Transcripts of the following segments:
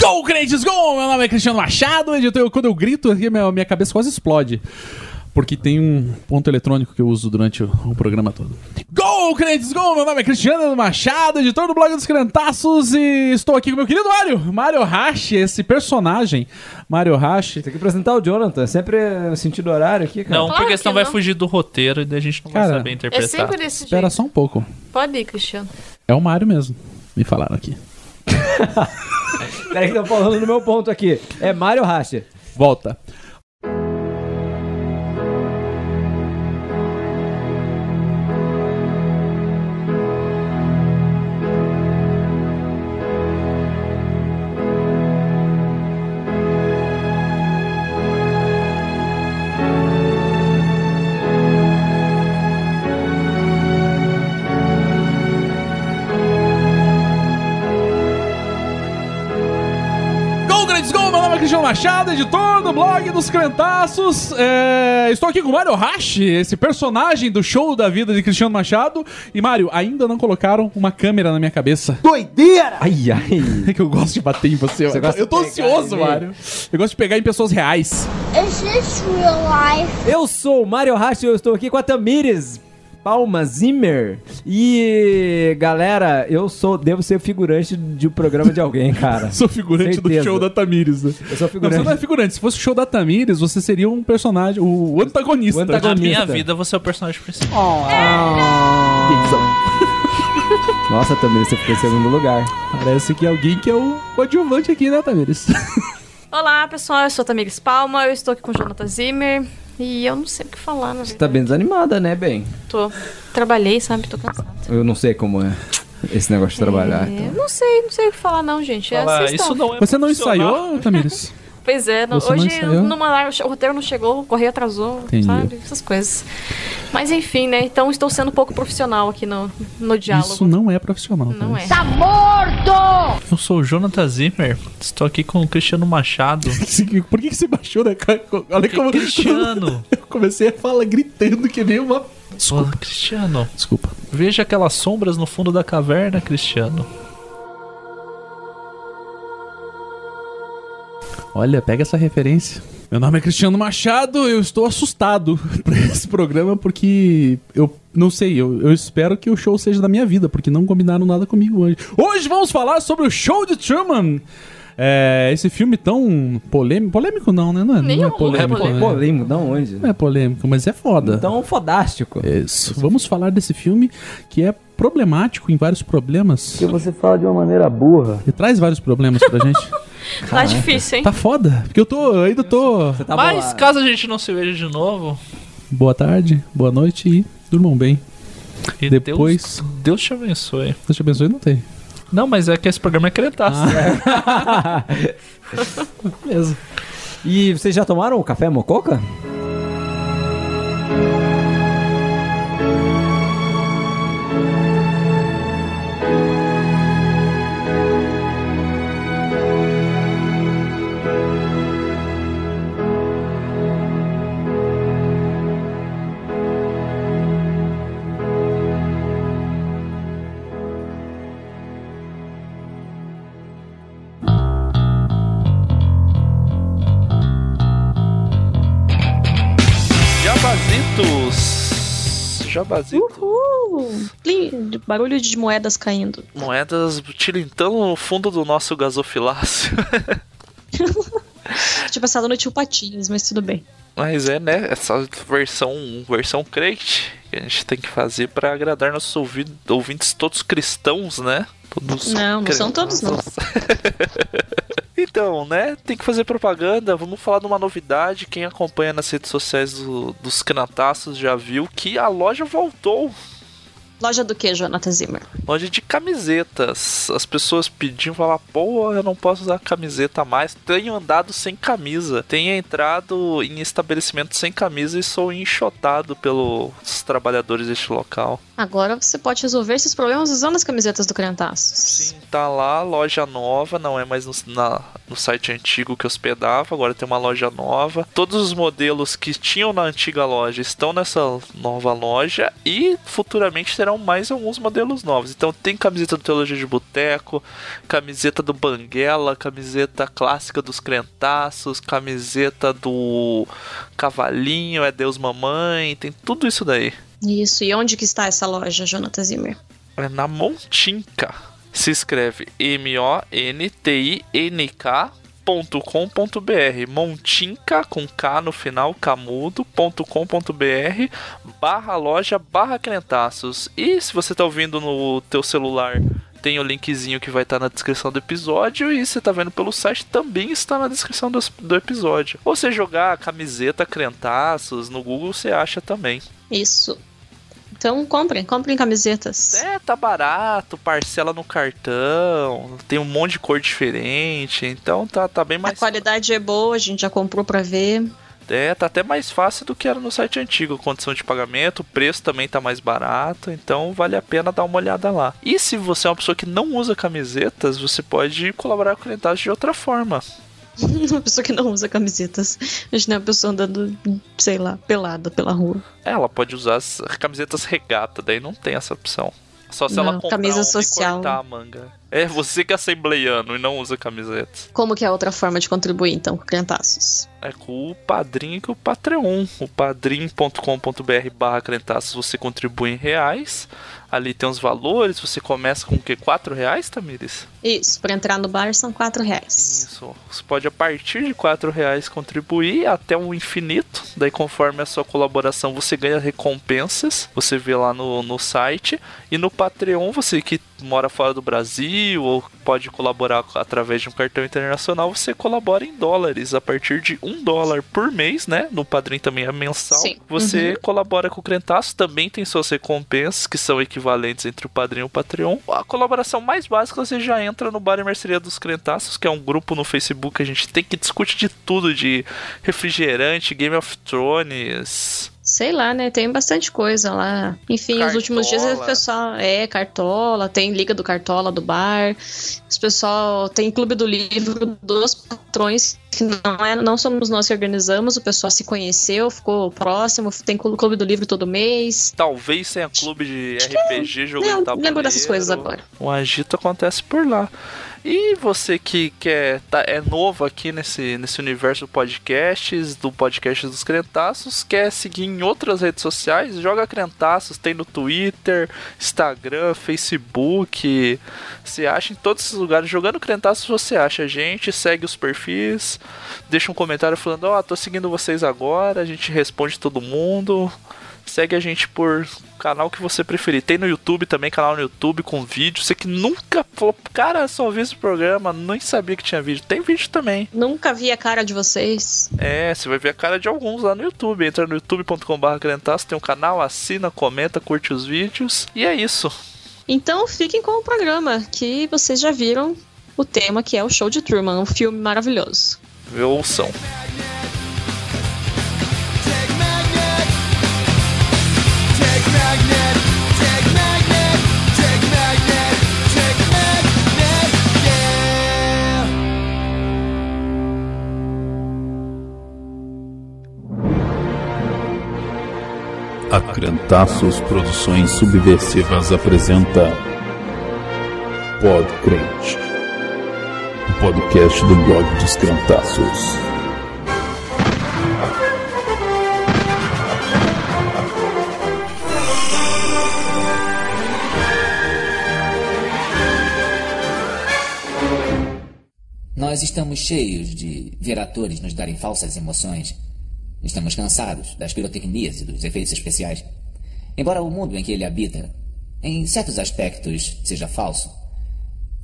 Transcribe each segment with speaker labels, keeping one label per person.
Speaker 1: Gol, crentes, gol! Meu nome é Cristiano Machado, editor. Eu- Quando eu grito aqui, minha, minha cabeça quase explode. Porque tem um ponto eletrônico que eu uso durante o, o programa todo. Gol, crentes, gol! Meu nome é Cristiano Machado, editor do blog dos Crentaços. E estou aqui com meu querido Mário. Mário Hashi, esse personagem. Mário Hashi.
Speaker 2: Tem que apresentar o Jonathan, é sempre no sentido horário aqui, cara.
Speaker 3: Não,
Speaker 4: Claro
Speaker 3: porque senão
Speaker 4: que
Speaker 3: vai
Speaker 4: não.
Speaker 3: fugir do roteiro e daí a gente não
Speaker 1: Cara,
Speaker 3: vai saber
Speaker 4: É
Speaker 3: interpretar.
Speaker 4: sempre desse
Speaker 1: Espera
Speaker 4: jeito.
Speaker 1: só um pouco.
Speaker 4: Pode ir, Cristiano.
Speaker 1: É o Mário mesmo. Me falaram aqui.
Speaker 2: Peraí que estão falando no meu ponto aqui. É Mario Rascher.
Speaker 1: Volta. Gol, grandes gol! Meu nome é Cristiano Machado, editor do blog dos Crentaços. É, estou aqui com o Mário Hashi, esse personagem do show da vida de Cristiano Machado. E, Mário, ainda não colocaram uma câmera na minha cabeça.
Speaker 2: Ai, ai.
Speaker 1: É que eu gosto de bater em você.
Speaker 2: Você
Speaker 1: eu,
Speaker 2: gosta
Speaker 1: eu tô
Speaker 2: de pegar
Speaker 1: ansioso,
Speaker 2: em mim?
Speaker 1: Mário. Eu gosto de pegar em pessoas reais.
Speaker 5: Is this real life?
Speaker 2: Eu sou o Mario Rascher, eu estou aqui com a Tamires. Palma Zimmer. E galera, eu sou, devo ser figurante de um programa de alguém, cara.
Speaker 1: Sou figurante do
Speaker 2: Certeza.
Speaker 1: show da Tamires. né?
Speaker 2: Eu
Speaker 1: Não, você
Speaker 2: sou figurante.
Speaker 1: não é figurante. Se fosse o show da Tamires, você seria um personagem, o antagonista.
Speaker 2: O
Speaker 3: Na minha
Speaker 2: Protagonista.
Speaker 3: vida, você é o personagem principal.
Speaker 2: é Nossa, Tamires, você ficou em segundo lugar.
Speaker 1: Parece que é alguém que é o coadjuvante aqui, né, Tamires?
Speaker 2: É
Speaker 4: Olá, pessoal. Eu sou a Tamires Palma. Eu estou aqui com o Jonathan Zimmer. E eu não sei o que falar, na
Speaker 2: Você tá
Speaker 4: verdade.
Speaker 2: bem desanimada, né, bem?
Speaker 4: Tô- Trabalhei, sabe? Tô cansada.
Speaker 2: Eu não sei como é esse negócio de trabalhar.
Speaker 4: É,
Speaker 2: então.
Speaker 4: Não sei, não sei o que falar, não, gente. É,
Speaker 3: Fala,
Speaker 4: vocês
Speaker 3: isso
Speaker 4: estão-
Speaker 3: não é
Speaker 1: Você não
Speaker 3: profissional.
Speaker 1: ensaiou, Tamires?
Speaker 4: Pois é, não-
Speaker 1: Você não
Speaker 4: hoje
Speaker 1: ensaiou?
Speaker 4: não, mandaram, o roteiro não chegou, o correio atrasou,
Speaker 1: Entendi.
Speaker 4: sabe? Essas coisas. Mas enfim, né? Então estou sendo um pouco profissional aqui no, no diálogo.
Speaker 1: Isso não é profissional.
Speaker 4: Não
Speaker 1: Tamires.
Speaker 4: é.
Speaker 5: Tá morto!
Speaker 3: Eu sou o Jonathan Zimmer, estou aqui com o Cristiano Machado.
Speaker 1: Se- Por que, que você baixou, né? cara? Olha como
Speaker 3: Cristiano!
Speaker 1: eu comecei a falar gritando que nem uma.
Speaker 3: Ô, Cristiano,
Speaker 1: Desculpa.
Speaker 3: veja aquelas sombras no fundo da caverna, Cristiano.
Speaker 1: Olha, pega essa referência. Meu nome é Cristiano Machado, eu estou assustado pra esse programa porque eu não sei, eu, eu espero que o show seja da minha vida, porque não combinaram nada comigo hoje. Hoje vamos falar sobre o show de Truman. É, esse filme tão polêmico. Polêmico não, né? Não é,
Speaker 4: Nem
Speaker 1: não é
Speaker 4: um pouco
Speaker 1: polêmico.
Speaker 4: polêmico.
Speaker 1: né?
Speaker 2: Polêmico, da onde?
Speaker 1: Não é polêmico, mas é foda.
Speaker 2: Então, fodástico.
Speaker 1: Isso. Vamos falar desse filme que é problemático em vários problemas.
Speaker 6: Porque você fala de uma maneira burra.
Speaker 1: E traz vários problemas pra gente.
Speaker 4: Tá difícil, hein?
Speaker 1: Tá foda, porque eu tô, eu ainda tô.
Speaker 2: Você tá
Speaker 3: Mas
Speaker 2: bolado.
Speaker 3: caso a gente não se veja de novo,
Speaker 1: Boa tarde, boa noite e durmam bem.
Speaker 3: e
Speaker 1: Depois-
Speaker 3: Deus, Deus te abençoe.
Speaker 1: Deus te abençoe, não tem.
Speaker 3: Não, mas é que esse programa é cretaço.
Speaker 1: Ah. Beleza.
Speaker 2: E vocês já tomaram o café mococa?
Speaker 3: Jabazitos! Jabazitos.
Speaker 7: Uhul! Plim, de- Barulho de moedas caindo.
Speaker 3: Moedas tilintando no fundo do nosso gasofilácio.
Speaker 7: Tinha pensado no tio Patinhas, mas tudo bem.
Speaker 3: Mas é, né? Essa versão, um, versão crente que a gente tem que fazer pra agradar nossos ouvi- ouvintes, todos cristãos, né? Todos
Speaker 7: Não, não são
Speaker 3: crentes.
Speaker 7: todos, não.
Speaker 3: então, né? Tem que fazer propaganda. Vamos falar de uma novidade. Quem acompanha nas redes sociais do- dos Canataços já viu que a loja voltou.
Speaker 7: Loja do que, Jonathan Zimmer?
Speaker 3: Loja de camisetas. As pessoas pediam, falavam, pô, eu não posso usar camiseta mais. Tenho andado sem camisa. Tenho entrado em estabelecimento sem camisa e sou enxotado pelos trabalhadores deste local.
Speaker 7: Agora você pode resolver esses problemas usando as camisetas do Crentaços.
Speaker 3: Sim, tá lá, loja nova, não é mais no, na- no site antigo que hospedava, agora tem uma loja nova. Todos os modelos que tinham na antiga loja estão nessa nova loja e futuramente terão mais alguns modelos novos. Então tem camiseta do Teologia de Boteco, camiseta do Banguela, camiseta clássica dos Crentaços, camiseta do Cavalinho, é Deus Mamãe, tem tudo isso daí.
Speaker 7: Isso, e onde que está essa loja, Jonathan Zimmer?
Speaker 3: É na Montinka. Se escreve M-O-N-T-I-N-K .com.br Montinka com K no final camudo.com.br barra loja barra crentaços e se você tá ouvindo no teu celular tem o linkzinho que vai estar na descrição do episódio e você tá vendo pelo site também está na descrição do, do episódio ou você jogar camiseta crentaços no Google você acha também
Speaker 7: Isso. Então comprem, comprem camisetas.
Speaker 3: é, tá barato, parcela no cartão, tem um monte de cor diferente, então tá, tá bem
Speaker 7: A
Speaker 3: mais.
Speaker 7: qualidade é boa, a gente já comprou pra ver.
Speaker 3: É, tá até mais fácil do que era no site antigo. Condição de pagamento, o preço também tá mais barato, então vale a pena dar uma olhada lá. E se você é uma pessoa que não usa camisetas, você pode colaborar com o Crentaços de outra forma.
Speaker 7: uma pessoa que não usa camisetas. A gente não é uma pessoa andando, sei lá, pelada pela rua.
Speaker 3: É, Ela pode usar as camisetas regata, daí não tem essa opção. Só se ela
Speaker 7: Não,
Speaker 3: comprar
Speaker 7: camisa
Speaker 3: uma
Speaker 7: social.
Speaker 3: e cortar a manga. É você que é assembleiano e não usa camisetas.
Speaker 7: Como que é a outra forma de contribuir, então, com crentaços?
Speaker 3: É com o Padrim e com o Patreon. O padrim.com.br barra crentaços você contribui em reais. Ali tem os valores, você começa com o quê? 4 reais, Tamires?
Speaker 7: Isso, pra entrar no bar são 4 reais.
Speaker 3: Isso. Você pode a partir de 4 reais contribuir até o infinito. Daí conforme a sua colaboração você ganha recompensas. Você vê lá no, no site. E no Patreon você que mora fora do Brasil ou pode colaborar através de um cartão internacional, você colabora em dólares a partir de um dólar por mês, né? No Padrim também é mensal.
Speaker 7: Sim.
Speaker 3: Você colabora com o Crentaço, também tem suas recompensas que são equivalentes entre o Padrim e o Patreon. A colaboração mais básica você já entra no Bar e Merceria dos Crentaços, que é um grupo no Facebook que a gente tem que discute de tudo, de refrigerante, Game of Thrones.
Speaker 7: Sei lá, né? Tem bastante coisa lá. Enfim, os
Speaker 3: Cartola.
Speaker 7: últimos dias o pessoal. É, cartola, tem Liga do Cartola do bar. Os pessoal tem Clube do Livro dos Patrões, que não, é, não somos nós que organizamos, o pessoal se conheceu, ficou próximo, tem Clu- Clube do Livro todo mês.
Speaker 3: Talvez sem a clube de
Speaker 7: é
Speaker 3: RPG jogando
Speaker 7: Não, lembro dessas coisas agora.
Speaker 3: O Um agito acontece por lá. E você que quer tá, é novo aqui nesse, nesse universo do podcasts, do podcast dos Crentaços, quer seguir em outras redes sociais, joga Crentaços, tem no Twitter, Instagram, Facebook, você acha em todos esses lugares. Jogando Crentaços você acha a gente, segue os perfis, deixa um comentário falando, ó, tô seguindo vocês agora, a gente responde todo mundo. Segue a gente por canal que você preferir. Tem no YouTube também, canal no YouTube com vídeo. Você que nunca falou, cara, só vi esse programa, nem sabia que tinha vídeo. Tem vídeo também.
Speaker 7: Nunca vi a cara de vocês.
Speaker 3: É, você vai ver a cara de alguns lá no YouTube. Entra no youtube.com.br, crentaço, tem um canal, assina, comenta, curte os vídeos. E é isso.
Speaker 7: Então fiquem com o programa, que vocês já viram o tema que é o Show de Truman, um filme maravilhoso.
Speaker 3: Ouçam.
Speaker 8: A Crentaços Produções Subversivas apresenta Podcrente, o podcast do blog dos Crentaços.
Speaker 6: Nós estamos cheios de ver atores nos darem falsas emoções. Estamos cansados das pirotecnias e dos efeitos especiais. Embora o mundo em que ele habita, em certos aspectos, seja falso,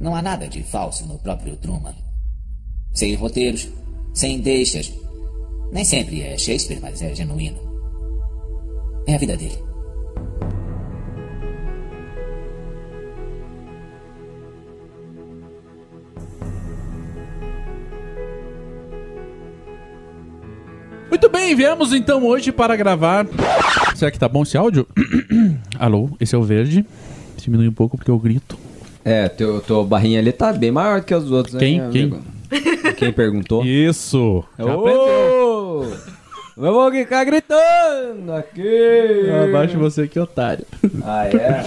Speaker 6: não há nada de falso no próprio Truman. Sem roteiros, sem deixas. Nem sempre é Shakespeare, mas é genuíno. É a vida dele.
Speaker 1: Muito bem, viemos então hoje para gravar. Será que tá bom esse áudio? Alô, esse é o verde. Diminui um pouco porque eu grito.
Speaker 2: É, teu, tua barrinha ali tá bem maior que os outros,
Speaker 1: Quem?
Speaker 2: né,
Speaker 1: Quem?
Speaker 2: amigo? Quem perguntou?
Speaker 1: Isso! Já aprendeu.
Speaker 2: Ô! Eu vou ficar tá gritando aqui!
Speaker 1: Abaixa você aqui, otário.
Speaker 2: Ah, é?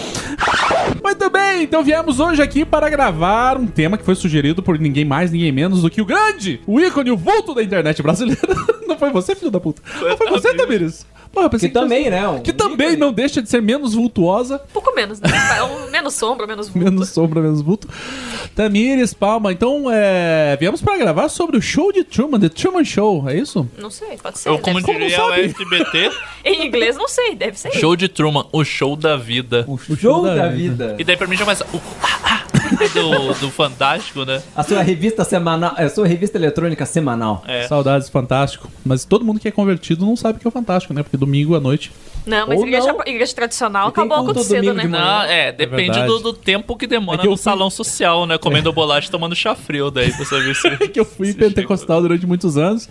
Speaker 1: Muito bem, então viemos hoje aqui para gravar um tema que foi sugerido por ninguém mais, ninguém menos do que o grande, o ícone, o vulto da internet brasileira. Não foi você, filho da puta? Não foi você, Tamires? Pô, eu
Speaker 2: Que
Speaker 1: pensei
Speaker 2: também, né? um-
Speaker 1: Que também não deixa de ser menos vultuosa,
Speaker 4: Um pouco menos, né? Um- menos sombra, menos vulto.
Speaker 1: menos sombra, menos vulto. Tamires, Palma, então é, viemos para gravar sobre o show de Truman, The Truman Show, é isso?
Speaker 4: Não sei, pode ser.
Speaker 3: Eu,
Speaker 4: deve
Speaker 3: É como
Speaker 4: ser.
Speaker 3: diria
Speaker 1: Como
Speaker 3: o
Speaker 1: sabe?
Speaker 3: SBT,
Speaker 4: Em inglês, não sei, deve ser.
Speaker 3: show de Truman, o show da vida.
Speaker 1: O
Speaker 2: Show da vida.
Speaker 3: E daí pra mim já começa o ah, é do, do Fantástico, né?
Speaker 2: A sua revista semanal. A sua revista eletrônica semanal.
Speaker 3: É.
Speaker 1: Saudades, fantástico. Mas todo mundo que é convertido não sabe que é o fantástico, né? Porque domingo à noite
Speaker 4: Não, mas
Speaker 2: Ou
Speaker 4: igreja,
Speaker 2: não.
Speaker 4: igreja tradicional
Speaker 2: E tem
Speaker 4: acabou
Speaker 2: culto
Speaker 4: acontecendo,
Speaker 2: domingo
Speaker 4: né?
Speaker 2: de manhã.
Speaker 3: Não, é, depende
Speaker 1: verdade.
Speaker 3: do, do tempo que demora
Speaker 1: É que eu
Speaker 3: no
Speaker 1: fui-
Speaker 3: salão social, né? Comendo bolacha e tomando chá frio daí pra saber se.
Speaker 1: que eu fui
Speaker 3: se
Speaker 1: pentecostal durante muitos anos.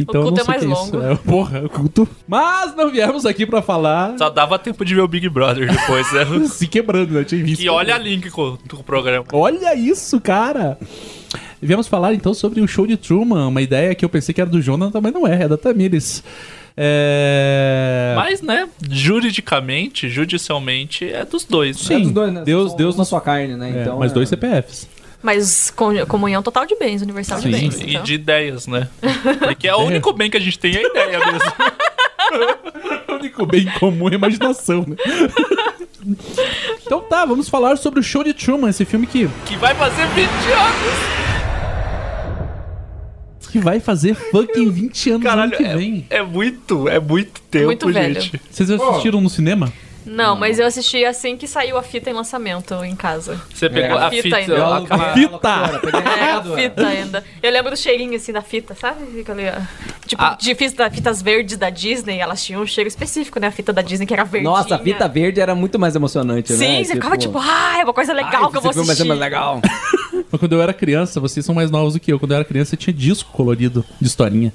Speaker 1: Então
Speaker 4: O culto
Speaker 1: eu não
Speaker 4: é
Speaker 1: sei
Speaker 4: mais
Speaker 1: o que é
Speaker 4: longo.
Speaker 1: isso. É, porra, o culto. Mas não viemos aqui pra falar
Speaker 3: chegou. Só dava tempo de ver o Big Brother depois, né?
Speaker 1: se quebrando, né? Tinha visto.
Speaker 3: E olha a link com, com o programa.
Speaker 1: Olha isso, cara! Viemos falar então sobre o show de Truman, uma ideia que eu pensei que era do Jonathan, mas não é, é da Tamires. É...
Speaker 3: Mas, né, juridicamente, judicialmente, é dos dois,
Speaker 1: Sim.
Speaker 3: né?
Speaker 2: É dos dois, né?
Speaker 1: Deus-
Speaker 2: Só
Speaker 1: Deus
Speaker 2: uma
Speaker 1: nos-
Speaker 2: sua carne, né?
Speaker 1: É,
Speaker 2: Então,
Speaker 1: mas
Speaker 2: é-
Speaker 1: dois CPFs.
Speaker 4: Mas com- comunhão total de bens, universal
Speaker 1: Sim.
Speaker 4: de bens.
Speaker 3: E
Speaker 4: então.
Speaker 3: de ideias, né? Porque é o único bem que a gente tem é a ideia mesmo.
Speaker 1: O único bem comum é a imaginação, né? então tá, vamos falar sobre o show de Truman, esse filme que,
Speaker 3: Que vai fazer 20 anos!
Speaker 1: que vai fazer fucking 20 anos ano
Speaker 3: Caralho,
Speaker 1: que vem.
Speaker 3: é, é muito, é muito tempo,
Speaker 4: Muito velho.
Speaker 3: gente.
Speaker 1: Vocês assistiram no cinema?
Speaker 4: Não, mas eu assisti assim que saiu a fita em lançamento em casa.
Speaker 3: Você pegou
Speaker 2: É,
Speaker 3: a
Speaker 4: a fita
Speaker 3: fita,
Speaker 4: ainda.
Speaker 2: Eu
Speaker 3: a-
Speaker 2: aluguei
Speaker 3: aquela-
Speaker 2: a
Speaker 1: fita.
Speaker 2: locadora, peguei a
Speaker 4: É, a
Speaker 2: locadora.
Speaker 4: fita ainda. Eu lembro do cheirinho assim da fita, sabe? Fica ali, ó. Tipo,
Speaker 3: Ah.
Speaker 4: de fita, fitas verdes da Disney, elas tinham um cheiro específico, né? A fita da Disney que era verdinha.
Speaker 2: Nossa, a fita verde era muito mais emocionante, né?
Speaker 4: Sim, você ficava tipo, ah, é uma coisa legal
Speaker 2: "Ai,
Speaker 4: que eu vou
Speaker 2: você viu, mas é
Speaker 4: assistir.
Speaker 2: mais legal.
Speaker 1: Mas quando eu era criança, vocês são mais novos do que eu. Quando eu era criança, tinha disco colorido de historinha.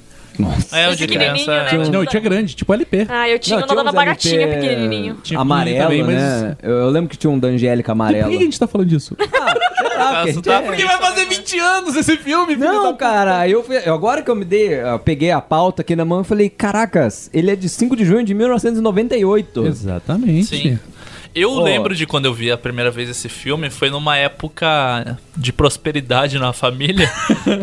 Speaker 3: É, o de
Speaker 4: pequenininho,
Speaker 3: criança.
Speaker 4: né? Tipo
Speaker 1: Não,
Speaker 4: da-
Speaker 1: tinha grande, tipo LP.
Speaker 4: Ah, eu tinha
Speaker 2: um- Não,
Speaker 4: o Dona
Speaker 2: uns
Speaker 4: Baratinha
Speaker 2: LP
Speaker 4: pequenininho.
Speaker 1: Tinha
Speaker 2: Amarelo,
Speaker 1: também, mas-
Speaker 2: né? Eu, eu lembro que tinha um da Angélica
Speaker 1: E por
Speaker 2: amarelo.
Speaker 1: que a gente tá falando disso?
Speaker 2: Ah, porque a
Speaker 3: Nossa,
Speaker 2: gente
Speaker 3: tá-
Speaker 2: é-
Speaker 3: porque
Speaker 1: vai fazer 20 anos esse filme,
Speaker 2: Não, cara, eu fui- agora que eu me dei, eu peguei a pauta aqui na mão e falei, caracas, ele é de 5 de junho de 1998.
Speaker 1: Exatamente.
Speaker 3: Sim. Eu
Speaker 2: Pô.
Speaker 3: lembro de quando eu vi a primeira vez esse filme, foi numa época de prosperidade na família,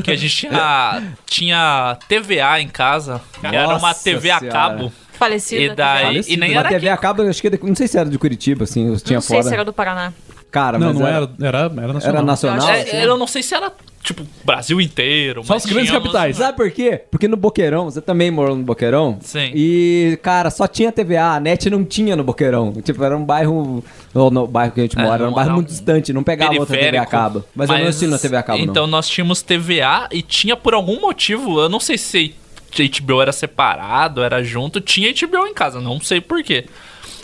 Speaker 3: que a gente tinha, tinha TVA em casa, que era uma
Speaker 2: Nossa
Speaker 3: TV a
Speaker 2: senhora.
Speaker 3: cabo,
Speaker 4: Falecida. tá
Speaker 3: e daí... E nem
Speaker 2: Uma
Speaker 3: era aqui,
Speaker 2: TV a cabo, acho que é de- não sei se era de Curitiba, assim, eu tinha
Speaker 4: Não sei
Speaker 2: fora.
Speaker 4: se era do Paraná.
Speaker 2: Cara,
Speaker 1: Não,
Speaker 2: mas
Speaker 1: não era, era, era nacional.
Speaker 2: Era nacional.
Speaker 3: É,
Speaker 2: assim.
Speaker 3: eu não sei se era, tipo, Brasil inteiro.
Speaker 1: Só
Speaker 3: mas
Speaker 1: os grandes
Speaker 3: tinha uns-
Speaker 1: capitais.
Speaker 2: Sabe por quê? Porque no Boqueirão, você também morou no Boqueirão?
Speaker 3: Sim.
Speaker 2: E, cara, só tinha TVA, a net não tinha no Boqueirão. Tipo, era um bairro. Ou no bairro que a gente
Speaker 3: É,
Speaker 2: mora, era um
Speaker 3: não,
Speaker 2: bairro
Speaker 3: não.
Speaker 2: muito distante, não pegava outra TV a
Speaker 3: periférico.
Speaker 2: cabo. Mas, eu não assino a TV a cabo,
Speaker 3: Então
Speaker 2: não.
Speaker 3: nós tínhamos TVA e tinha por algum motivo, eu não sei se HBO era separado, era junto, tinha HBO em casa, não sei porquê.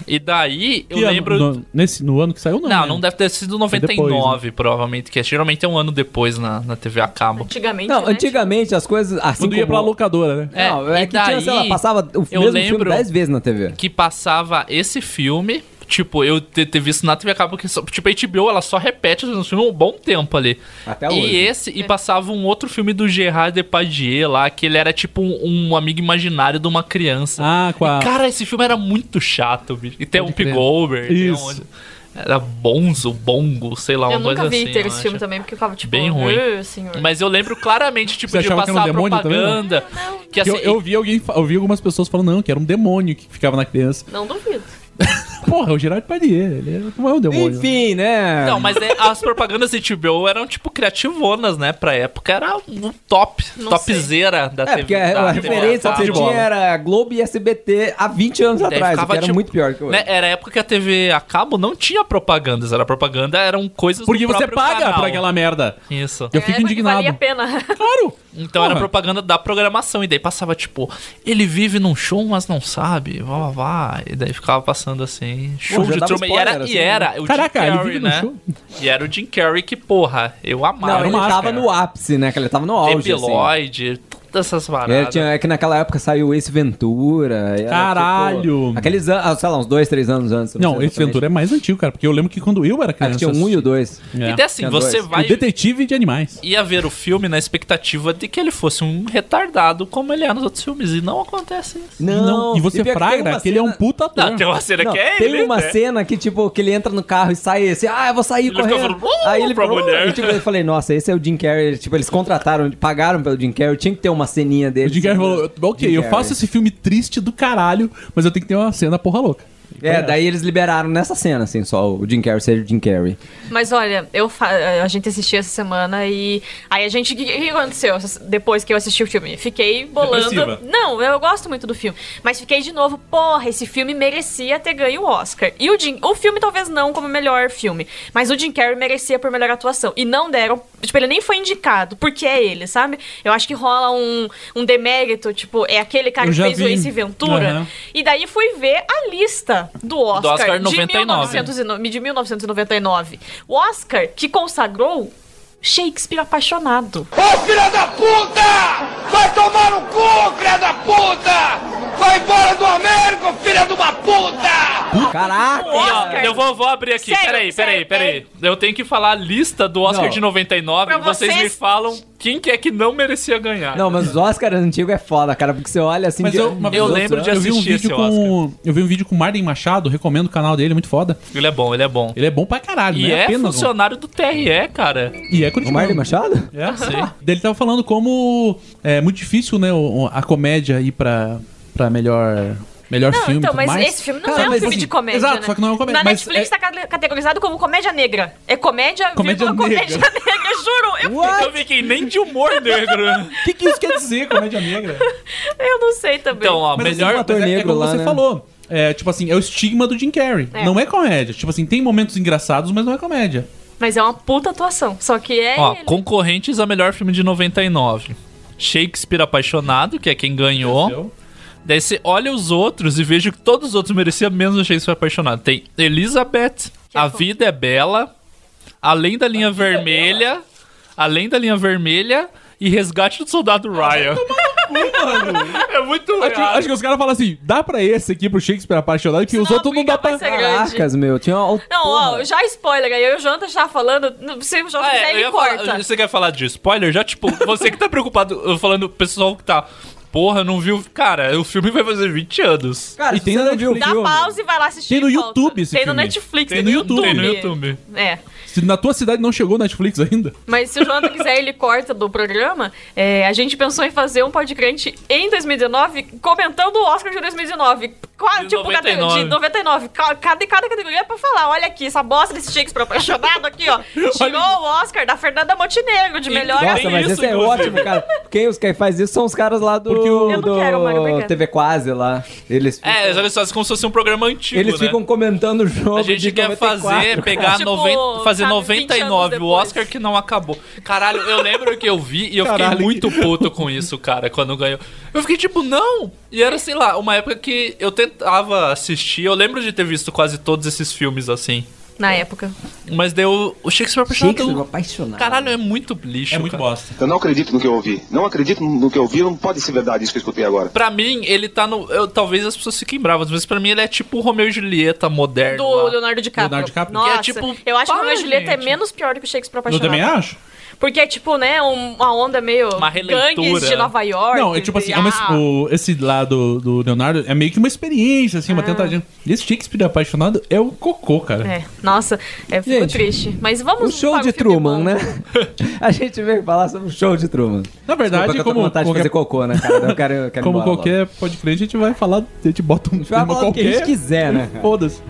Speaker 3: E daí eu
Speaker 1: Que ano-
Speaker 3: lembro.
Speaker 1: No, nesse, no ano que saiu, não.
Speaker 3: Não,
Speaker 1: né?
Speaker 3: não deve ter sido
Speaker 1: depois,
Speaker 3: 99, provavelmente, que é- geralmente é um ano depois na, na TV a cabo.
Speaker 4: Antigamente,
Speaker 2: Não,
Speaker 4: né?
Speaker 2: antigamente as coisas. Assim
Speaker 1: Quando ia pra
Speaker 2: como-
Speaker 1: locadora, né?
Speaker 3: É,
Speaker 2: Não, é,
Speaker 3: e
Speaker 2: que tinha, sei lá,
Speaker 3: daí,
Speaker 2: passava o
Speaker 3: eu
Speaker 2: mesmo filme
Speaker 3: lembro-
Speaker 2: 10 vezes na
Speaker 1: É.
Speaker 2: TV.
Speaker 3: Que passava esse filme. Tipo, eu ter, ter visto na TV a cabo, que só- tipo, a HBO, ela só repete os filmes um bom tempo ali.
Speaker 2: Até
Speaker 3: e
Speaker 2: hoje.
Speaker 3: esse,
Speaker 1: É.
Speaker 3: e passava um outro filme do Gerard Depardieu lá, que ele era tipo um, um amigo imaginário de uma criança.
Speaker 1: Ah, com a.
Speaker 3: Cara, esse filme era muito chato, bicho. E tem um
Speaker 1: crer.
Speaker 3: Pigover,
Speaker 1: Isso.
Speaker 3: tem um... Era Bonzo, Bongo, sei lá,
Speaker 4: Eu
Speaker 3: uma coisa
Speaker 4: nunca
Speaker 3: assim.
Speaker 4: vi ter
Speaker 3: eu
Speaker 4: esse
Speaker 3: acho.
Speaker 4: filme também, porque eu ficava tipo,
Speaker 3: Bem ruim.
Speaker 4: "Ah, senhor.
Speaker 3: Mas eu lembro claramente, tipo,
Speaker 1: Você
Speaker 3: de
Speaker 1: achava que era
Speaker 3: passar
Speaker 1: um demônio também, não?
Speaker 3: propaganda. que assim,
Speaker 1: Eu, eu vi alguém, fa- eu vi algumas pessoas falando, não, que era um demônio que ficava na criança.
Speaker 4: Não duvido.
Speaker 1: Porra, é o Gerard Padier, ele é- não é um demônio.
Speaker 2: Enfim, né?
Speaker 3: Não, mas é, as propagandas de HBO eram, tipo, criativonas, né? Pra época era um top,
Speaker 4: Não
Speaker 3: topzera da
Speaker 2: É,
Speaker 3: TV.
Speaker 2: porque a,
Speaker 3: da
Speaker 2: a
Speaker 3: TV
Speaker 2: referência que
Speaker 3: cabo.
Speaker 2: você tinha era Globo e SBT há 20 anos
Speaker 3: tá Daí
Speaker 2: atrás, o que
Speaker 3: ficava,
Speaker 2: era
Speaker 3: tipo,
Speaker 2: muito pior que hoje.
Speaker 3: né, Era a época que a TV a cabo não tinha propagandas, era propaganda, eram coisas
Speaker 1: Porque
Speaker 3: do
Speaker 1: você
Speaker 3: próprio
Speaker 1: paga
Speaker 3: canal.
Speaker 1: pra aquela merda.
Speaker 3: Isso.
Speaker 1: Eu fico
Speaker 4: É, porque
Speaker 1: indignado.
Speaker 4: Valia a pena.
Speaker 1: Claro!
Speaker 3: Então era
Speaker 1: Porra.
Speaker 3: propaganda da programação, e daí passava tipo, ele vive num show, mas não sabe, vá, vá, vá. E daí ficava passando assim, show
Speaker 2: já
Speaker 3: de
Speaker 2: dava
Speaker 3: Truman. E
Speaker 2: spoiler,
Speaker 3: era,
Speaker 2: assim,
Speaker 3: e era o
Speaker 1: Caraca,
Speaker 3: Jim
Speaker 1: ele
Speaker 3: Carrey,
Speaker 1: vive num
Speaker 3: né?
Speaker 1: show?
Speaker 3: E era o Jim Carrey que, porra, eu amava.
Speaker 2: Não, ele
Speaker 3: esse
Speaker 2: tava
Speaker 3: cara.
Speaker 2: no ápice, né? Que ele tava no auge. assim.
Speaker 3: Debiloid, dessas
Speaker 2: É,
Speaker 3: paradas.
Speaker 2: tinha, é que naquela época saiu Ace Ventura. era,
Speaker 1: Caralho!
Speaker 2: tipo, aqueles anos, ah, sei lá, uns dois, três anos antes.
Speaker 1: Não,
Speaker 2: sei
Speaker 1: esse Ventura é mais antigo, cara, porque eu lembro que quando eu era
Speaker 2: Ah, que
Speaker 1: criança.
Speaker 2: tinha um e o dois.
Speaker 1: É.
Speaker 3: E daí, assim,
Speaker 2: Tinha
Speaker 3: você
Speaker 2: dois.
Speaker 3: vai.
Speaker 1: O detetive de animais.
Speaker 3: Ia ver o filme na expectativa de que ele fosse um retardado como ele é nos outros filmes. E não acontece isso.
Speaker 1: Não, e você
Speaker 2: pior que tem
Speaker 1: fraga
Speaker 2: uma
Speaker 1: que ele é um
Speaker 2: cena-
Speaker 1: puta ator.
Speaker 3: Não, tem uma cena
Speaker 2: Não,
Speaker 3: que é
Speaker 2: tem
Speaker 3: ele.
Speaker 2: uma
Speaker 3: né?
Speaker 2: cena que, tipo, que ele entra no carro e sai assim, ah, eu vou sair
Speaker 3: Ele fica
Speaker 2: correndo.
Speaker 3: falando, "Uh",
Speaker 2: Aí ele
Speaker 3: pra
Speaker 2: "Uh",
Speaker 3: mulher.
Speaker 2: e, tipo, eu falei, nossa, esse é o Jim Carrey. Tipo, eles contrataram, pagaram pelo Jim Carrey, tinha que ter uma ceninha
Speaker 1: O
Speaker 2: dele.
Speaker 1: Jim Carrey falou,
Speaker 2: sendo-
Speaker 1: ok,
Speaker 2: Jim
Speaker 1: eu
Speaker 2: Carrey."
Speaker 1: faço esse filme triste do caralho, mas eu tenho que ter uma cena porra louca.
Speaker 2: É, daí eles liberaram nessa cena, assim, só o Jim Carrey ser o Jim Carrey.
Speaker 4: Mas olha, eu fa- a gente assistiu essa semana e aí a gente o que, que aconteceu essa- depois que eu assisti o filme? Fiquei bolando.
Speaker 1: Depressiva.
Speaker 4: Não, eu gosto muito do filme, mas fiquei de novo, porra, esse filme merecia ter ganho o Oscar. E o Jim, o filme talvez não como melhor filme, mas o Jim Carrey merecia por melhor atuação e não deram, tipo, ele nem foi indicado, porque é ele, sabe? Eu acho que rola um, um demérito, tipo, é aquele cara
Speaker 1: Eu
Speaker 4: que
Speaker 1: já
Speaker 4: fez o
Speaker 1: vi.
Speaker 4: Ace Ventura.
Speaker 1: Aham.
Speaker 4: E daí fui ver a lista do Oscar,
Speaker 3: Oscar
Speaker 4: de
Speaker 3: 99.
Speaker 4: 1900 1909 de 1999. O Oscar que consagrou Shakespeare apaixonado.
Speaker 5: Ô filha da puta! Vai tomar no cu, filha da puta! Vai embora do Américo, filha de uma puta!
Speaker 2: Caraca!
Speaker 3: E, ó,
Speaker 4: Oscar.
Speaker 3: eu vou, vou abrir aqui,
Speaker 4: Sério,
Speaker 3: peraí, peraí,
Speaker 4: sério,
Speaker 3: peraí. Eu tenho que falar a lista do Oscar
Speaker 2: Não.
Speaker 3: de 99
Speaker 4: Pra
Speaker 3: e vocês,
Speaker 4: vocês-
Speaker 3: me falam quem que é que não merecia ganhar.
Speaker 2: Não, mas os Oscars antigos é foda, cara, porque você olha assim...
Speaker 1: Mas
Speaker 2: de-
Speaker 1: eu, mas
Speaker 3: Eu
Speaker 1: eu
Speaker 3: lembro de
Speaker 1: eu vi um
Speaker 3: assistir
Speaker 1: vídeo
Speaker 3: esse
Speaker 1: com, eu vi um vídeo com o Marden Machado, recomendo o canal dele, é muito foda.
Speaker 3: Ele é bom, ele é bom.
Speaker 1: Ele é bom pra caralho, né?
Speaker 3: E é
Speaker 1: Apenas um-
Speaker 3: funcionário do TRE, cara.
Speaker 1: E é
Speaker 2: O
Speaker 1: Curitiba.
Speaker 2: Marley Machado?
Speaker 1: É,
Speaker 3: sei.
Speaker 1: Daí Ele tava falando como é muito difícil, né, o- a comédia ir pra, pra melhor, melhor
Speaker 4: Não,
Speaker 1: filme e
Speaker 4: então,
Speaker 1: tudo
Speaker 4: mas
Speaker 1: mais.
Speaker 4: esse filme não
Speaker 1: Cara,
Speaker 4: é um
Speaker 1: mas
Speaker 4: filme
Speaker 1: assim,
Speaker 4: de comédia.
Speaker 1: Exato,
Speaker 4: né?
Speaker 1: só que não é uma comédia.
Speaker 4: Na
Speaker 1: mas
Speaker 4: Netflix
Speaker 1: é-
Speaker 4: tá cate- categorizado como comédia negra. É comédia,
Speaker 1: Comédia
Speaker 4: vírgula,
Speaker 1: negra.
Speaker 4: comédia negra, juro. Eu,
Speaker 2: What?
Speaker 3: Eu fiquei nem de humor negro.
Speaker 1: O que, que isso quer dizer, comédia negra?
Speaker 4: eu não sei também.
Speaker 3: Então, ó, melhor.
Speaker 1: assim,
Speaker 2: um ator
Speaker 1: mas é- é
Speaker 2: negro
Speaker 1: como
Speaker 2: lá,
Speaker 1: você
Speaker 2: né?
Speaker 1: falou. É, tipo assim, é o estigma do Jim Carrey.
Speaker 4: É.
Speaker 1: Não é comédia. Tipo assim, tem momentos engraçados, mas não é comédia.
Speaker 4: Mas é uma puta atuação. Só que é.
Speaker 3: Ó,
Speaker 4: ele.
Speaker 3: concorrentes a melhor filme de 99. Shakespeare Apaixonado, que é quem ganhou.
Speaker 1: Entendeu?
Speaker 3: Daí você olha os outros e vejo que todos os outros mereciam menos o Shakespeare Apaixonado. Tem Elizabeth,
Speaker 4: Que
Speaker 3: A
Speaker 4: bom.
Speaker 3: Vida é Bela, Além da Linha
Speaker 4: é
Speaker 3: Vermelha, Além da Linha Vermelha e Resgate do Soldado Ryan. é muito
Speaker 1: Acho, que-
Speaker 3: errado.
Speaker 1: acho que os caras falam assim: dá pra esse aqui pro Shakespeare apaixonado, que os
Speaker 4: Senão
Speaker 1: outros
Speaker 4: a
Speaker 1: não
Speaker 4: briga
Speaker 1: dá pra.
Speaker 4: vai
Speaker 3: é
Speaker 4: ser grande.
Speaker 2: Caracas, meu, tinha uma
Speaker 4: Não, ó,
Speaker 2: porra.
Speaker 4: já spoiler aí. Eu e o Jonathan já falando. não- Se o Jonathan
Speaker 3: Ah,
Speaker 4: quiser,
Speaker 3: eu
Speaker 4: ele
Speaker 3: ia falar-
Speaker 4: corta.
Speaker 3: você quer falar de spoiler? Já, tipo, você que tá preocupado, eu falando, o pessoal que tá. Porra, não viu. Cara, o filme vai fazer 20 anos.
Speaker 2: Cara,
Speaker 1: E
Speaker 2: se
Speaker 1: tem
Speaker 2: você
Speaker 1: na
Speaker 2: não viu o
Speaker 4: Dá
Speaker 2: filme...
Speaker 4: pausa e vai lá assistir.
Speaker 1: Tem no
Speaker 4: e volta.
Speaker 1: YouTube esse
Speaker 4: Tem no
Speaker 1: filme.
Speaker 4: Netflix,
Speaker 1: Tem no YouTube.
Speaker 3: Tem no YouTube.
Speaker 4: É.
Speaker 1: Se na tua cidade não chegou Netflix ainda.
Speaker 4: Mas se o Jonathan quiser, ele corta do programa. É, a gente pensou em fazer um podcast em 2019 comentando o Oscar de 2019. Qual,
Speaker 3: De
Speaker 4: tipo,
Speaker 3: 99.
Speaker 4: de 99. Ca- Cada, cada categoria é pra falar. Olha aqui, essa bosta desse Shakespeare apaixonado aqui, ó. Tirou o Oscar da Fernanda Montenegro de melhor.
Speaker 3: Tem
Speaker 2: Nossa, mas
Speaker 3: isso,
Speaker 2: esse é
Speaker 3: inclusive.
Speaker 2: ótimo, cara. Quem os que faz isso são os caras lá do,
Speaker 1: Porque o-
Speaker 4: Eu não
Speaker 2: do
Speaker 4: quero, Mário, obrigada.
Speaker 2: TV Quase lá. Eles ficam,
Speaker 3: É, olha só, é como se fosse um programa antigo,
Speaker 2: eles
Speaker 3: né?
Speaker 2: ficam comentando o jogo
Speaker 3: A gente
Speaker 2: de
Speaker 3: quer
Speaker 2: 94,
Speaker 3: fazer,
Speaker 2: cara.
Speaker 3: pegar
Speaker 4: Tipo,
Speaker 3: 90, fazer
Speaker 4: sabe, 20
Speaker 3: 99,
Speaker 4: anos
Speaker 3: o
Speaker 4: depois.
Speaker 3: Oscar que não acabou. Caralho, eu lembro que eu vi e eu
Speaker 1: Caralho.
Speaker 3: fiquei muito puto com isso, cara, quando ganhou. Eu fiquei tipo, não! E era, sei lá, uma época que eu tentava assistir, eu lembro de ter visto quase todos esses filmes assim.
Speaker 4: Na época.
Speaker 3: Mas deu o Shakespeare
Speaker 2: Shakespeare
Speaker 3: apaixonado.
Speaker 2: apaixonado.
Speaker 3: Caralho, é muito lixo. cara.
Speaker 1: bosta.
Speaker 9: Eu não acredito no que eu ouvi. Não acredito no que eu ouvi. Não pode ser verdade isso que eu escutei agora.
Speaker 3: Pra mim, ele tá no. eu- talvez as pessoas fiquem bravas, mas pra mim ele é tipo o Romeu e Julieta moderno.
Speaker 4: Do
Speaker 3: lá.
Speaker 4: Leonardo DiCaprio.
Speaker 1: É. Leonardo DiCaprio.
Speaker 4: Nossa,
Speaker 3: Que é tipo,
Speaker 4: eu acho que o
Speaker 3: pá,
Speaker 4: Romeo e Julieta é
Speaker 3: gente.
Speaker 4: menos pior do que o Shakespeare
Speaker 1: Eu
Speaker 4: apaixonado.
Speaker 1: também acho.
Speaker 4: Porque é tipo, né, um- uma onda meio
Speaker 3: Uma releitura.
Speaker 4: gangues de Nova York.
Speaker 1: Não, é tipo assim,
Speaker 4: e,
Speaker 1: é uma-
Speaker 4: ah,
Speaker 1: o- esse lá do, do Leonardo é meio que uma experiência, assim, uma tentativa. Esse Shakespeare apaixonado é o cocô, cara.
Speaker 4: Ah. É, nossa, é, fico
Speaker 2: Gente,
Speaker 4: triste. Mas vamos
Speaker 2: O show
Speaker 4: para
Speaker 2: de
Speaker 4: filme
Speaker 2: Truman,
Speaker 4: bom.
Speaker 2: né? A gente veio falar sobre o show de Truman.
Speaker 1: Na verdade,
Speaker 2: Desculpa, que eu tô com
Speaker 1: como
Speaker 2: vontade de fazer
Speaker 1: qualquer,
Speaker 2: cocô, né, cara? Eu quero, eu quero ir
Speaker 1: como
Speaker 2: embora logo.
Speaker 1: qualquer podcast, a gente vai falar, a gente bota um
Speaker 2: gente vai
Speaker 1: tema
Speaker 2: falar do que a
Speaker 1: qualquer.
Speaker 2: gente quiser, né, cara?
Speaker 1: Foda-se.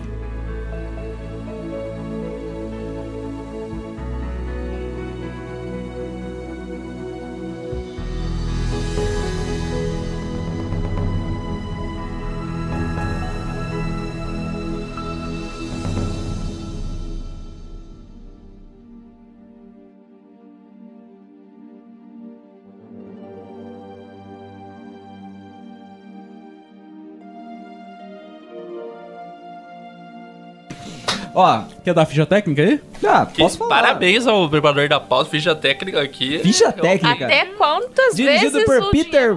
Speaker 2: Ó.
Speaker 1: Quer dar ficha técnica aí?
Speaker 2: Ah,
Speaker 3: Que Parabéns ao preparador da pausa, ficha técnica aqui.
Speaker 2: Ficha técnica?
Speaker 4: Até quantas
Speaker 2: Dirigido
Speaker 4: vezes
Speaker 2: por
Speaker 4: o
Speaker 2: Peter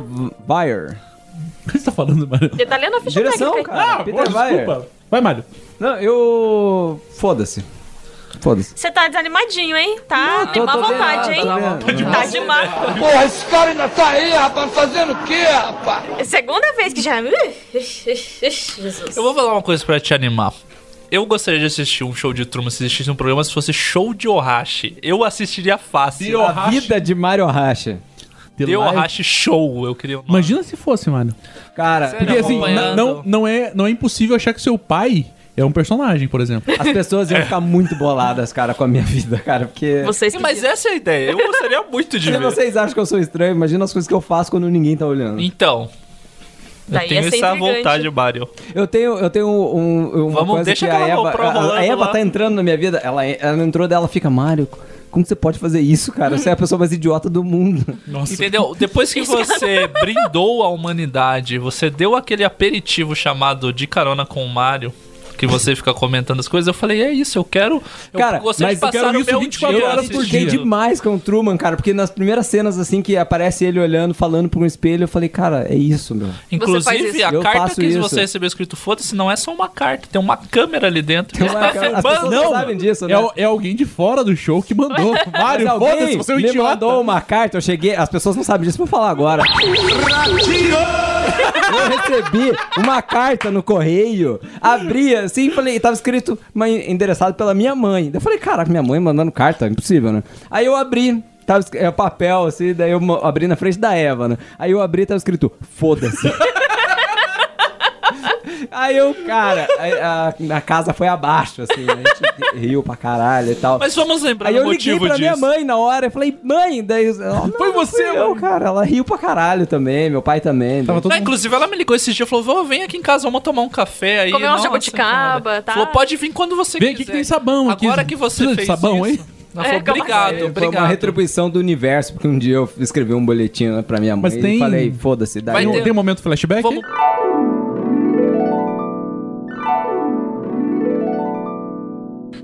Speaker 2: Weyer.
Speaker 1: O que você tá falando, Mário?
Speaker 4: Ele tá lendo a ficha
Speaker 2: Direção,
Speaker 4: técnica. aí.
Speaker 2: cara. Peter Weyer.
Speaker 1: Vai, Mário.
Speaker 2: Não, eu... Foda-se. Foda-se.
Speaker 4: Você tá desanimadinho, hein? Tá de
Speaker 2: tô-
Speaker 4: má
Speaker 2: tô
Speaker 4: vontade, hein?
Speaker 2: vendo, tô vendo.
Speaker 4: Tá de má.
Speaker 5: Porra, esse cara ainda tá aí, rapaz, fazendo o quê, rapaz?
Speaker 4: É Segunda vez que já. Jesus.
Speaker 3: Eu vou falar uma coisa pra te animar. Eu gostaria de assistir um show de Truman se existisse um programa se fosse show de Ohashi. Eu assistiria fácil.
Speaker 2: A vida de Mario Racha.
Speaker 3: Deu Ohashi Show, eu queria um nome.
Speaker 1: Imagina se fosse, Mário.
Speaker 2: Cara,
Speaker 3: Sério,
Speaker 1: Porque assim,
Speaker 3: acompanhando.
Speaker 1: não, não, é, não é impossível achar que seu pai é um personagem, por exemplo.
Speaker 2: As pessoas iam ficar muito boladas, cara, com a minha vida, cara, porque...
Speaker 4: Vocês
Speaker 3: Mas essa é a ideia. Eu gostaria muito de
Speaker 2: Se
Speaker 3: ver.
Speaker 2: vocês acham que eu sou estranho, imagina as coisas que eu faço quando ninguém tá olhando.
Speaker 3: Então.
Speaker 4: Daí é
Speaker 3: eu tenho
Speaker 4: ia ser
Speaker 3: essa
Speaker 4: intrigante.
Speaker 3: vontade, Mario.
Speaker 2: Eu tenho, eu tenho um, uma
Speaker 3: Vamos,
Speaker 2: coisa
Speaker 3: deixa
Speaker 2: que a
Speaker 3: aquela
Speaker 2: Eva,
Speaker 3: GoPro
Speaker 2: a- a,
Speaker 3: rolando
Speaker 2: Eva
Speaker 3: lá.
Speaker 2: tá entrando na minha vida. Ela, ela entrou dela, fica, Mário, como você pode fazer isso, cara? Você é a pessoa mais idiota do mundo.
Speaker 3: Entendeu? Depois que você brindou a humanidade, você deu aquele aperitivo chamado de carona com o Mario, que você fica comentando as coisas, eu falei, é isso, eu quero. Eu
Speaker 2: Cara,
Speaker 3: gostaria
Speaker 2: mas
Speaker 3: de
Speaker 2: eu
Speaker 3: passar
Speaker 1: quero
Speaker 3: o
Speaker 1: isso
Speaker 3: meu
Speaker 1: 24
Speaker 3: dia
Speaker 1: horas por
Speaker 3: assistindo.
Speaker 2: Fiquei demais com o Truman, cara, porque nas primeiras cenas, assim, que aparece ele olhando, falando por um espelho, eu falei, cara, é isso, meu.
Speaker 4: faz isso.
Speaker 3: Inclusive, a
Speaker 2: Eu
Speaker 3: carta
Speaker 2: faço
Speaker 3: que
Speaker 2: isso.
Speaker 3: você recebeu escrito foda-se não é só uma carta, tem uma câmera ali dentro.
Speaker 2: Tem
Speaker 3: que
Speaker 2: uma
Speaker 3: tá
Speaker 2: câmera- Então, é as
Speaker 3: filmando.
Speaker 2: pessoas não sabem disso, né?
Speaker 1: É, o- é alguém de fora do show que mandou. Mário,
Speaker 2: Mas
Speaker 1: foda-se,
Speaker 2: alguém
Speaker 1: você é um
Speaker 2: me
Speaker 1: idiota.
Speaker 2: mandou uma carta, eu cheguei, as pessoas não sabem disso, vou falar agora. Eu recebi uma carta no correio, abri assim, falei, tava escrito mas endereçado pela minha mãe. Daí eu falei, caraca, minha mãe mandando carta, impossível, né? Aí eu abri, tava esc- é, papel assim, daí eu mo- abri na frente da Eva, né? Aí eu abri, tava escrito, foda-se. Aí eu, cara, a, a- a casa foi abaixo, assim, a gente riu pra caralho e tal.
Speaker 3: Mas vamos lembrar
Speaker 2: Aí
Speaker 3: do
Speaker 2: eu liguei
Speaker 3: um motivo
Speaker 2: pra
Speaker 3: disso.
Speaker 2: minha mãe na hora, eu falei, mãe, daí ela, "Não,
Speaker 1: Foi
Speaker 2: não
Speaker 1: você,
Speaker 2: fui eu,
Speaker 1: mãe."
Speaker 2: cara. Ela riu pra caralho também, meu pai também.
Speaker 1: Tava todo
Speaker 3: Ah,
Speaker 1: mundo-
Speaker 3: inclusive, ela me ligou esse dia e falou: "Vô, vem aqui em casa, vamos tomar um café aí.
Speaker 4: Comer uma
Speaker 3: Nossa,
Speaker 4: jabuticaba,
Speaker 3: cara.
Speaker 4: tá?
Speaker 3: Falou, pode vir quando você
Speaker 1: Vem
Speaker 3: quiser.
Speaker 1: aqui que tem sabão aqui.
Speaker 3: Agora que você
Speaker 1: Precisa de
Speaker 3: fez
Speaker 1: sabão
Speaker 3: isso. Ela falou,
Speaker 4: É, calma
Speaker 3: obrigado,
Speaker 4: aí.
Speaker 2: Foi uma
Speaker 3: obrigado.
Speaker 2: retribuição do universo, porque um dia eu escrevi um boletim né, pra minha mãe
Speaker 1: Mas tem-
Speaker 2: e falei, foda-se, daí
Speaker 3: Vai
Speaker 2: eu-
Speaker 1: Tem,
Speaker 3: ter-
Speaker 1: tem um momento flashback?
Speaker 3: Vamos-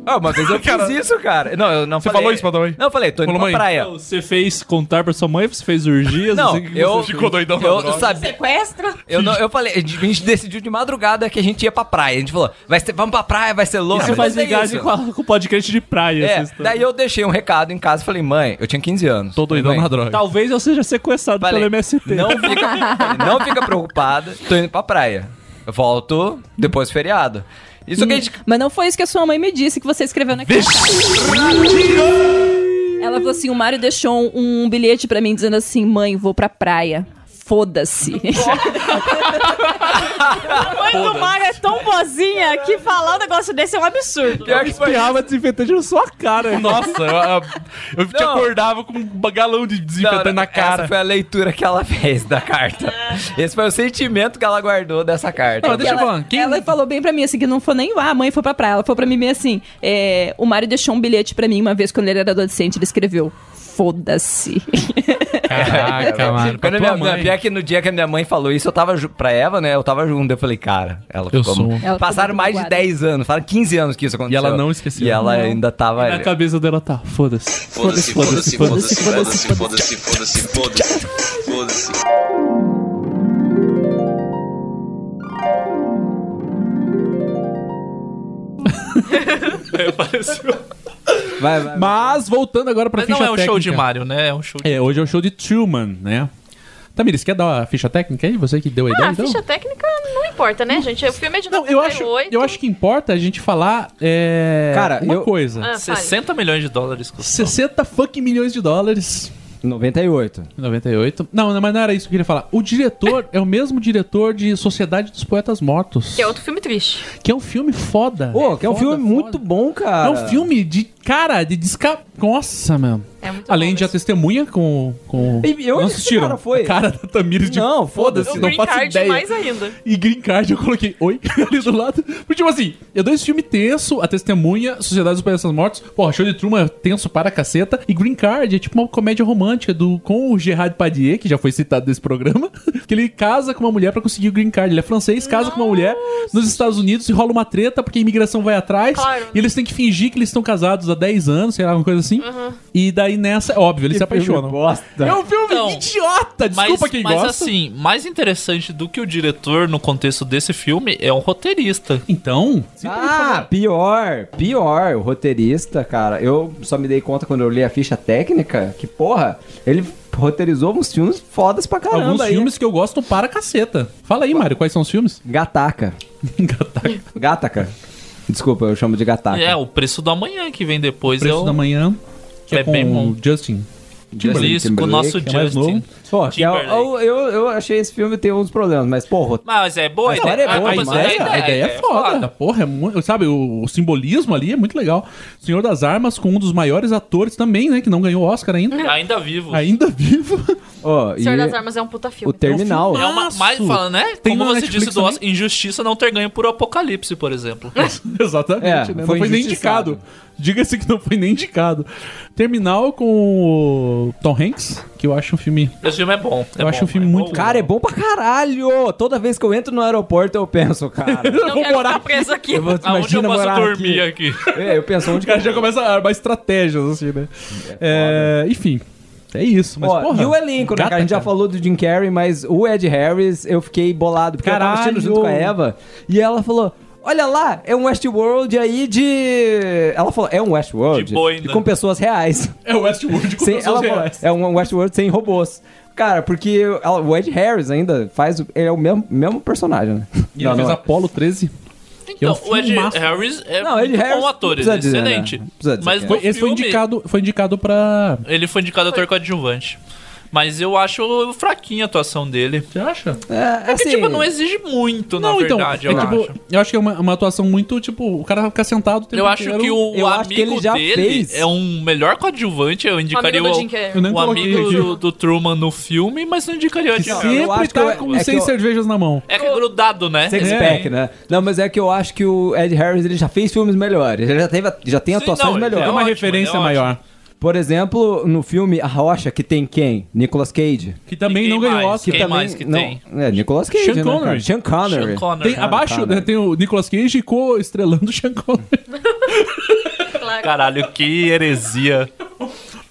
Speaker 10: Ah, uma vez eu fiz
Speaker 3: Cara,
Speaker 10: isso, cara. Não, eu não
Speaker 11: Você
Speaker 10: falei...
Speaker 11: falou isso pra tua mãe?
Speaker 10: Não, eu falei, tô indo
Speaker 11: Falou,
Speaker 10: pra
Speaker 11: mãe,
Speaker 10: praia.
Speaker 11: Você fez contar pra sua mãe, você fez urgias,
Speaker 10: Não,
Speaker 11: assim, que
Speaker 10: eu...
Speaker 11: você ficou doidão na
Speaker 10: Eu
Speaker 11: droga.
Speaker 10: sabia...
Speaker 4: Sequestro?
Speaker 10: Eu, não, eu falei, a gente decidiu de madrugada que a gente ia pra praia. A gente falou, vai ser, vamos pra praia, vai ser louco.
Speaker 11: Isso
Speaker 10: Eu
Speaker 11: faz
Speaker 10: falei,
Speaker 11: ligado
Speaker 10: isso.
Speaker 11: com, a- com o podcast de praia.
Speaker 10: É,
Speaker 11: essa história.
Speaker 10: daí eu deixei um recado em casa e falei, mãe, eu tinha 15 anos.
Speaker 1: Tô doidão
Speaker 10: Mãe,
Speaker 1: na droga.
Speaker 3: Tá
Speaker 11: Talvez eu seja sequestrado
Speaker 10: Falei,
Speaker 11: pelo MST.
Speaker 10: Não fica, falei, não fica preocupada, tô indo pra praia. Eu volto depois do feriado. Isso que a
Speaker 7: Hum,
Speaker 10: gente.
Speaker 12: Mas não foi isso que a sua mãe me disse que você escreveu na Ela falou assim: o Mário deixou um, um bilhete pra mim dizendo assim: mãe, vou pra praia. Foda-se.
Speaker 4: Mãe do Mário é tão bozinha que falar um negócio desse é um absurdo.
Speaker 10: Pior que foi.
Speaker 11: Piava desinfetante na sua cara. Nossa, eu, eu te
Speaker 10: Não.
Speaker 11: acordava com um galão de desinfetante
Speaker 10: Não, não,
Speaker 11: na cara.
Speaker 10: Essa foi a leitura que ela fez da carta. Esse foi o sentimento que ela guardou dessa carta.
Speaker 1: Não, deixa eu falar. Quem...
Speaker 12: Ela falou bem pra mim assim: que não foi nem ah, a mãe foi pra praia. Ela falou pra mim bem assim: é, o Mário deixou um bilhete pra mim uma vez quando ele era adolescente. Ele escreveu: foda-se.
Speaker 1: Caraca, mano.
Speaker 10: Quando
Speaker 1: pra
Speaker 2: é
Speaker 10: a minha,
Speaker 1: tua mãe.
Speaker 10: Pior é que no dia que a minha mãe falou isso, eu tava ju- pra Eva, né? Eu tava junto. Eu falei, cara, ela
Speaker 1: Eu
Speaker 10: ficou.
Speaker 1: sou.
Speaker 12: Ela
Speaker 10: Passaram
Speaker 12: ficou
Speaker 10: mais de
Speaker 12: magoada.
Speaker 10: 10 anos, falaram 15 anos que isso aconteceu.
Speaker 1: ela não esqueceu.
Speaker 10: E ela ainda tava.
Speaker 11: Na cabeça dela tá, foda-se. Foda-se, foda-se, foda-se, foda-se.
Speaker 9: foda-se, foda-se, foda-se, foda-se.
Speaker 3: É, pareceu.
Speaker 2: Vai, vai.
Speaker 1: Mas voltando agora pra
Speaker 3: Mas
Speaker 1: ficha
Speaker 3: não é um show de
Speaker 1: técnica.
Speaker 3: Mario, né? É um show de...
Speaker 1: É, hoje é o show de Truman, né? Tamiris, quer dar a ficha técnica aí? Você que deu a ideia,
Speaker 4: Ah, a
Speaker 1: então?
Speaker 4: ficha técnica não importa, né, gente? O filme é de
Speaker 1: Não, eu acho,
Speaker 4: 98.
Speaker 1: eu acho que importa a gente falar é,
Speaker 2: Cara,
Speaker 1: uma
Speaker 2: eu-
Speaker 1: coisa.
Speaker 4: Ah, fale.
Speaker 3: 60 milhões de dólares. custou.
Speaker 1: 60 fucking milhões de dólares.
Speaker 2: 98.
Speaker 1: em 98. Não, não, mas não era isso que eu queria falar. O diretor é o mesmo diretor de Sociedade dos Poetas Mortos.
Speaker 4: Que é outro filme triste.
Speaker 1: que é um filme foda.
Speaker 2: Pô, que é um
Speaker 1: Foda,
Speaker 2: filme
Speaker 1: foda.
Speaker 2: muito bom,
Speaker 1: É
Speaker 2: cara.
Speaker 1: um filme de, cara, de desca... Nossa, mano.
Speaker 4: É muito
Speaker 1: Além
Speaker 4: bom
Speaker 1: de a
Speaker 4: mesmo.
Speaker 1: testemunha com... com...
Speaker 2: E- e onde
Speaker 1: não
Speaker 2: esse
Speaker 1: assistiram.
Speaker 2: cara foi?
Speaker 1: A cara da Tamires de...
Speaker 2: Não,
Speaker 1: Foda-se,
Speaker 2: foda-se.
Speaker 4: O
Speaker 1: Assim, não
Speaker 4: Green
Speaker 1: faço
Speaker 4: Card é
Speaker 1: ideia.
Speaker 4: mais ainda.
Speaker 1: E Green Card eu coloquei oi ali do lado. Porque, tipo assim, eu dou esse filme tenso, A Testemunha, Sociedade dos Palhaços Mortos, porra, Show de Truman, tenso para caceta. E Green Card é tipo uma comédia romântica do, com o Gerard Padier, que já foi citado nesse programa, que ele casa com uma mulher pra conseguir o green card. Ele é francês, casa com uma mulher nos Estados Unidos e rola uma treta porque a imigração vai atrás.
Speaker 4: Claro.
Speaker 1: E eles têm que fingir que eles estão casados há 10 anos, sei lá, uma coisa assim.
Speaker 4: Uhum.
Speaker 1: E daí nessa, é óbvio, eles se apaixonam. É um filme idiota, desculpa
Speaker 3: mas,
Speaker 1: quem
Speaker 3: mas
Speaker 1: gosta.
Speaker 3: assim, mais interessante do que o diretor no contexto desse filme é um roteirista.
Speaker 1: Então,
Speaker 2: Ah, pior, pior. O roteirista, cara, eu só me dei conta quando eu li a ficha técnica que, porra, ele roteirizou uns filmes fodas pra caramba.
Speaker 1: Alguns
Speaker 2: aí.
Speaker 1: filmes que eu gosto para caceta. Fala aí, Mário, quais são os filmes?
Speaker 2: Gataca.
Speaker 1: Então,
Speaker 2: Gataca. Desculpa, eu chamo de Gataca.
Speaker 3: é o preço do amanhã que vem depois.
Speaker 1: Ah, tá. Preço
Speaker 3: é o...
Speaker 1: da Manhã, que é,
Speaker 3: É
Speaker 1: com
Speaker 3: bem
Speaker 1: o Justin. Timberlake.
Speaker 3: tipo Isso, com o nosso
Speaker 1: que é mais
Speaker 3: Justin.
Speaker 1: novo. Ó,
Speaker 2: Que é o- eu, eu, eu achei esse filme tem uns problemas, mas, porra,
Speaker 3: Mas é boa, a
Speaker 1: Não,
Speaker 3: ideia-
Speaker 1: era boa,
Speaker 3: a
Speaker 1: a
Speaker 3: composição da
Speaker 1: ideia, a ideia é foda. Porra, é muito, sabe, o, o simbolismo ali é muito legal. Senhor das Armas com um dos maiores atores também, né, que não ganhou Oscar ainda.
Speaker 3: Ainda vivo.
Speaker 1: Ainda vivo.
Speaker 2: Ó,
Speaker 4: Senhor das Armas é um puta filme.
Speaker 1: o Terminal.
Speaker 3: É uma, mais
Speaker 1: Nossa.
Speaker 3: falando, né?
Speaker 1: Tem
Speaker 3: Como
Speaker 1: na
Speaker 3: você
Speaker 1: Netflix
Speaker 3: disse do Oscar, injustiça não ter ganho por Apocalipse, por exemplo.
Speaker 1: Exatamente,
Speaker 3: É,
Speaker 1: né? Não
Speaker 3: foi
Speaker 1: foi nem
Speaker 3: injustiçado.
Speaker 1: indicado. Diga-se que não foi nem indicado. Terminal com o Tom Hanks, que eu acho um filme.
Speaker 3: Esse filme é bom. é
Speaker 1: eu acho
Speaker 3: bom,
Speaker 1: um filme
Speaker 3: é
Speaker 1: muito.
Speaker 3: bom.
Speaker 2: Cara, é bom pra caralho! Toda vez que eu entro no aeroporto, eu penso, cara.
Speaker 4: Não quero ficar preso aqui.
Speaker 2: Eu vou-
Speaker 3: Aonde eu
Speaker 2: imagina
Speaker 3: posso
Speaker 2: morar
Speaker 3: dormir aqui?
Speaker 2: É, eu penso
Speaker 1: O
Speaker 2: onde que
Speaker 1: cara já começa a armar estratégias, assim, né? É, enfim, é isso. Mas,
Speaker 2: Ó,
Speaker 1: porra,
Speaker 2: e o elenco, né,
Speaker 1: gata,
Speaker 2: cara? A gente já
Speaker 1: cara.
Speaker 2: falou do Jim Carrey, mas o Ed Harris, eu fiquei bolado. Porque eu tava assistindo
Speaker 1: Caralho!
Speaker 2: junto com a Eva e ela falou... Olha lá, é um Westworld aí de... Ela falou, é um Westworld
Speaker 3: De boina.
Speaker 2: e com pessoas reais.
Speaker 1: É o Westworld com
Speaker 2: Sem-
Speaker 1: pessoas
Speaker 2: ela falou,
Speaker 1: reais.
Speaker 2: é um Westworld sem robôs. Cara, porque ela- o Ed Harris ainda faz... o- Ele é o mesmo, mesmo personagem, né?
Speaker 1: E ele fez Apolo 13. que é um
Speaker 3: Então, o Ed
Speaker 1: filmaço.
Speaker 3: Harris é
Speaker 2: Não, Ed
Speaker 3: muito
Speaker 2: Harris
Speaker 3: bom
Speaker 2: não
Speaker 3: ator, ele
Speaker 2: precisa
Speaker 3: é
Speaker 2: dizer, né?
Speaker 3: excelente.
Speaker 2: Não precisa dizer
Speaker 3: Mas
Speaker 2: que é.
Speaker 3: no
Speaker 1: Foi- Esse foi
Speaker 3: filme,
Speaker 1: indicado, foi indicado pra.
Speaker 3: ele foi indicado ator coadjuvante. Mas eu acho fraquinha a atuação dele.
Speaker 1: Você acha?
Speaker 2: É,
Speaker 3: Porque, tipo, não exige muito, na verdade,
Speaker 1: é
Speaker 3: eu
Speaker 1: tipo,
Speaker 3: acho.
Speaker 1: eu acho que é uma, uma atuação muito, tipo, o cara ficar sentado o tempo
Speaker 3: Eu acho
Speaker 1: inteiro.
Speaker 3: que o
Speaker 2: eu
Speaker 3: amigo
Speaker 2: acho que ele já
Speaker 3: dele
Speaker 2: fez.
Speaker 3: é um melhor coadjuvante, eu indicaria
Speaker 4: Amigo do
Speaker 3: o,
Speaker 4: Jim Carrey.
Speaker 1: Eu nem
Speaker 3: o
Speaker 1: coloquei
Speaker 3: amigo
Speaker 1: aqui.
Speaker 3: do, do Truman no filme, mas não indicaria o
Speaker 1: Que
Speaker 3: Ed Harris.
Speaker 2: eu
Speaker 1: sempre
Speaker 2: acho que
Speaker 1: tá
Speaker 2: eu-
Speaker 1: com
Speaker 2: é que
Speaker 1: seis
Speaker 2: eu-
Speaker 1: cervejas na mão.
Speaker 3: É que é grudado, né?
Speaker 2: Six
Speaker 3: Ele-
Speaker 2: pack, né? Não, mas é que eu acho que o Ed Harris ele já fez filmes melhores. Ele já, teve, já tem
Speaker 3: Sim,
Speaker 2: atuações
Speaker 3: não, ele
Speaker 2: melhores.
Speaker 1: É uma
Speaker 3: ótimo,
Speaker 1: referência
Speaker 3: ele é
Speaker 1: maior.
Speaker 2: Por exemplo, no filme A Rocha, que tem quem? Nicolas Cage.
Speaker 1: Que também
Speaker 3: Quem
Speaker 1: não ganhou
Speaker 3: mais?
Speaker 1: Oscar.
Speaker 3: Quem
Speaker 2: também
Speaker 3: mais que
Speaker 2: não,
Speaker 3: tem?
Speaker 2: É, Nicolas Cage.
Speaker 1: Sean
Speaker 2: né,
Speaker 1: Connery.
Speaker 2: cara? Sean Connery.
Speaker 3: Sean Connery.
Speaker 1: Tem, abaixo
Speaker 2: Connery.
Speaker 1: né, tem o Nicolas Cage e co-estrelando o Sean Connery.
Speaker 4: Claro.
Speaker 3: Caralho, que heresia.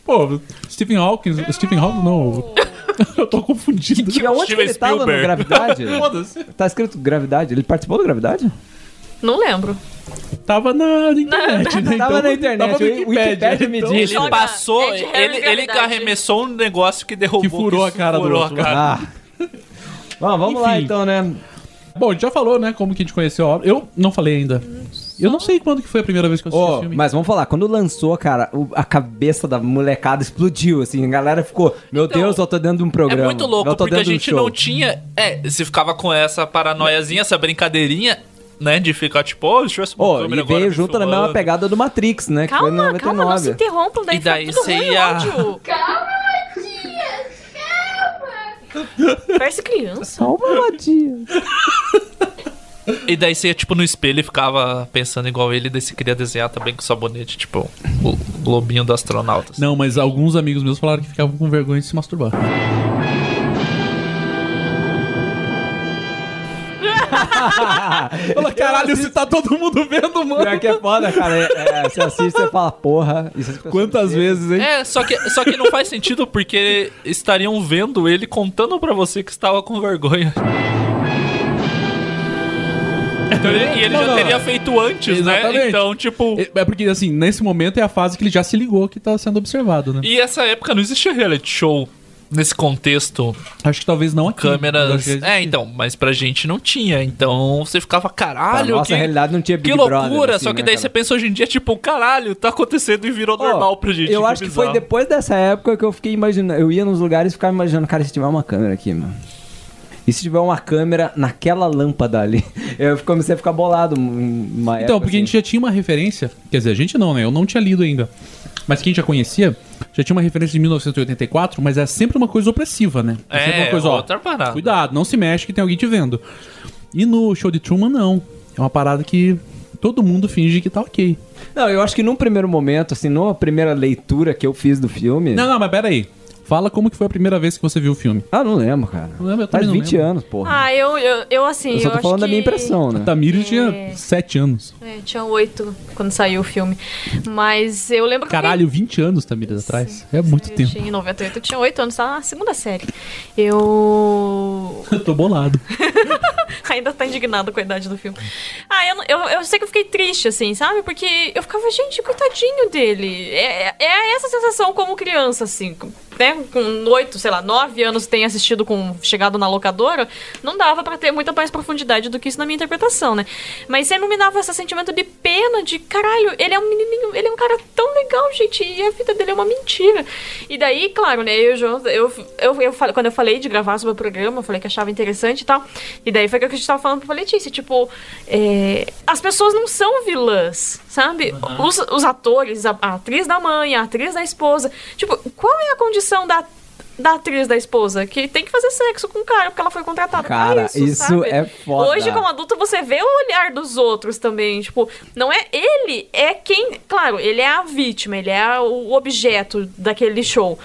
Speaker 1: Pô, Stephen Hawking. Stephen Hawking, não. Eu tô confundindo.
Speaker 2: E aonde que
Speaker 3: Steven
Speaker 2: ele tava no
Speaker 3: Spielberg.
Speaker 2: Gravidade?
Speaker 1: Foda-se.
Speaker 2: tá escrito Gravidade? Ele participou do Gravidade?
Speaker 4: Não
Speaker 1: É
Speaker 4: lembro.
Speaker 1: Tava na internet, né?
Speaker 2: Tava
Speaker 1: Então,
Speaker 2: na internet,
Speaker 1: Tava no
Speaker 2: o Wikipedia me
Speaker 1: então.
Speaker 2: diz.
Speaker 3: Ele
Speaker 4: Joga
Speaker 3: passou,
Speaker 4: Ed Harris
Speaker 3: ele, ele
Speaker 4: gravidade.
Speaker 3: arremessou um negócio que derrubou.
Speaker 1: Que furou a cara do
Speaker 3: furou a
Speaker 1: outro lá.
Speaker 3: cara.
Speaker 2: Ah. Bom, vamos lá
Speaker 1: Enfim.
Speaker 2: então, né?
Speaker 1: Bom, a gente já falou, né, como que a gente conheceu a obra. Eu não falei ainda. Eu não sei quando que foi a primeira vez que eu assisti
Speaker 2: Ó,
Speaker 1: o filme.
Speaker 2: mas vamos falar, quando lançou, cara, o- a cabeça da molecada explodiu, assim, a galera ficou, meu
Speaker 3: Então,
Speaker 2: Deus, eu tô dentro de um
Speaker 3: É
Speaker 2: programa.
Speaker 3: muito louco,
Speaker 2: eu tô
Speaker 3: porque a
Speaker 2: dentro de um
Speaker 3: gente
Speaker 2: show.
Speaker 3: não tinha. É, se ficava com essa paranoiazinha, essa brincadeirinha, né? De ficar tipo, ô, deixa eu assistir
Speaker 2: Ô, e
Speaker 3: tá
Speaker 2: veio junto na mesma pegada do Matrix, né? Que foi em
Speaker 4: Calma,
Speaker 2: 99.
Speaker 4: calma, não se interrompam, daí,
Speaker 3: E daí
Speaker 4: fica tudo
Speaker 3: você
Speaker 4: ruim,
Speaker 3: ia-
Speaker 4: ódio.
Speaker 5: Calma, Matias, calma.
Speaker 4: Parece criança.
Speaker 1: Então.
Speaker 3: um
Speaker 2: Calma, Matias.
Speaker 3: E daí você ia, tipo, no espelho e ficava pensando igual ele, daí você queria desenhar também com sabonete, tipo, o globinho do astronauta. assim.
Speaker 1: Não, mas alguns amigos meus falaram que ficavam com vergonha de se masturbar. Fala, caralho, se tá todo mundo vendo,
Speaker 2: Pior
Speaker 1: mano.
Speaker 2: que é foda, cara. É, é, você assiste, você fala, porra. e essas pessoas-
Speaker 1: Quantas vezes, hein?
Speaker 3: É, só que, só que não faz sentido porque estariam vendo ele contando pra você que estava com vergonha. Então, ele- e ele
Speaker 1: Não,
Speaker 3: já
Speaker 1: não,
Speaker 3: teria
Speaker 1: não.
Speaker 3: feito antes, né?
Speaker 1: Exatamente.
Speaker 3: Então, tipo.
Speaker 1: É porque, assim, nesse momento é a fase que ele já se ligou que tá sendo observado, né?
Speaker 3: E essa época não existia reality show nesse contexto.
Speaker 1: Acho que talvez não aqui. mas acho
Speaker 3: Câmeras.
Speaker 1: que existe.
Speaker 3: É, então, mas pra gente não tinha. Então você ficava,
Speaker 2: Pra
Speaker 3: caralho,
Speaker 2: nossa
Speaker 3: que,
Speaker 2: realidade não tinha Big
Speaker 3: que loucura.
Speaker 2: Brother, assim,
Speaker 3: Só que
Speaker 2: né,
Speaker 3: daí
Speaker 2: cara?
Speaker 3: você pensa hoje em dia, tipo, caralho, tá acontecendo e virou normal
Speaker 2: Ó,
Speaker 3: pra gente.
Speaker 1: é
Speaker 2: Eu acho que foi
Speaker 3: bizarro.
Speaker 2: depois dessa época que eu fiquei imaginando. Eu ia nos lugares e ficava imaginando, cara, e se tiver uma câmera aqui, mano. E se tiver uma câmera naquela lâmpada ali? Eu comecei a ficar bolado uma época,
Speaker 1: Então, porque a
Speaker 2: assim.
Speaker 1: gente já tinha uma referência. Quer dizer, a gente não, né? Eu não tinha lido ainda. Mas quem já conhecia, já tinha uma referência de 1984, mas é sempre uma coisa opressiva, né?
Speaker 3: É,
Speaker 1: sempre uma coisa, ó.
Speaker 3: outra parada.
Speaker 1: Cuidado, não se mexe que tem alguém te vendo. E no show de Truman, não. É uma parada que todo mundo finge que tá ok.
Speaker 2: Não, eu acho que num primeiro momento, assim, numa primeira leitura que eu fiz do filme.
Speaker 1: Não, não, mas pera aí. Fala como que foi a primeira vez que você viu o filme.
Speaker 2: Ah, não lembro, cara.
Speaker 1: Não lembro, eu
Speaker 2: Faz
Speaker 1: também
Speaker 2: 20
Speaker 1: não lembro.
Speaker 2: anos, porra.
Speaker 4: Ah, eu, eu, eu assim,
Speaker 2: eu
Speaker 4: eu,
Speaker 2: só tô
Speaker 4: acho
Speaker 2: falando da minha
Speaker 4: que-
Speaker 2: impressão, né?
Speaker 1: A Tamires tinha 7 anos.
Speaker 4: É, tinha oito quando saiu o filme. Mas eu lembro
Speaker 1: Caralho, 20 anos, Tamires, atrás. É muito
Speaker 4: que eu
Speaker 1: tempo.
Speaker 4: tinha em 98, eu tinha oito anos, tá na segunda série. Eu
Speaker 1: Eu tô bolado.
Speaker 4: ainda tá indignada com a idade do filme. Ah, eu, não- eu, eu sei que eu fiquei triste, assim, sabe? Porque eu ficava, gente, coitadinho dele. É, é essa sensação como criança, assim, com- né? Com oito, sei lá, nove anos tem assistido com chegado na locadora, não dava pra ter muita mais profundidade do que isso na minha interpretação, né? Mas sempre me dava esse sentimento de pena, de caralho, ele é um menininho, ele é um cara tão legal, gente, e a vida dele é uma mentira. E daí, claro, né, eu, e o João, eu, eu, eu falei- quando eu falei de gravar sobre o programa, eu falei que achava interessante e tal, e daí foi que a gente tava falando pra Letícia, tipo, é, as pessoas não são vilãs, sabe? Os, os atores, a, a atriz da mãe, a atriz da esposa, tipo, qual é a condição da da atriz da esposa, que tem que fazer sexo com o cara porque ela foi contratada pra
Speaker 2: Cara,
Speaker 4: isso,
Speaker 2: isso
Speaker 4: sabe?
Speaker 2: é foda.
Speaker 4: Hoje, como adulto, você vê o olhar dos outros também, tipo, não é ele, é quem, claro, ele é a vítima, ele é o objeto daquele show.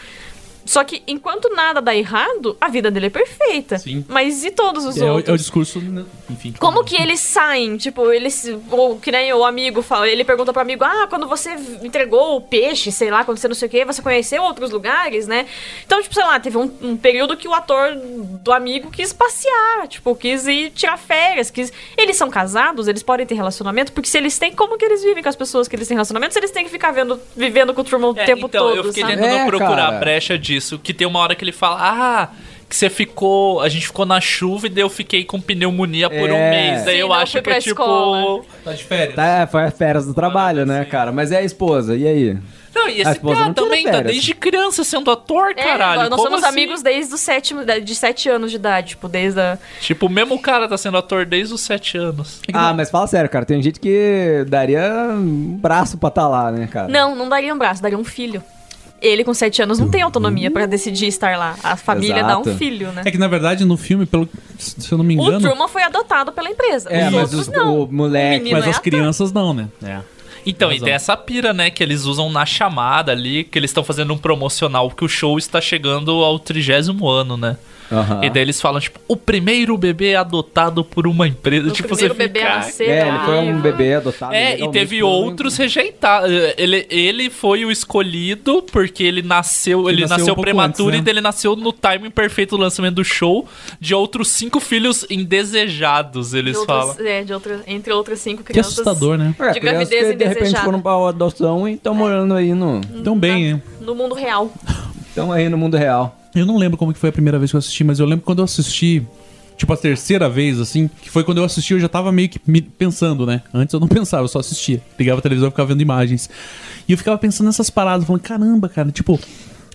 Speaker 4: Só que enquanto nada dá errado, a vida dele é perfeita.
Speaker 1: Sim.
Speaker 4: Mas e todos os
Speaker 1: É, o-
Speaker 4: outros?
Speaker 1: é o discurso, né? enfim.
Speaker 4: Como que eles saem? Tipo, eles. Ou que nem o amigo fala, ele pergunta pro amigo: Ah, quando você entregou o peixe, sei lá, quando você não sei o quê, você conheceu outros lugares, né? Então, tipo, sei lá, teve um, um período que o ator do amigo quis passear, tipo, quis ir tirar férias, quis. Eles são casados, eles podem ter relacionamento, porque se eles têm, como que eles vivem com as pessoas que eles têm relacionamento, se eles têm que ficar vendo, vivendo com o Truman o tempo
Speaker 3: então,
Speaker 4: todo?
Speaker 3: eu fiquei
Speaker 4: sabe?
Speaker 3: tentando
Speaker 2: É,
Speaker 3: procurar a brecha disso, que tem uma hora que ele fala, ah, que você ficou, a gente ficou na chuva e daí eu fiquei com pneumonia por um
Speaker 2: É.
Speaker 3: mês, daí
Speaker 4: Sim,
Speaker 3: eu
Speaker 4: não,
Speaker 3: acho
Speaker 4: fui
Speaker 3: que
Speaker 4: pra
Speaker 3: é tipo...
Speaker 4: escola.
Speaker 3: Tá de férias.
Speaker 2: Tá, foi as férias do trabalho, né, cara? Mas é a esposa, e aí?
Speaker 3: Não, e
Speaker 2: A
Speaker 3: esse
Speaker 2: esposa
Speaker 3: cara
Speaker 2: não tira
Speaker 3: também tá
Speaker 2: férias.
Speaker 3: desde criança sendo ator,
Speaker 4: É,
Speaker 3: caralho.
Speaker 4: nós
Speaker 3: como
Speaker 4: somos
Speaker 3: assim?
Speaker 4: amigos desde os sete, de sete anos de idade, tipo, desde a.
Speaker 3: Tipo, o mesmo cara tá sendo ator desde os 7 anos.
Speaker 2: Ah, mas fala sério, cara. Tem gente que daria um braço pra tá lá, né, cara?
Speaker 4: Não, não daria um braço, daria um filho. Ele com sete anos não tem autonomia pra decidir estar lá. A família dá um
Speaker 1: Exato.
Speaker 4: filho, né?
Speaker 1: É que na verdade no filme, pelo, se eu não me
Speaker 4: o
Speaker 1: engano.
Speaker 4: Truman foi adotado pela empresa.
Speaker 1: É,
Speaker 4: os
Speaker 1: mas
Speaker 4: outros
Speaker 1: os-
Speaker 4: não.
Speaker 1: o moleque.
Speaker 4: menino
Speaker 1: Mas
Speaker 4: é
Speaker 1: as
Speaker 4: ator.
Speaker 1: crianças não, né? É.
Speaker 3: Então, e tem essa pira, né, que eles usam na chamada ali, que eles estão fazendo um promocional, que o show está chegando ao trigésimo ano, né?
Speaker 4: é
Speaker 2: Aham.
Speaker 3: E daí eles falam, tipo, o primeiro bebê é adotado por uma empresa. tipo, você
Speaker 4: primeiro bebê a
Speaker 3: fica,
Speaker 4: nascer,
Speaker 2: É, ele
Speaker 4: Ah,
Speaker 2: foi um bebê
Speaker 1: Ah,
Speaker 2: adotado.
Speaker 3: É, e
Speaker 2: legalmente
Speaker 3: teve
Speaker 2: pelo-
Speaker 3: outros rejeitados. Ele, ele foi o escolhido porque ele nasceu, ele
Speaker 1: nasceu
Speaker 3: nasceu,
Speaker 1: um pouco
Speaker 3: prematuro
Speaker 1: antes, né?
Speaker 3: e daí ele nasceu no timing perfeito do lançamento do show de outros cinco filhos indesejados,
Speaker 4: De
Speaker 3: eles
Speaker 4: outras-
Speaker 3: falam.
Speaker 4: é, de outras- entre outras cinco
Speaker 1: Que
Speaker 4: crianças.
Speaker 1: assustador, né?
Speaker 4: De gravidez
Speaker 2: É, que de repente
Speaker 4: indesejada. É.
Speaker 2: foram pra adoção e estão morando aí no.
Speaker 1: Tão bem, né?
Speaker 4: No mundo real.
Speaker 2: Estão aí no mundo real.
Speaker 1: Eu não lembro como que foi a primeira vez que eu assisti, mas eu lembro quando eu assisti, tipo, a terceira vez, assim, que foi quando eu assisti, eu já tava meio que me- pensando, né? Antes eu não pensava, eu só assistia. Ligava a televisão e ficava vendo imagens. E eu ficava pensando nessas paradas, falando, caramba, cara, tipo,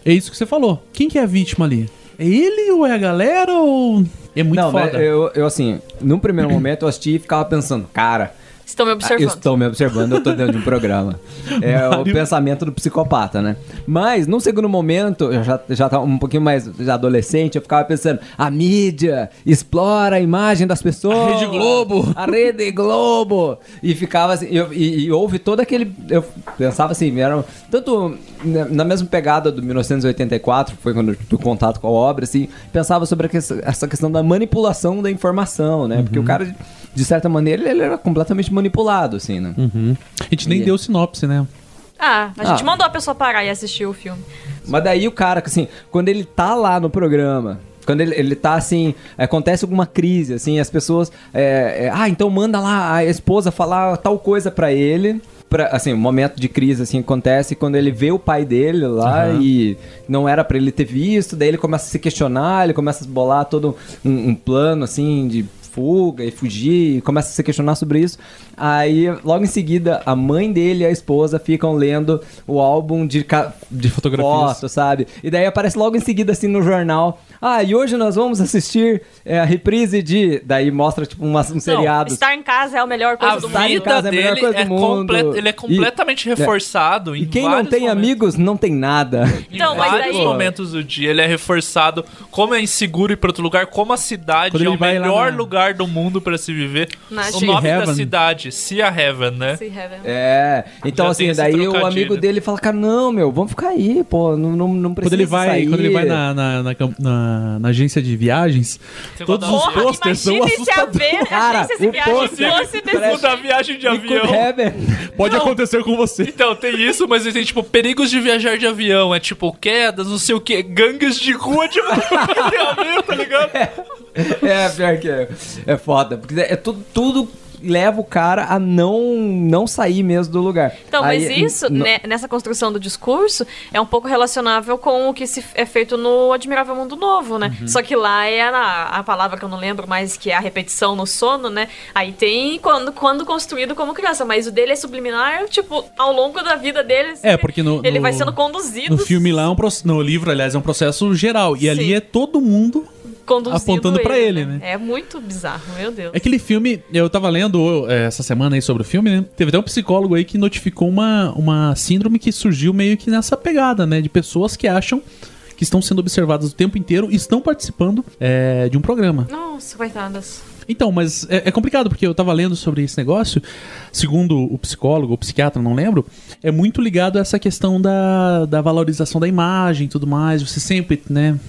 Speaker 1: é isso que você falou. Quem que é a vítima ali? É ele ou é a galera ou... É muito
Speaker 2: não, mas
Speaker 1: foda.
Speaker 2: eu, eu, assim, num primeiro momento eu assisti e ficava pensando, cara.
Speaker 4: Estão me observando.
Speaker 2: Ah, Estão me observando, eu tô dentro de um programa. É o pensamento do psicopata, né? Mas, num segundo momento, eu já, já tava um pouquinho mais já adolescente, eu ficava pensando, a mídia explora a imagem das pessoas. A Rede Globo. A Rede Globo. E ficava assim, eu- e, e houve todo aquele... Eu pensava assim, era tanto na na mesma pegada do 1984, foi quando eu tive contato com a obra, assim, pensava sobre a que- essa questão da manipulação da informação, né? Porque o cara, de certa maneira, ele, ele era completamente manipulado, assim, né?
Speaker 1: Uhum. A gente nem
Speaker 2: E-
Speaker 1: deu sinopse, né?
Speaker 4: Ah, a gente
Speaker 2: Ah.
Speaker 4: mandou a pessoa parar e assistir o filme.
Speaker 2: Mas daí o cara, assim, quando ele tá lá no programa, quando ele, ele tá assim, acontece alguma crise, assim, as pessoas. é, é, ah, então manda lá a esposa falar tal coisa pra ele. Pra, assim, um momento de crise assim acontece quando ele vê o pai dele lá
Speaker 1: Aham.
Speaker 2: e não era pra ele ter visto, daí ele começa a se questionar, ele começa a bolar todo um, um plano assim de fuga e fugir, e começa a se questionar sobre isso. Aí, logo em seguida, a mãe dele e a esposa ficam lendo o álbum de, ca- de
Speaker 1: fotografias.
Speaker 2: foto, sabe? E daí aparece logo em seguida, assim, no jornal. Ah, e hoje nós vamos assistir é, a reprise de... Daí mostra, tipo, uma, um seriado.
Speaker 4: Estar em casa é a melhor coisa
Speaker 3: A
Speaker 4: do
Speaker 2: Estar em
Speaker 4: mundo.
Speaker 3: vida
Speaker 2: casa é a melhor
Speaker 3: dele
Speaker 2: coisa do
Speaker 3: é
Speaker 2: mundo.
Speaker 3: complet- ele é completamente
Speaker 2: E- né,
Speaker 3: reforçado
Speaker 2: E
Speaker 3: em
Speaker 2: quem não
Speaker 3: vários
Speaker 2: tem amigos não tem nada.
Speaker 4: Então, mas
Speaker 3: vários
Speaker 4: daí-
Speaker 3: momentos do dia ele é reforçado como é inseguro ir pra outro lugar, como a cidade
Speaker 1: Quando
Speaker 3: é
Speaker 1: ele
Speaker 3: o
Speaker 1: vai lá
Speaker 3: melhor
Speaker 1: na-
Speaker 3: lugar do mundo pra se viver.
Speaker 4: Na
Speaker 3: o
Speaker 4: Sea
Speaker 3: nome da
Speaker 4: Heaven.
Speaker 3: cidade, Sea Heaven, né?
Speaker 4: Sea Heaven.
Speaker 2: É, então
Speaker 3: Já tem
Speaker 2: assim,
Speaker 3: esse
Speaker 2: daí o
Speaker 3: trocadilho.
Speaker 2: amigo dele fala, cara, não, meu, vamos ficar aí, pô, não, não, não
Speaker 1: Quando
Speaker 2: precisa
Speaker 1: ele vai,
Speaker 2: sair.
Speaker 1: quando ele vai na, na, na cam- na- na agência de viagens, todos os
Speaker 4: Porra,
Speaker 1: posters são
Speaker 4: imagine se a
Speaker 1: assustadores.
Speaker 4: ver,
Speaker 2: Cara,
Speaker 4: se essa
Speaker 2: o
Speaker 4: viagem
Speaker 2: pôster
Speaker 4: fosse desse
Speaker 3: Mundo da viagem de avião.
Speaker 2: é,
Speaker 1: Pode acontecer com você.
Speaker 3: Então, tem isso, mas tem, tipo, perigos de viajar de avião. É tipo, quedas, não sei o que, gangues de rua de de avião, tá ligado?
Speaker 2: É, pior que é. É foda. Porque é tudo, tudo leva o cara a não, não sair mesmo do lugar.
Speaker 4: Então, mas
Speaker 2: Aí,
Speaker 4: isso,
Speaker 2: n-
Speaker 4: né, nessa construção do discurso, é um pouco relacionável com o que se é feito no Admirável Mundo Novo, né?
Speaker 8: Uhum.
Speaker 4: Só que lá é na- a palavra que eu não lembro mais, que é a repetição no sono, né? Aí tem quando, quando construído como criança, mas o dele é subliminar, tipo, ao longo da vida dele. assim,
Speaker 1: É, porque no,
Speaker 4: Ele
Speaker 1: no-
Speaker 4: vai sendo conduzido.
Speaker 1: no filme lá, é um proce- no livro, aliás, é um processo geral. E ali é todo mundo
Speaker 4: conduzido
Speaker 1: apontando pra ele, né?
Speaker 4: É muito bizarro, meu Deus.
Speaker 1: É aquele filme, eu tava lendo eh, essa semana aí sobre o filme, né? Teve até um psicólogo aí que notificou uma, uma síndrome que surgiu meio que nessa pegada, né? De pessoas que acham que estão sendo observadas o tempo inteiro e estão participando eh, de um programa.
Speaker 4: Nossa, coitadas.
Speaker 1: Então, mas é, é complicado, porque eu tava lendo sobre esse negócio, segundo o psicólogo, o psiquiatra, não lembro, é muito ligado a essa questão da, da valorização da imagem e tudo mais, você sempre, né?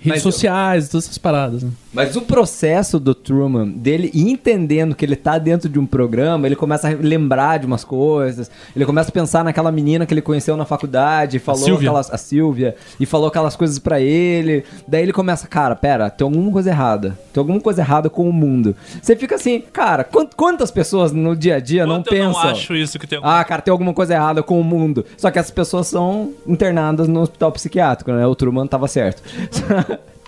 Speaker 1: Redes sociais e todas essas paradas, né?
Speaker 2: Mas o processo do Truman, dele entendendo que ele tá dentro de um programa, ele começa a lembrar de umas coisas, ele começa a pensar naquela menina que ele conheceu na faculdade, falou
Speaker 1: Silvia.
Speaker 2: aquelas, a Silvia, e falou aquelas coisas pra ele. Daí ele começa, cara, pera, tem alguma coisa errada. Tem alguma coisa errada com o mundo. Você fica assim, cara, quant- quantas pessoas no dia a dia não
Speaker 3: Eu
Speaker 2: pensam?
Speaker 3: não acho isso que tem
Speaker 2: Ah, cara, tem alguma coisa errada com o mundo. Só que essas pessoas são internadas no hospital psiquiátrico, né? O Truman tava certo.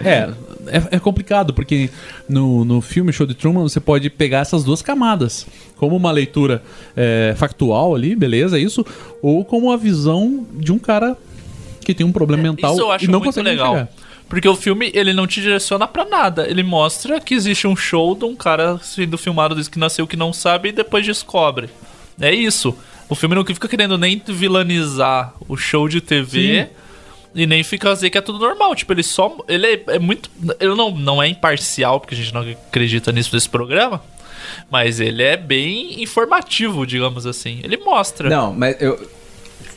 Speaker 1: É, é, é complicado, porque no, no filme Show de Truman você pode pegar essas duas camadas. Como uma leitura é, factual ali, beleza, é isso. Ou como a visão de um cara que tem um problema mental
Speaker 3: É, Isso eu acho
Speaker 1: e não
Speaker 3: muito
Speaker 1: consegue
Speaker 3: legal.
Speaker 1: enxergar.
Speaker 3: Porque o filme, ele não te direciona pra nada. Ele mostra que existe um show de um cara sendo filmado, diz que nasceu, que não sabe e depois descobre. É isso. O filme não fica querendo nem vilanizar o show de TV. E nem fica a dizer que é tudo normal. Tipo, ele só. Ele é, é muito. Ele não, não é imparcial, porque a gente não acredita nisso nesse programa. Mas ele é bem informativo, digamos assim. Ele mostra.
Speaker 2: Não, mas eu.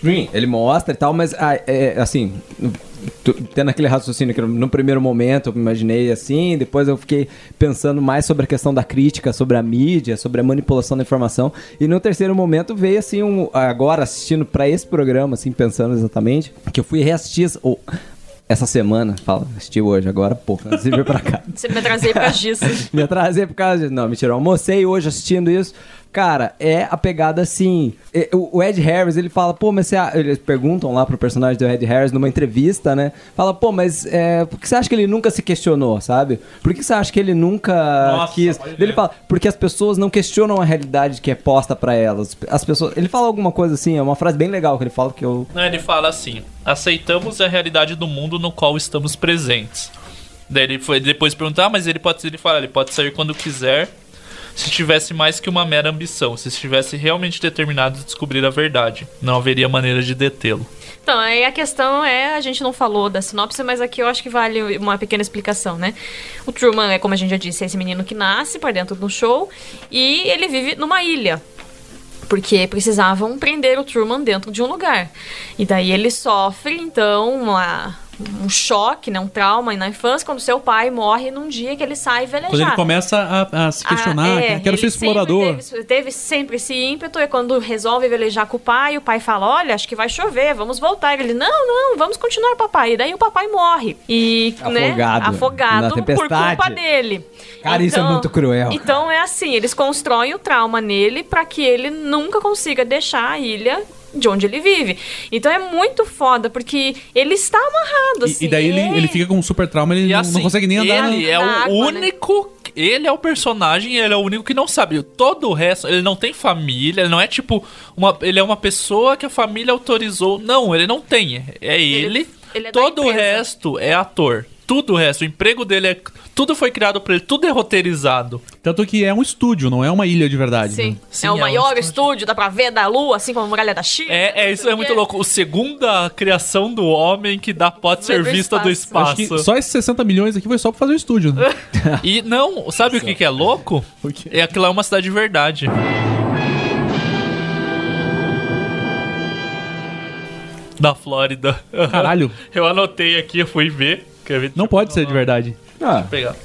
Speaker 2: Sim, ele mostra e tal, mas ah, é, assim. tu- Tendo aquele raciocínio que no- no primeiro momento eu imaginei assim, depois eu fiquei pensando mais sobre a questão da crítica, sobre a mídia, sobre a manipulação da informação. E no terceiro momento veio assim, um, agora assistindo pra esse programa, assim, pensando exatamente, que eu fui reassistir essa- ou- essa semana, fala, assisti hoje, agora pouco, antes de vir pra cá.
Speaker 4: Você me atrasei pra disso.
Speaker 2: Me atrasei por causa disso. Não, mentira, eu almocei hoje assistindo isso. Cara, é a pegada assim. é, O o Ed Harris, ele fala, pô, mas você. a- Eles perguntam lá pro personagem do Ed Harris numa entrevista, né? Fala, pô, mas é, por que você acha que ele nunca se questionou, sabe? Por que você acha que ele nunca quis. Daí Ele fala, porque as pessoas não questionam a realidade que é posta pra elas. As pessoas. Ele fala alguma coisa assim, é uma frase bem legal que ele fala que eu.
Speaker 3: Não, ele fala assim: aceitamos a realidade do mundo no qual estamos presentes. Daí ele foi depois perguntar, ah, mas ele pode ele fala, ele pode sair quando quiser, se tivesse mais que uma mera ambição, se estivesse realmente determinado de descobrir a verdade, não haveria maneira de detê-lo.
Speaker 4: Então, aí a questão é, a gente não falou da sinopse, mas aqui eu acho que vale uma pequena explicação, né? O Truman é, como a gente já disse, é esse menino que nasce para dentro de um show e ele vive numa ilha. Porque precisavam prender o Truman dentro de um lugar. E daí ele sofre, então, uma- um choque, né? Um trauma na infância, quando seu pai morre num dia que ele sai velejar.
Speaker 1: Quando ele começa a, a se questionar,
Speaker 4: Ah, é,
Speaker 1: que- quero ser
Speaker 4: ele sempre
Speaker 1: explorador.
Speaker 4: Teve, teve sempre esse ímpeto, e quando resolve velejar com o pai, o pai fala: Olha, acho que vai chover, vamos voltar. Ele: Não, não, vamos continuar, papai. E daí o papai morre. E, né,
Speaker 2: Afogado. Na
Speaker 4: afogado por
Speaker 2: tempestade.
Speaker 4: culpa dele.
Speaker 2: Cara, isso é muito cruel.
Speaker 4: Então é assim: eles constroem o trauma nele pra que ele nunca consiga deixar a ilha. De onde ele vive. Então é muito foda, porque ele está amarrado, assim.
Speaker 1: E, e daí ele, ele fica com um super trauma, ele não, não consegue nem andar.
Speaker 3: assim, Ele
Speaker 1: na-
Speaker 3: é o
Speaker 4: né?
Speaker 3: único. Ele é o personagem, ele é o único que não sabe. Todo o resto, ele não tem família, ele não é tipo. Uma, ele é uma pessoa que a família autorizou. Não, ele não tem. É ele.
Speaker 4: ele é da
Speaker 3: todo o
Speaker 4: empresa.
Speaker 3: resto é ator. tudo o resto. O emprego dele é. Tudo foi criado pra ele, tudo é roteirizado.
Speaker 1: Tanto que é um estúdio, não é uma ilha de verdade.
Speaker 4: Sim.
Speaker 1: né?
Speaker 4: é o maior estúdio, dá pra ver da lua, assim como a muralha da China.
Speaker 3: É, é, isso é muito louco. O segunda criação do homem que dá pode ser
Speaker 4: do
Speaker 3: vista
Speaker 1: Acho
Speaker 3: do
Speaker 1: que
Speaker 3: espaço.
Speaker 1: só esses 60 milhões aqui foi só pra fazer o estúdio. né?
Speaker 3: E não, sabe o que, que é louco? É aquilo lá é uma cidade de verdade. Da Flórida.
Speaker 1: Caralho.
Speaker 3: Eu anotei aqui, eu fui ver. Quer ver?
Speaker 1: Não pode ser de verdade.
Speaker 2: Ah,
Speaker 3: Pegar.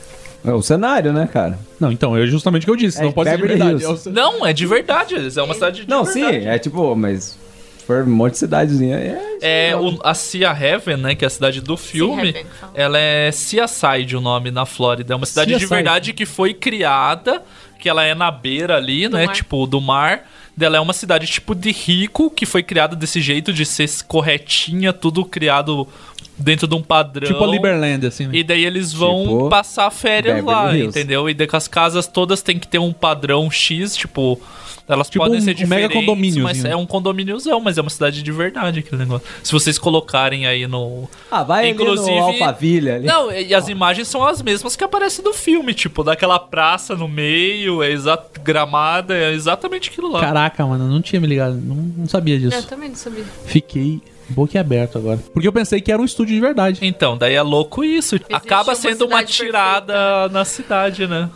Speaker 2: é o cenário, né, cara?
Speaker 1: Não, então, é justamente o que eu disse. não pode ser de
Speaker 2: Beverly
Speaker 1: verdade.
Speaker 2: Hills.
Speaker 1: É o-
Speaker 3: Não, é de verdade. É uma cidade de
Speaker 2: Não, sim,
Speaker 3: verdade.
Speaker 2: é tipo, mas se for um monte de cidadezinha. É...
Speaker 3: É o- a Sea Heaven, né? Que é a cidade do filme.
Speaker 4: Heaven,
Speaker 3: ela é Seaside, o nome na Flórida. É uma cidade de
Speaker 1: Seaside.
Speaker 3: verdade que foi criada, que ela é na beira ali, né?
Speaker 4: mar.
Speaker 3: Tipo, do mar. Ela é uma cidade tipo de rico que foi criada desse jeito de ser corretinha, tudo criado dentro de um padrão.
Speaker 1: Tipo a Liberland, assim. né?
Speaker 3: E daí eles vão
Speaker 1: Tipo,
Speaker 3: passar férias lá,
Speaker 1: Beverly Hills.
Speaker 3: entendeu? E daí que as casas todas têm que ter um padrão X, tipo. Elas
Speaker 1: Tipo
Speaker 3: podem
Speaker 1: um-
Speaker 3: ser
Speaker 1: um mega
Speaker 3: diferentes, mas
Speaker 1: condomíniozinho.
Speaker 3: é um condomíniozão, mas é uma cidade de verdade aquele negócio. Se vocês colocarem aí no...
Speaker 2: Ah, vai ali no Alphaville ali.
Speaker 3: Não, e e as imagens são as mesmas que aparecem no filme, tipo, daquela praça no meio, é exa... gramada, é exatamente aquilo lá.
Speaker 1: Caraca, mano, eu não tinha me ligado. Não, não sabia
Speaker 4: Eu
Speaker 1: disso.
Speaker 4: É, também não sabia.
Speaker 1: Fiquei boquiaberto agora. Porque eu pensei que era um estúdio de verdade.
Speaker 3: Então, dadaí é louco isso. Acaba sendo uma tirada na cidade, né?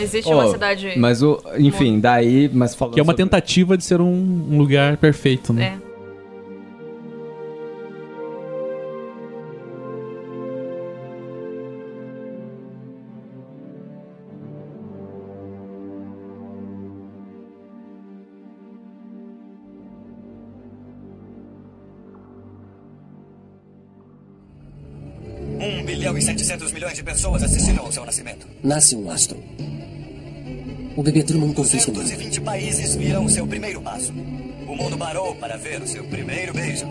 Speaker 4: Existe
Speaker 2: Ó,
Speaker 4: uma cidade.
Speaker 2: Mas o. Enfim, daí. Mas falando
Speaker 1: Que é uma
Speaker 2: sobre-
Speaker 1: tentativa de ser um, um lugar perfeito, né?
Speaker 4: É.
Speaker 8: Um bilhão e 700 milhões de pessoas assistiram ao seu nascimento.
Speaker 6: Nasce um astro. O bebê Truman consiste no
Speaker 8: 220 países viram o seu primeiro passo. O mundo parou para ver o seu primeiro beijo.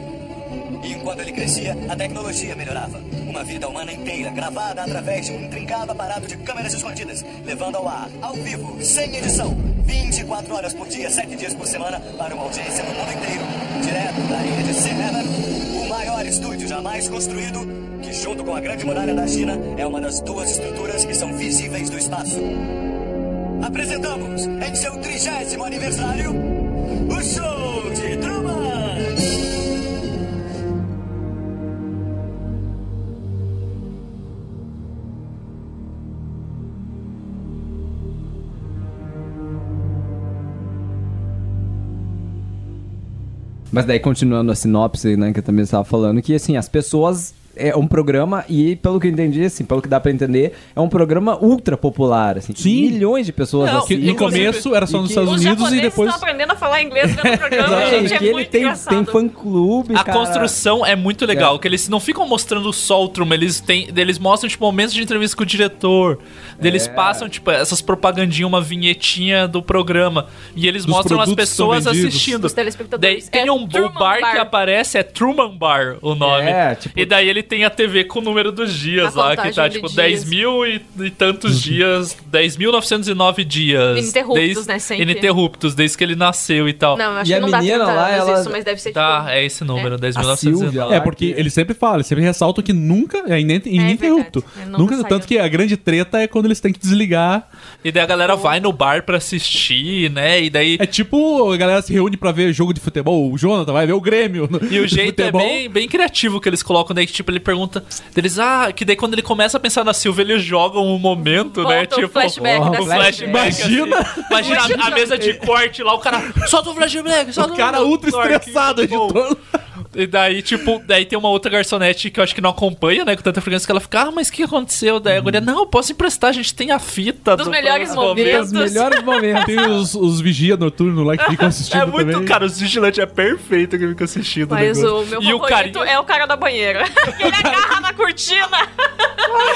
Speaker 8: E enquanto ele crescia, a tecnologia melhorava. Uma vida humana inteira gravada através de um intrincado aparato de câmeras escondidas, levando ao ar, ao vivo, sem edição, 24 horas por dia, 7 dias por semana, para uma audiência no mundo inteiro. Direto da ilha de Senevan, o maior estúdio jamais construído, que junto com a Grande Muralha da China é uma das duas estruturas que são visíveis do espaço. Apresentamos, em seu trigésimo aniversário, o show de Truman!
Speaker 2: Mas daí, continuando a sinopse, né, que eu também estava falando, que assim, as pessoas. É um programa, e pelo que eu entendi, assim, pelo que dá pra entender, é um programa ultra popular, assim. que Milhões de pessoas
Speaker 3: Não,
Speaker 2: assistem.
Speaker 3: que no começo era só
Speaker 2: E
Speaker 1: nos
Speaker 2: que-
Speaker 1: Estados
Speaker 4: Os japoneses estão aprendendo a falar inglês vendo o programa, gente. É
Speaker 2: que ele
Speaker 4: muito
Speaker 2: tem,
Speaker 4: engraçado.
Speaker 2: tem fã-clube,
Speaker 3: A
Speaker 2: cara.
Speaker 3: construção é muito legal, que eles não ficam mostrando só o Truman, eles, têm, eles mostram, tipo, momentos de entrevista com o diretor, eles passam, tipo, essas propagandinhas, uma vinhetinha do programa, e eles
Speaker 1: Dos
Speaker 3: mostram as
Speaker 1: produtos que são
Speaker 3: pessoas
Speaker 1: vendidos.
Speaker 3: assistindo.
Speaker 4: Os telespectadores.
Speaker 3: Daí tem um o bar, que aparece, é Truman Bar o nome.
Speaker 2: É, tipo-
Speaker 3: E daí ele tem a TV com o número dos dias
Speaker 4: A
Speaker 3: lá, que tá
Speaker 4: contagem
Speaker 3: tipo
Speaker 4: de dias.
Speaker 3: 10 mil e, e tantos dias, 10.909 dias.
Speaker 4: Ininterruptos,
Speaker 3: desde-
Speaker 4: né, sempre.
Speaker 3: Ininterruptos, desde que ele nasceu e tal.
Speaker 4: Não, eu acho
Speaker 2: E
Speaker 4: que
Speaker 2: a
Speaker 4: não dá 30
Speaker 2: menina
Speaker 4: anos
Speaker 2: lá, ela-
Speaker 4: isso, mas deve ser
Speaker 3: Tá,
Speaker 4: tipo...
Speaker 3: é esse número,
Speaker 2: A
Speaker 3: 10.909.
Speaker 2: Silvia lá,
Speaker 1: É, porque ele sempre fala, ele sempre ressalta que nunca, é inen- ininterrupto.
Speaker 4: verdade. Nunca
Speaker 1: nunca,
Speaker 4: saiu.
Speaker 1: tanto que a grande treta é quando eles têm que desligar.
Speaker 3: E daí a galera vai no bar pra assistir, né? E daí.
Speaker 1: É tipo, a galera se reúne pra ver jogo de futebol, o Jonathan vai ver o Grêmio. no-
Speaker 3: E o
Speaker 1: no
Speaker 3: jeito é
Speaker 1: futebol.
Speaker 3: bem, bem criativo que eles colocam, daí que, tipo, ele pergunta deles, ah, que daí quando ele começa a pensar na Silvia, eles jogam um momento, né?
Speaker 4: Volta o
Speaker 3: Tipo,
Speaker 4: flashback da
Speaker 3: um flashback.
Speaker 4: Silvia.
Speaker 1: Imagina!
Speaker 3: assim. Imagina a- a, mesa de corte lá, o cara, solta o flashback, solta
Speaker 1: O cara ultra
Speaker 3: Clark.
Speaker 1: estressado,
Speaker 3: Bom,
Speaker 1: editor.
Speaker 3: E daí, tipo, daí tem uma outra garçonete que eu acho que não acompanha, né? Com tanta frequência que ela fica, ah, mas o que aconteceu?
Speaker 1: Uhum.
Speaker 3: Daí a guria, não, eu posso emprestar, a gente tem a fita
Speaker 4: Dos
Speaker 3: do-
Speaker 4: melhores
Speaker 2: Os melhores momentos.
Speaker 1: Tem os, os vigia noturno lá que ficam assistindo
Speaker 3: É muito,
Speaker 1: também.
Speaker 3: cara, os vigilantes é perfeito que fica assistindo.
Speaker 4: Mas
Speaker 3: negócio.
Speaker 4: o meu
Speaker 3: e o
Speaker 4: favorito
Speaker 3: carinha,
Speaker 4: é o cara da banheira. ele agarra na cortina.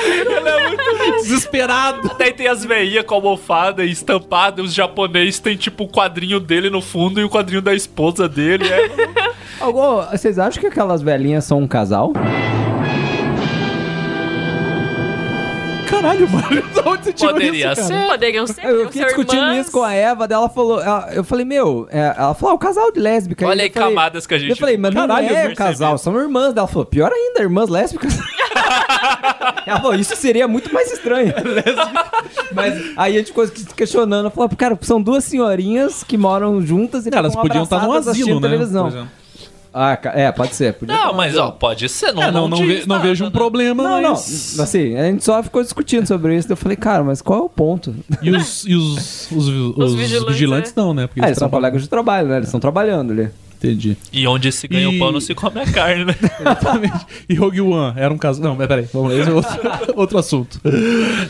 Speaker 3: ele é muito desesperado. Daí tem as veinhas com almofada e estampada. e Os japoneses tem tipo o quadrinho dele no fundo e o quadrinho da esposa dele. É...
Speaker 2: Algo- Vocês acham que aquelas velhinhas são um casal?
Speaker 1: Caralho, mano. de onde você tirou
Speaker 3: Poderia
Speaker 1: isso, cara?
Speaker 3: ser.
Speaker 4: Poderiam ser.
Speaker 2: É, Eu
Speaker 4: Eu
Speaker 2: fiquei discutindo isso com a Eva, daí ela falou. ela- eu falei, meu, é, ela falou, ah, o casal de lésbica.
Speaker 3: Olha
Speaker 2: Eu
Speaker 3: aí
Speaker 2: falei-
Speaker 3: camadas que a gente-
Speaker 2: Eu falei, mas
Speaker 1: Caralho,
Speaker 2: não
Speaker 1: eu
Speaker 2: é
Speaker 1: percebi.
Speaker 2: casal, são irmãs. Daí Ela falou, pior ainda, irmãs lésbicas. Ela falou, isso seria muito mais estranho. Mas aí a gente ficou se questionando. Falou, "Ah, cara, são duas senhorinhas que moram juntas e
Speaker 1: Cara, elas
Speaker 2: ficam
Speaker 1: podiam estar num
Speaker 2: abraçadas
Speaker 1: asilo,
Speaker 2: Um assistindo
Speaker 1: né?
Speaker 2: televisão.
Speaker 1: Por exemplo.
Speaker 2: Ah, ca- é, pode ser. Podia
Speaker 3: Não, mas ó, pode ser. Não,
Speaker 1: É, não-
Speaker 3: não,
Speaker 1: não
Speaker 3: diz
Speaker 1: ve- não
Speaker 3: nada,
Speaker 1: vejo um
Speaker 3: né?
Speaker 1: problema,
Speaker 2: Não, não.
Speaker 1: mas-
Speaker 2: Assim, a gente só ficou discutindo sobre isso. daí Eu falei, cara, mas qual é o ponto?
Speaker 1: E os, e os, os, os vigilantes,
Speaker 2: vigilantes,
Speaker 3: é.
Speaker 1: não, né? Porque
Speaker 2: Ah, eles são
Speaker 1: trabalham-
Speaker 2: colegas de trabalho, né? Eles estão trabalhando ali.
Speaker 1: Entendi.
Speaker 3: E onde se ganha
Speaker 1: E-
Speaker 3: o pão não se come a carne, né?
Speaker 1: E Rogue One era um caso. Não, mas peraí, vamos lá, esse é outro, outro assunto.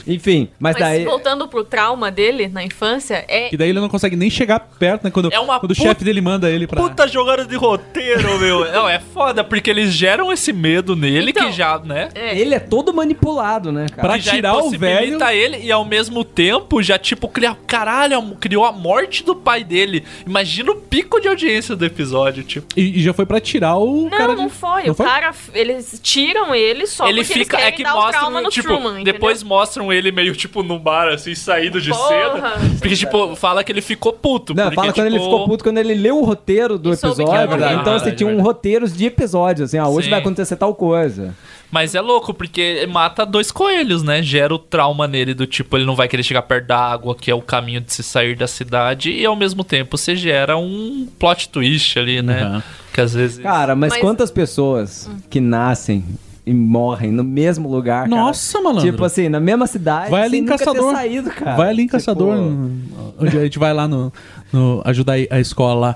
Speaker 2: Enfim,
Speaker 4: Mas voltando pro trauma dele na infância, é
Speaker 1: Que daí ele não consegue nem chegar perto, né? Quando,
Speaker 4: É uma
Speaker 1: quando o
Speaker 4: puta-
Speaker 1: chefe dele manda ele pra.
Speaker 3: Puta jogada de roteiro, meu. Não, é foda, porque eles geram esse medo nele
Speaker 1: Então,
Speaker 3: que já, né?
Speaker 2: Ele é todo manipulado, né, cara?
Speaker 3: Que já impossibilita ele e ao mesmo tempo já, tipo, criar. Caralho, am- criou a morte do pai dele. Imagina o pico de audiência do episódio, tipo.
Speaker 1: E, e já foi pra tirar o
Speaker 4: Não,
Speaker 1: cara.
Speaker 4: não foi.
Speaker 1: não
Speaker 4: o cara, eles tiram ele só
Speaker 3: ele
Speaker 4: porque
Speaker 3: fica.
Speaker 4: eles
Speaker 3: É
Speaker 4: querem
Speaker 3: que
Speaker 4: dar o trauma
Speaker 3: mostram,
Speaker 4: no
Speaker 3: tipo,
Speaker 4: Truman,
Speaker 3: depois mostram ele meio, tipo, num bar, assim, saído de
Speaker 4: Porra.
Speaker 3: cena. Porque, tipo, fala que ele ficou puto.
Speaker 2: Não,
Speaker 3: porque,
Speaker 2: fala quando ele
Speaker 3: tipo,
Speaker 2: ficou puto quando ele leu o roteiro do
Speaker 3: soube que
Speaker 2: episódio.
Speaker 3: ia morrer.
Speaker 2: então, assim,
Speaker 3: Verdade,
Speaker 2: tinha um roteiro de episódios, assim, ah, hoje
Speaker 3: Sim.
Speaker 2: vai acontecer tal coisa.
Speaker 3: Mas é louco, porque mata dois coelhos, né? Gera o trauma nele do tipo, ele não vai querer chegar perto da água, que é o caminho de se sair da cidade, e ao mesmo tempo você gera um plot twist ali, né? Que às vezes.
Speaker 2: Cara, mas,
Speaker 3: Mas- Hum.
Speaker 2: quantas pessoas que nascem e morrem no mesmo lugar, cara?
Speaker 1: Nossa, malandro.
Speaker 2: Tipo assim, na mesma cidade,
Speaker 1: Vai ali
Speaker 2: sem
Speaker 1: em
Speaker 2: nunca ter
Speaker 1: Caçador.
Speaker 2: saído, cara.
Speaker 1: Vai ali em
Speaker 2: Tipo,
Speaker 1: Caçador, no- onde a gente vai lá no, no- ajudar a escola lá.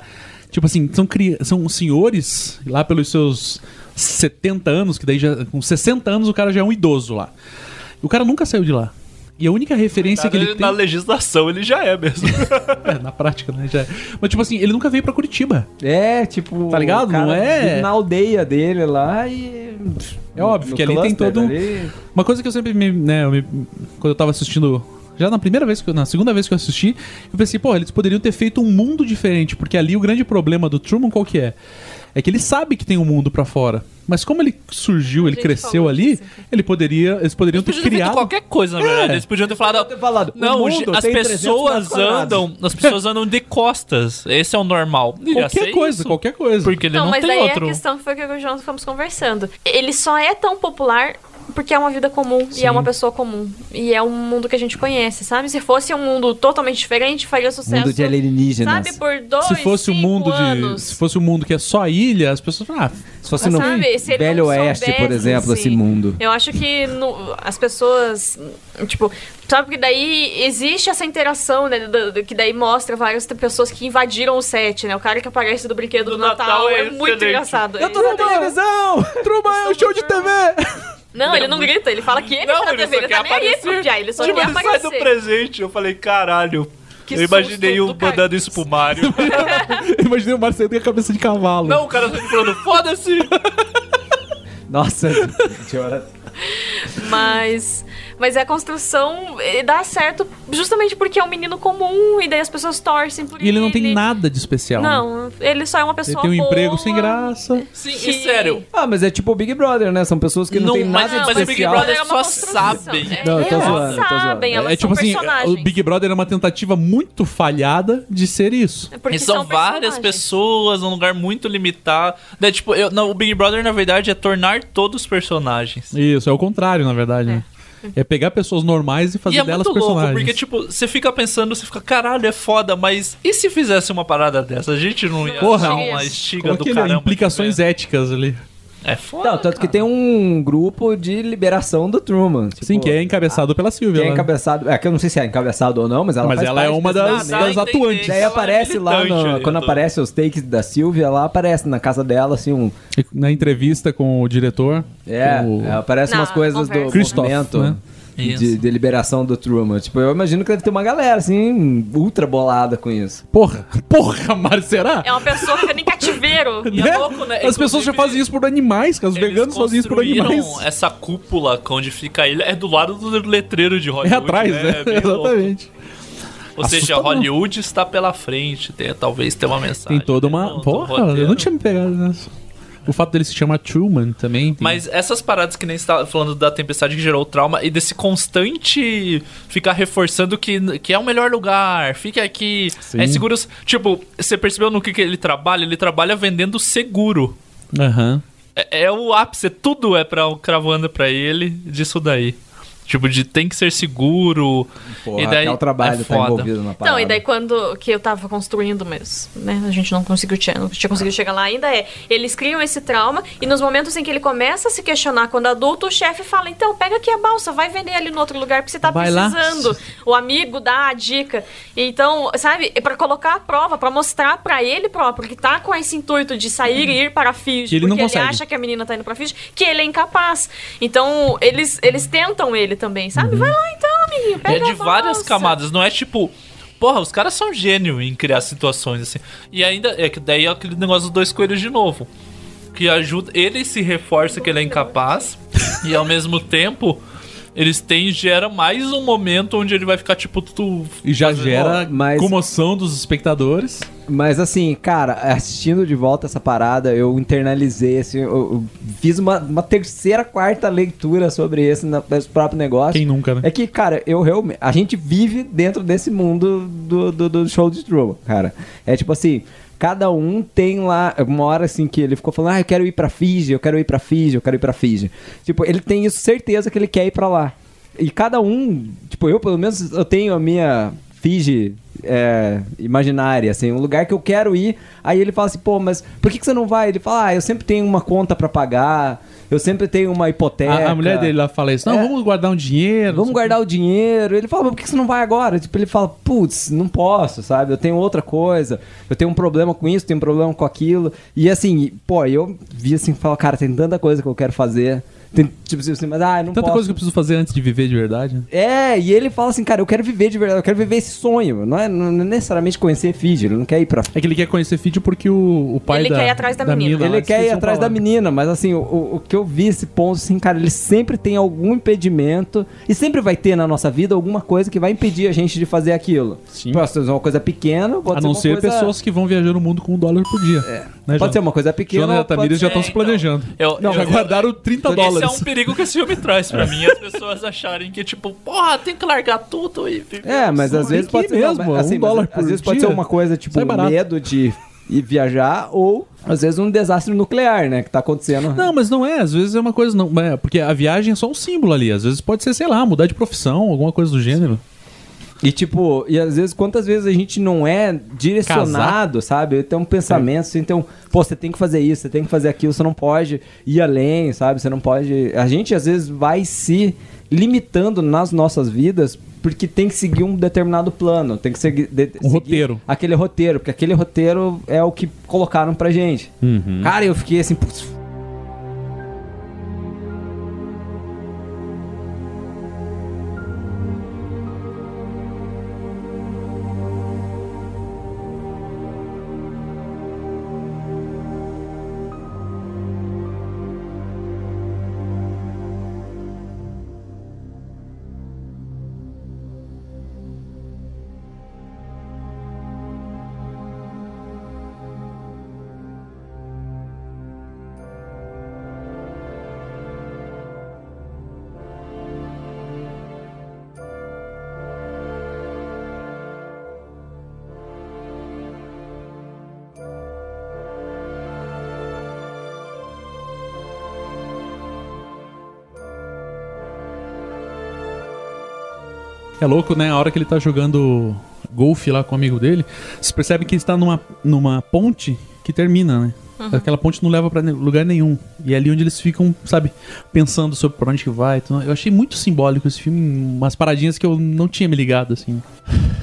Speaker 1: Tipo assim, são, cri- são senhores lá pelos seus 70 anos, que daí já com 60 anos o cara já é um idoso lá. O cara nunca saiu de lá. E a única referência que ele,
Speaker 3: Tá
Speaker 4: tá
Speaker 3: na
Speaker 1: tem
Speaker 3: legislação ele já é mesmo.
Speaker 1: é, na prática, né, já. é. Mas tipo assim, ele nunca veio pra Curitiba.
Speaker 2: É, tipo,
Speaker 1: Tá ligado?
Speaker 2: o cara
Speaker 1: Não é?
Speaker 2: vive na aldeia dele lá e
Speaker 1: É óbvio que ali tem todo um- Uma coisa que eu sempre me, né, eu me- quando eu tava assistindo, já na primeira vez que eu- na segunda vez que eu assisti, eu pensei, pô, eles poderiam ter feito um mundo diferente, porque ali o grande problema do Truman qual que é? É que ele sabe que tem um mundo pra fora. Mas como ele surgiu, ele cresceu ali, ele poderia, eles poderiam ter
Speaker 3: Podia ter feito
Speaker 1: criado É.
Speaker 3: qualquer coisa, na verdade. Eles podiam ter falado. não,
Speaker 1: "O
Speaker 3: ge-
Speaker 1: mundo
Speaker 3: as
Speaker 1: tem 300
Speaker 3: pessoas
Speaker 1: metros quadrados."
Speaker 3: andam. As pessoas andam de costas. Esse é o normal. Ia
Speaker 1: Qualquer
Speaker 3: ser
Speaker 1: coisa, qualquer coisa.
Speaker 3: Porque ele não,
Speaker 4: não, mas
Speaker 3: tem
Speaker 4: aí
Speaker 3: outro.
Speaker 4: a questão que foi que eu e o João ficamos conversando. Ele só é tão popular porque é uma vida comum e é uma pessoa comum. E é um mundo que a gente conhece, sabe? Se fosse um mundo totalmente diferente, faria sucesso.
Speaker 2: mundo de alienígenas.
Speaker 4: Sabe, por dois,
Speaker 1: se fosse um
Speaker 4: cinco
Speaker 1: mundo
Speaker 4: anos.
Speaker 1: de, se fosse um mundo que é só ilha, as pessoas, falam, ah,
Speaker 2: se
Speaker 4: fosse no Sabe, se ele Velho não Oeste, soubesse, por exemplo, assim, esse
Speaker 2: mundo.
Speaker 4: Eu acho que no- as pessoas, tipo, sabe que daí existe essa interação, né? do- do- que daí mostra várias t- pessoas que invadiram o set, né? O cara que aparece do brinquedo do, Natal,
Speaker 3: Natal é
Speaker 4: é, muito
Speaker 3: excelente.
Speaker 4: engraçado.
Speaker 3: Eu
Speaker 2: tô na televisão! Truman é um show de TV!
Speaker 4: Não, ele não grita, ele fala que ele
Speaker 3: Não,
Speaker 4: tá na
Speaker 3: ele
Speaker 4: TV,
Speaker 3: só
Speaker 4: ele
Speaker 3: quer
Speaker 4: tá nem aí
Speaker 3: aparecer.
Speaker 4: pro Jai, ele só
Speaker 3: Tipo,
Speaker 4: quer
Speaker 3: ele sai do
Speaker 4: aparecer.
Speaker 3: presente. Eu falei, caralho.
Speaker 4: Que
Speaker 3: eu imaginei
Speaker 4: susto
Speaker 3: um mandando isso pro Mario.
Speaker 1: imaginei o Marcelo com a cabeça de cavalo.
Speaker 3: não, o cara tá falando, foda-se!
Speaker 2: Nossa, que hora.
Speaker 4: Mas, mas é a construção eh, dá certo justamente porque é um menino comum e daí as pessoas torcem por
Speaker 1: E ele não tem nada de especial. né?
Speaker 4: Não, ele só é uma pessoa
Speaker 1: Ele tem um
Speaker 4: boa.
Speaker 1: emprego sem graça.
Speaker 3: Sim, e sério.
Speaker 2: Ah, mas é tipo o Big Brother, né? São pessoas que não, tem
Speaker 3: é, mas,
Speaker 2: nada
Speaker 3: mas
Speaker 2: de
Speaker 3: o Big
Speaker 2: especial.
Speaker 4: É
Speaker 3: Brother só sabem.
Speaker 2: Não, eu tô
Speaker 4: Elas
Speaker 2: zoando, eu tô zoando.
Speaker 4: É. sabem, elas
Speaker 1: é tipo
Speaker 4: são
Speaker 1: assim,
Speaker 4: personagens.
Speaker 1: o Big Brother é uma tentativa muito falhada de ser isso.
Speaker 4: É
Speaker 3: e são, várias pessoas num lugar muito limitado. Daí, tipo, eu- não, o Big Brother, na verdade, é tornar todos personagens.
Speaker 1: Isso, é o contrário, na verdade, né? É pegar pessoas normais e fazer
Speaker 3: e é
Speaker 1: delas
Speaker 3: muito louco,
Speaker 1: personagens.
Speaker 3: porque, tipo, você fica pensando, você fica, caralho, é foda, mas e se fizesse uma parada dessa? A gente não ia
Speaker 1: Porra,
Speaker 3: achar
Speaker 1: é.
Speaker 3: uma
Speaker 1: Com
Speaker 3: estiga do
Speaker 1: aquele,
Speaker 3: caramba.
Speaker 1: implicações
Speaker 2: né?
Speaker 1: éticas ali.
Speaker 2: Tipo,
Speaker 3: É foda.
Speaker 2: Não, tanto que tem um grupo de liberação do Truman. tipo,
Speaker 1: Sim, que é encabeçado pela Silvia.
Speaker 2: Quem é
Speaker 1: lá, né?
Speaker 2: encabeçado. É que eu não sei se é encabeçado ou não, mas ela
Speaker 1: Mas
Speaker 2: faz
Speaker 1: ela é
Speaker 2: parte
Speaker 1: uma
Speaker 2: desse-
Speaker 1: das- Dá das a entender atuantes. que
Speaker 2: Daí
Speaker 1: ela é
Speaker 2: aparece lá, no-
Speaker 1: militante ali,
Speaker 3: né,
Speaker 2: quando
Speaker 1: eu tô-
Speaker 2: aparece os takes da Silvia, lá aparece na casa dela, assim, um.
Speaker 1: E Na entrevista com o diretor.
Speaker 2: É,
Speaker 1: com o-
Speaker 2: é, aparece umas coisas do
Speaker 1: Christoph,
Speaker 2: movimento
Speaker 1: né?
Speaker 2: de, de liberação do Truman. Tipo, eu imagino que deve ter uma galera, assim, ultra bolada com isso.
Speaker 1: Porra, porra, Mário, será?
Speaker 4: É uma pessoa que fica em cativeiro.
Speaker 3: um
Speaker 1: Né? As pessoas já fazem isso por animais, cara. Os veganos fazem isso por animais.
Speaker 3: Construíram essa cúpula onde fica a ilha. É do lado do letreiro de
Speaker 1: É
Speaker 3: Hollywood.
Speaker 1: atrás, né?
Speaker 3: É bem louco.
Speaker 1: Exatamente.
Speaker 3: Ou seja,
Speaker 1: Assustador.
Speaker 3: Hollywood está pela frente. Tem, talvez tenha uma mensagem. né?
Speaker 1: Tem toda
Speaker 2: né?
Speaker 1: uma. Porra, eu não tinha me pegado nessa. O fato dele se chamar Truman também. tem-
Speaker 3: Mas essas paradas que nem você tava falando da tempestade que gerou o trauma e desse constante ficar reforçando que, que é o melhor lugar, fica aqui, é seguro. Tipo, você percebeu no que, que ele trabalha? Ele trabalha vendendo seguro.
Speaker 1: Aham.
Speaker 3: É, é o ápice, tudo é pra, cravando pra ele disso daí. Tipo, de tem que ser seguro. é
Speaker 2: Porra, até o trabalho tá envolvido na
Speaker 4: Então, é e daí quando que eu tava construindo, mas né, a gente não conseguiu che- não tinha conseguido chegar lá ainda é. Eles criam esse trauma e nos momentos em que ele começa a se questionar quando adulto, o chefe fala: "Então, pega aqui a balsa, vai vender ali no outro lugar porque você tá
Speaker 1: Vai lá.
Speaker 4: precisando". O amigo dá a dica. Então, sabe, é pra colocar a prova, pra mostrar pra ele próprio que tá com esse intuito de sair e ir para a Fiji,
Speaker 1: Que ele
Speaker 4: porque
Speaker 1: não
Speaker 4: ele
Speaker 1: consegue.
Speaker 4: acha que a menina tá indo pra Fiji, que ele é incapaz. Então, eles eles tentam ele também, sabe?
Speaker 1: Uhum.
Speaker 4: Vai lá então, amiguinho, pega
Speaker 3: É de
Speaker 4: a
Speaker 3: várias camadas, não é tipo. Porra, os caras são gênio em criar situações assim. E ainda. É que daí é aquele negócio dos dois coelhos de novo. Que ajuda. Ele se reforça que ele é incapaz. e ao mesmo tempo, eles têm. Gera mais um momento onde ele vai ficar tipo. Tu,
Speaker 1: E já gera
Speaker 2: mas-
Speaker 1: comoção dos espectadores.
Speaker 2: Mas assim, cara, assistindo de volta essa parada, eu internalizei, assim, eu, eu fiz uma, uma terceira, quarta leitura sobre esse, na- esse próprio negócio.
Speaker 1: Quem nunca, né?
Speaker 2: É que, cara, eu realmente. A gente vive dentro desse mundo do, do, do show de Truman, cara. É tipo assim. Cada um tem lá uma hora assim que ele ficou falando: "Ah, eu quero ir pra Fiji, eu quero ir pra Fiji, eu quero ir pra Fiji". Tipo, ele tem isso certeza que ele quer ir pra lá. E cada um, tipo, eu pelo menos eu tenho a minha Fiji é, imaginária, assim, um lugar que eu quero ir. Aí ele fala assim, pô, mas por que, que você não vai? Ele fala, ah, eu sempre tenho uma conta pra pagar, eu sempre tenho uma hipoteca.
Speaker 1: A, a mulher dele lá fala isso. Não,
Speaker 2: É.
Speaker 1: vamos guardar um dinheiro.
Speaker 2: Vamos guardar o dinheiro. Ele fala, mas por que você não vai agora? Tipo, ele fala, putz, não posso, sabe? Eu tenho outra coisa. Eu tenho um problema com isso, tenho um problema com aquilo. E assim, pô, eu vi assim, falo, cara, tem tanta coisa que eu quero fazer. Tem, tipo assim, mas ah, eu não
Speaker 1: Tanta
Speaker 2: posso.
Speaker 1: coisa que eu preciso fazer antes de viver de verdade. né?
Speaker 2: É, e ele fala assim, cara, eu quero viver de verdade, eu quero viver esse sonho. Não é, não é necessariamente conhecer Fiji, ele não quer ir pra.
Speaker 1: É que ele quer conhecer Fiji porque o, o pai
Speaker 4: Ele
Speaker 1: da,
Speaker 4: quer ir atrás da menina.
Speaker 1: mina lá,
Speaker 2: Ele
Speaker 1: eles
Speaker 2: quer ir
Speaker 1: são
Speaker 2: atrás
Speaker 1: pra
Speaker 2: da
Speaker 1: lá.
Speaker 2: menina, mas assim, o, o- o que eu vi esse ponto, assim, cara, ele sempre tem algum impedimento e sempre vai ter na nossa vida alguma coisa que vai impedir a gente de fazer aquilo. Sim. Pode ser uma coisa pequena, pode
Speaker 1: A não
Speaker 2: uma
Speaker 1: ser
Speaker 2: coisa- É.
Speaker 1: pessoas que vão viajar no mundo com um dólar por dia.
Speaker 2: pode ser uma coisa pequena
Speaker 1: Jonas e
Speaker 2: ou
Speaker 1: a Tamires
Speaker 2: pode-
Speaker 1: já estão se planejando.
Speaker 3: Eu-
Speaker 1: já
Speaker 3: eu-
Speaker 1: guardaram 30
Speaker 3: Esse
Speaker 1: dólares.
Speaker 3: é um perigo que esse filme traz pra mim. As pessoas acharem que, tipo, porra, tem que largar tudo e. viver
Speaker 2: É, mas
Speaker 3: um
Speaker 2: às vezes
Speaker 3: sonho.
Speaker 2: pode ser
Speaker 1: mesmo,
Speaker 2: não, mas,
Speaker 1: um
Speaker 2: assim, mas
Speaker 1: dólar por
Speaker 2: Às vezes pode
Speaker 1: dia,
Speaker 2: ser uma coisa tipo
Speaker 1: sai
Speaker 2: um
Speaker 1: barato.
Speaker 2: medo de ir viajar ou às vezes um desastre nuclear, né, que tá acontecendo.
Speaker 1: Não, mas não é. Às vezes é uma coisa. não é, Porque a viagem é só um símbolo ali. Às vezes pode ser, sei lá, mudar de profissão, alguma coisa do gênero.
Speaker 2: E tipo, e às vezes, quantas vezes a gente não é direcionado, sabe? Tem um pensamento assim, então, pô, você tem que fazer isso, você tem que fazer aquilo, você não pode ir além, sabe? Você não pode. A gente às vezes vai se limitando nas nossas vidas porque tem que seguir um determinado plano, tem que seguir, de- seguir
Speaker 1: Um roteiro.
Speaker 2: aquele roteiro, porque aquele roteiro é o que colocaram pra gente.
Speaker 1: Uhum.
Speaker 2: Cara, eu fiquei assim, putz,
Speaker 1: É louco, né? A hora que ele tá jogando golfe lá com o amigo dele, você percebe que ele está numa, numa ponte que termina, né?
Speaker 11: Uhum.
Speaker 1: Aquela ponte não leva pra ne- lugar nenhum. E é ali onde eles ficam, sabe, pensando sobre pra onde que vai. Então, eu achei muito simbólico esse filme, umas paradinhas que eu não tinha me ligado, assim.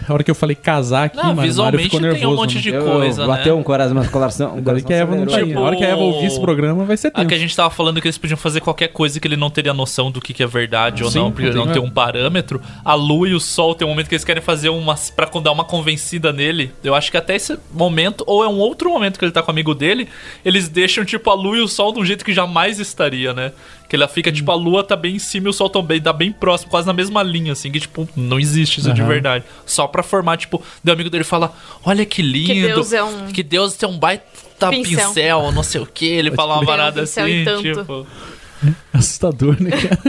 Speaker 1: A hora que eu falei casar aqui,
Speaker 3: Não,
Speaker 1: mano, o Mário
Speaker 3: visualmente
Speaker 1: ficou
Speaker 3: tem um
Speaker 1: nervoso.
Speaker 3: monte de
Speaker 1: mano.
Speaker 3: coisa, né?
Speaker 2: bateu um coração, mas coração. um
Speaker 1: Falei
Speaker 2: coração
Speaker 1: que a Eva não tá aí.
Speaker 2: acelerou.
Speaker 1: A hora que a Eva ouvir esse programa vai ser
Speaker 3: Ah, que
Speaker 1: tempo.
Speaker 3: a gente tava falando que eles podiam fazer qualquer coisa que ele não teria noção do que, que é verdade ou
Speaker 1: Sim,
Speaker 3: não, porque
Speaker 1: não tem
Speaker 3: não tem
Speaker 1: nada.
Speaker 3: um parâmetro. A lua e o sol tem um momento que eles querem fazer umas pra dar uma convencida nele. Eu acho que até esse momento, ou é um outro momento que ele tá com o amigo dele, eles deixam, tipo, a lua e o sol de um jeito que jamais estaria, né? Que ela fica, tipo, a lua tá bem em cima e o sol também tá bem próximo, quase na mesma linha, assim, que, tipo, não existe isso de
Speaker 1: Aham.
Speaker 3: verdade. Só pra formar, tipo, do amigo dele falar: Olha que lindo,
Speaker 4: Deus é um-
Speaker 3: que Deus é um baita
Speaker 4: Pincel.
Speaker 3: pincel, não sei o que. Ele fala uma
Speaker 4: Tipo,
Speaker 3: parada
Speaker 4: pincel
Speaker 3: assim,
Speaker 4: e tanto.
Speaker 3: tipo.
Speaker 1: Assustador, né, cara?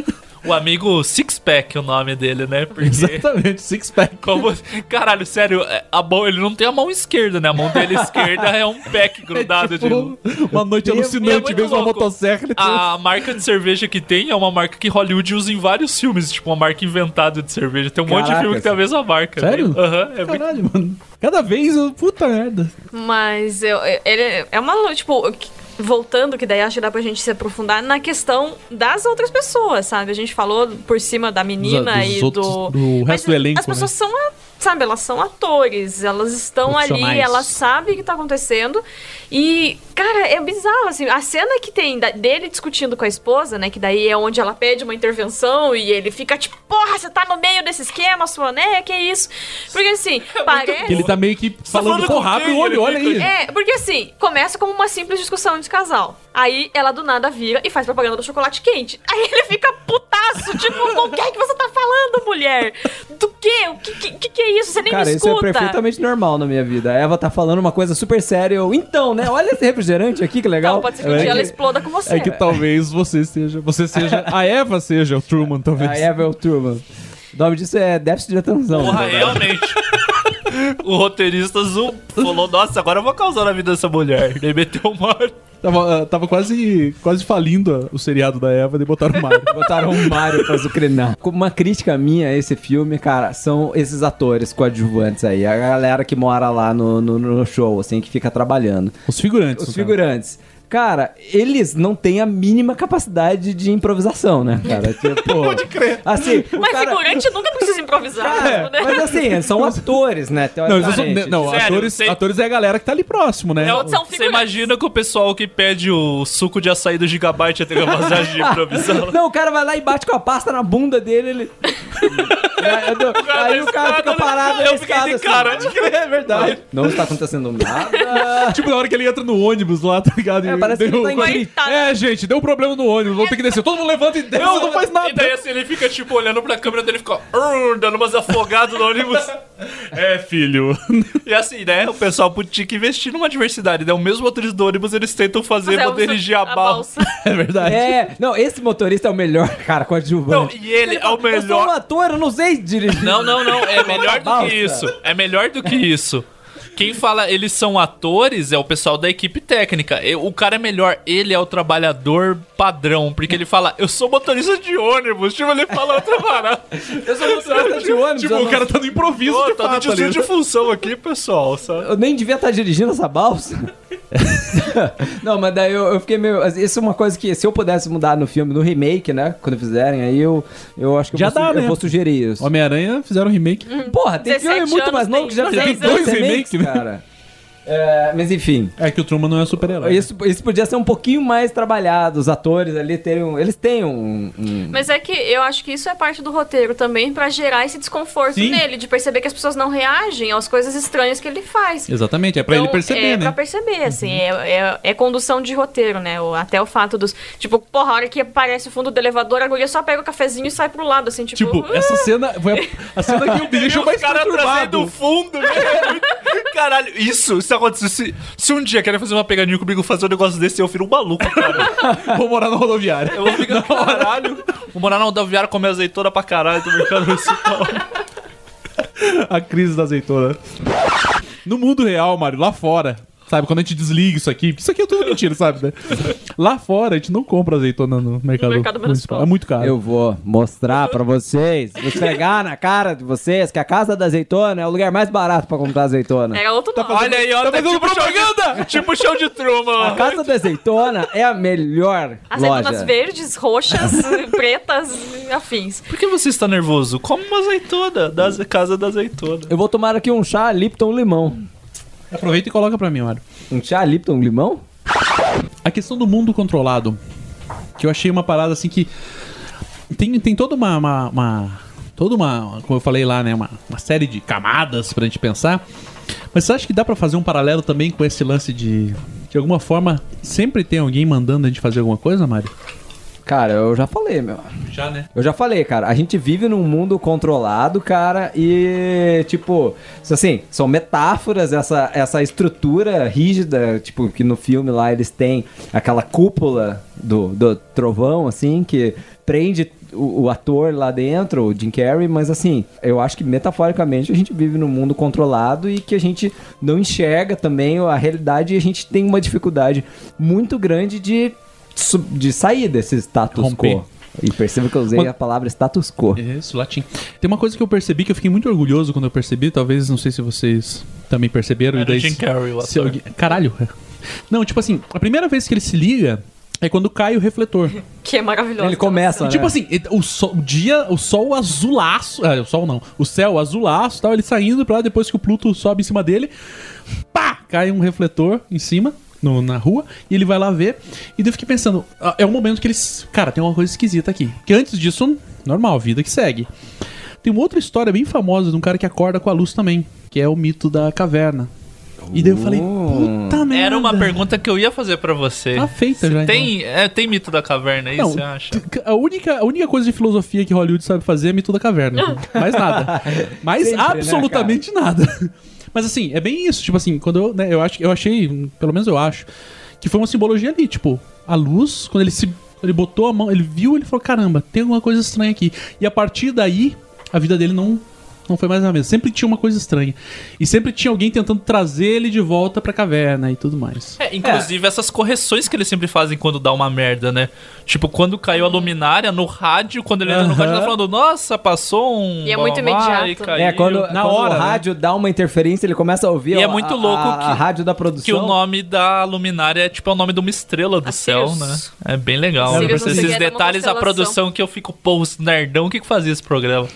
Speaker 3: O amigo Sixpack, o nome dele, né? Porque-
Speaker 1: Exatamente, Sixpack.
Speaker 3: Como... Caralho, sério, é, a mão, ele não tem a mão esquerda, né? A mão dele esquerda é um pack grudado de.
Speaker 1: Uma noite
Speaker 3: E é
Speaker 1: alucinante,
Speaker 3: muito
Speaker 1: mesmo uma
Speaker 3: louco. Ah,
Speaker 1: motosserra. né? ele tem-
Speaker 3: A marca de cerveja que tem é uma marca que Hollywood usa em vários filmes, tipo uma marca inventada de cerveja. Tem um monte de
Speaker 1: Caraca,
Speaker 3: filme que tem a mesma marca. né?
Speaker 1: Sério?
Speaker 3: Aham, é muito
Speaker 1: Caralho, mano. Cada vez, eu- puta merda.
Speaker 4: Mas eu, ele é uma. Tipo, voltando, que daí acho que dá pra gente se aprofundar na questão das outras pessoas, sabe? A gente falou por cima da menina
Speaker 1: Dos-
Speaker 4: e
Speaker 1: dos
Speaker 4: do.
Speaker 1: outros- do
Speaker 4: Mas
Speaker 1: resto do elenco,
Speaker 4: As pessoas
Speaker 1: né?
Speaker 4: são. a- Sabe, elas são atores, elas estão ali,
Speaker 1: Profissionais.
Speaker 4: elas sabem o que tá acontecendo. E, cara, é bizarro, assim, a cena que tem da- dele discutindo com a esposa, né? Que daí é onde ela pede uma intervenção e ele fica tipo, porra, você tá no meio desse esquema, sua né? Que isso? Porque assim, parece.
Speaker 1: Que ele tá meio que falando
Speaker 3: falando
Speaker 1: com o
Speaker 3: com
Speaker 1: rabo e
Speaker 3: quem?
Speaker 1: o olho, olha aí.
Speaker 4: É, porque assim, começa como uma simples discussão de casal. Aí ela do nada vira e faz propaganda do chocolate quente. Aí ele fica putaço, tipo, com o que é que você tá falando, mulher? Do quê? O que, que, que é isso? Você nem
Speaker 2: Cara,
Speaker 4: me
Speaker 2: isso é
Speaker 4: escuta.
Speaker 2: perfeitamente normal na minha vida. A Eva tá falando uma coisa super séria. Eu, então, né? Olha esse refrigerante aqui, que legal.
Speaker 4: Não, pode ser que um dia ela exploda com você.
Speaker 1: É que talvez você seja. Você seja. A Eva seja o Truman, talvez.
Speaker 2: A Eva é o Truman. O nome disso é déficit de atenção.
Speaker 3: Porra, é,
Speaker 2: né?
Speaker 3: realmente. o roteirista zoom falou: Nossa, agora eu vou causar na vida dessa mulher. Daí meteu um o Mario.
Speaker 1: Tava, ah, tava quase, quase falindo ah, o seriado da Eva e botaram o Mario.
Speaker 2: Botaram o Mario pra zucrinar. Como Uma crítica minha a esse filme, cara, são esses atores coadjuvantes aí. A galera que mora lá no, no, no show, assim, que fica trabalhando.
Speaker 1: Os figurantes.
Speaker 2: Os
Speaker 1: no
Speaker 2: figurantes. Cara, eles não têm a mínima capacidade de improvisação, né, cara? Tipo, Pode
Speaker 1: crer.
Speaker 2: Assim, o
Speaker 4: Mas
Speaker 2: cara...
Speaker 4: figurante nunca precisa improvisar,
Speaker 2: É,
Speaker 4: né?
Speaker 2: mas assim, são atores, né?
Speaker 1: Não, eles não são-
Speaker 2: teoricamente.
Speaker 1: não,
Speaker 3: Sério,
Speaker 1: atores,
Speaker 3: sei-
Speaker 1: atores é a galera que tá ali próximo,
Speaker 4: É
Speaker 1: né?
Speaker 3: Você imagina que o pessoal que pede o suco de açaí do Gigabyte ia ter capacidade de improvisar?
Speaker 2: Não, o cara vai lá e bate com a pasta na bunda dele, ele. Aí eu dou- aí o cara fica parado
Speaker 3: né? Eu fiquei
Speaker 2: na
Speaker 3: de
Speaker 2: escada, assim.
Speaker 3: cara, de que
Speaker 2: é verdade. Não está acontecendo nada.
Speaker 1: tipo, na hora que ele entra no ônibus lá, tá ligado?
Speaker 2: É,
Speaker 1: E
Speaker 2: parece que
Speaker 1: deu-
Speaker 2: ele tá em-
Speaker 1: É, gente, deu um problema no ônibus, vamos ter que descer. Todo mundo levanta e desce, não faz nada.
Speaker 3: E daí assim, ele fica tipo olhando pra câmera dele e fica "Arr", dando umas afogadas no ônibus. É, filho. E assim, né? O pessoal pô, tinha que investir numa diversidade, né? O mesmo motorista do ônibus eles tentam fazer
Speaker 4: é
Speaker 3: pra dirigir a balsa.
Speaker 1: É verdade.
Speaker 2: É, não, esse motorista é o melhor, cara,
Speaker 3: Não,
Speaker 2: coadjuvante.
Speaker 3: e ele é o
Speaker 2: Eu sou um
Speaker 3: melhor.
Speaker 2: ator, eu não sei dirigir.
Speaker 3: Não, não, não. É melhor do
Speaker 2: Balsa.
Speaker 3: que isso. É melhor do que isso. Quem fala eles são atores é o pessoal da equipe técnica. E- O cara é melhor, ele é o trabalhador padrão, porque ele fala, eu sou motorista de ônibus. Tipo, ele fala outra parada.
Speaker 2: Eu sou motorista de ônibus.
Speaker 3: Tipo,
Speaker 2: eu
Speaker 3: o
Speaker 2: não-
Speaker 3: cara
Speaker 1: tá no improviso
Speaker 3: Pô,
Speaker 1: de
Speaker 3: tá no
Speaker 1: fato
Speaker 3: desvio
Speaker 1: ali. né?
Speaker 3: de função aqui, pessoal, sabe?
Speaker 2: Eu nem devia estar dirigindo essa balsa. não, mas daí eu, eu fiquei meio. Isso é uma coisa que, se eu pudesse mudar no filme, no remake, né? Quando fizerem, aí eu, eu acho que eu
Speaker 1: Já
Speaker 2: vou su-
Speaker 1: dá,
Speaker 2: eu
Speaker 1: né?
Speaker 2: vou sugerir isso. Uhum.
Speaker 1: Homem-Aranha fizeram um remake.
Speaker 2: Porra, tem filme
Speaker 4: 17
Speaker 2: muito
Speaker 4: anos,
Speaker 2: mais novo
Speaker 4: tem
Speaker 2: que já
Speaker 4: 16
Speaker 2: fez
Speaker 1: anos.
Speaker 2: dois remakes,
Speaker 1: Remakes, né?
Speaker 2: cara. É, mas enfim.
Speaker 1: É que o Truman não é super-herói.
Speaker 2: Isso, isso podia ser um pouquinho mais trabalhado. Os atores ali terem um, Eles têm um. um-
Speaker 4: Mas é que eu acho que isso é parte do roteiro também pra gerar esse desconforto
Speaker 1: Sim.
Speaker 4: nele, de perceber que as pessoas não reagem às coisas estranhas que ele faz.
Speaker 1: Exatamente, é pra
Speaker 4: Então,
Speaker 1: ele perceber,
Speaker 4: é
Speaker 1: né? Uhum.
Speaker 4: pra perceber, assim, é, é- é condução de roteiro, né? O- até o fato dos. Tipo, porra, a hora que aparece o fundo do elevador, a guria só pega o cafezinho e sai pro lado, assim, tipo.
Speaker 1: Tipo,
Speaker 4: "Ah!"
Speaker 1: essa cena foi a, a cena que me deixou mais
Speaker 3: Os caras trazendo o
Speaker 1: perturbado.
Speaker 3: fundo, né? Caralho, isso, isso acontece. Se, se um dia querem fazer uma pegadinha comigo, fazer um negócio desse, eu viro um maluco, cara.
Speaker 1: Vou morar na rodoviária.
Speaker 3: Eu vou ficar, caralho, vou morar na rodoviária, comer azeitona pra caralho do mercado municipal.
Speaker 1: A crise da azeitona. No mundo real, Mário, lá fora, sabe? Quando a gente desliga isso aqui, porque isso aqui é tudo mentira, sabe? né? Lá fora, a gente não compra azeitona no mercado,
Speaker 4: mercado
Speaker 1: municipal.
Speaker 4: municipal.
Speaker 1: É muito caro.
Speaker 2: Ah, Eu vou mostrar pra vocês, vou esfregar na cara de vocês que a Casa da Azeitona é o lugar mais barato pra comprar azeitona.
Speaker 4: Era outro nome.
Speaker 3: Olha aí, ó,
Speaker 1: Tá fazendo
Speaker 3: show de-
Speaker 1: propaganda!
Speaker 3: tipo show de truma.
Speaker 2: A Casa da Azeitona é a melhor
Speaker 4: Azeitonas
Speaker 2: loja.
Speaker 4: verdes, roxas, pretas, afins.
Speaker 3: Por que você está nervoso? Come uma azeitona da aze- casa da azeitona.
Speaker 2: Eu vou tomar aqui um chá Lipton limão.
Speaker 1: Aproveita e coloca pra mim, Mário.
Speaker 2: Um chá Lipton limão?
Speaker 1: A questão do mundo controlado. Que eu achei uma parada assim que. Tem, tem toda uma. uma- uma- toda uma. Como eu falei lá, né? Uma, uma série de camadas pra gente pensar. Mas você acha que dá pra fazer um paralelo também com esse lance de. De alguma forma, sempre tem alguém mandando a gente fazer alguma coisa, Mário?
Speaker 2: Cara, eu já falei, meu.
Speaker 1: Já, né?
Speaker 2: Eu já falei, cara, a gente vive num mundo controlado, cara, e tipo, assim, são metáforas essa, essa estrutura rígida, tipo, que no filme lá eles têm aquela cúpula do, do trovão, assim, que prende o, o ator lá dentro, o Jim Carrey, mas assim, eu acho que metaforicamente a gente vive num mundo controlado e que a gente não enxerga também a realidade e a gente tem uma dificuldade muito grande de, su- de sair desse status
Speaker 1: Romper.
Speaker 2: quo. E perceba que eu usei
Speaker 1: Mas-
Speaker 2: a palavra status quo.
Speaker 1: Isso, latim. Tem uma coisa que eu percebi que eu fiquei muito orgulhoso quando eu percebi, talvez não sei se vocês também perceberam.
Speaker 3: Era
Speaker 1: e daí
Speaker 3: o Jim
Speaker 1: se-
Speaker 3: Carrey, o
Speaker 1: se
Speaker 3: ator.
Speaker 1: alguém- Caralho. Não, tipo assim, a primeira vez que ele se liga é quando cai o refletor.
Speaker 4: Que é maravilhoso.
Speaker 2: né?
Speaker 1: E,
Speaker 3: né?
Speaker 1: tipo assim, ele- o, sol- o dia, o sol azulaço. Ah, o sol não. O céu azulaço e tal, ele saindo pra lá, depois que o Pluto sobe em cima dele. Pá! Cai um refletor em cima. no- na rua, e ele vai lá ver. E daí eu fiquei pensando, ah, é um momento que eles. Cara, tem uma coisa esquisita aqui. Que antes disso, normal, vida que segue. Tem uma outra história bem famosa de um cara que acorda com a luz também, que é o mito da caverna. E daí eu falei, puta merda.
Speaker 3: Era uma pergunta que eu ia fazer pra você.
Speaker 1: Tá feita já,
Speaker 3: Tem, é, tem mito da caverna aí,
Speaker 1: Não,
Speaker 3: você acha?
Speaker 1: t- A única, a única coisa de filosofia que Hollywood sabe fazer é mito da caverna. Mais nada. Mais
Speaker 3: Sempre, né,
Speaker 1: absolutamente nada. Mas assim, é bem isso. Tipo assim, quando eu, né, eu, acho, eu achei, pelo menos eu acho, que foi uma simbologia ali. Tipo, a luz, quando ele se. Ele botou a mão, ele viu, ele falou: caramba, tem alguma coisa estranha aqui. E a partir daí, a vida dele não. Não foi mais a mesma. Sempre tinha uma coisa estranha. E sempre tinha alguém tentando trazer ele de volta pra caverna e tudo mais.
Speaker 3: É, inclusive essas correções que eles sempre fazem quando dá uma merda, né? Tipo, quando caiu a luminária no rádio, quando ele entra no
Speaker 2: Aham.
Speaker 3: rádio, tá falando, nossa, passou um.
Speaker 4: E é muito
Speaker 3: balabai,
Speaker 4: imediato, né?
Speaker 3: caiu."
Speaker 2: É, quando, quando o
Speaker 3: né?
Speaker 2: rádio dá uma interferência, ele começa a ouvir
Speaker 3: E é
Speaker 2: a-
Speaker 3: muito
Speaker 2: a-
Speaker 3: louco
Speaker 2: a, a
Speaker 3: que-
Speaker 2: rádio da produção.
Speaker 3: Que o nome da luminária é tipo é o nome de uma estrela do céu, né?
Speaker 2: Sirius.
Speaker 3: É bem legal.
Speaker 2: Sirius
Speaker 3: Esses
Speaker 2: no segredo é uma
Speaker 3: detalhes, a
Speaker 2: constelação.
Speaker 3: produção que eu fico, pô, os nerdão, o que, que fazia esse programa?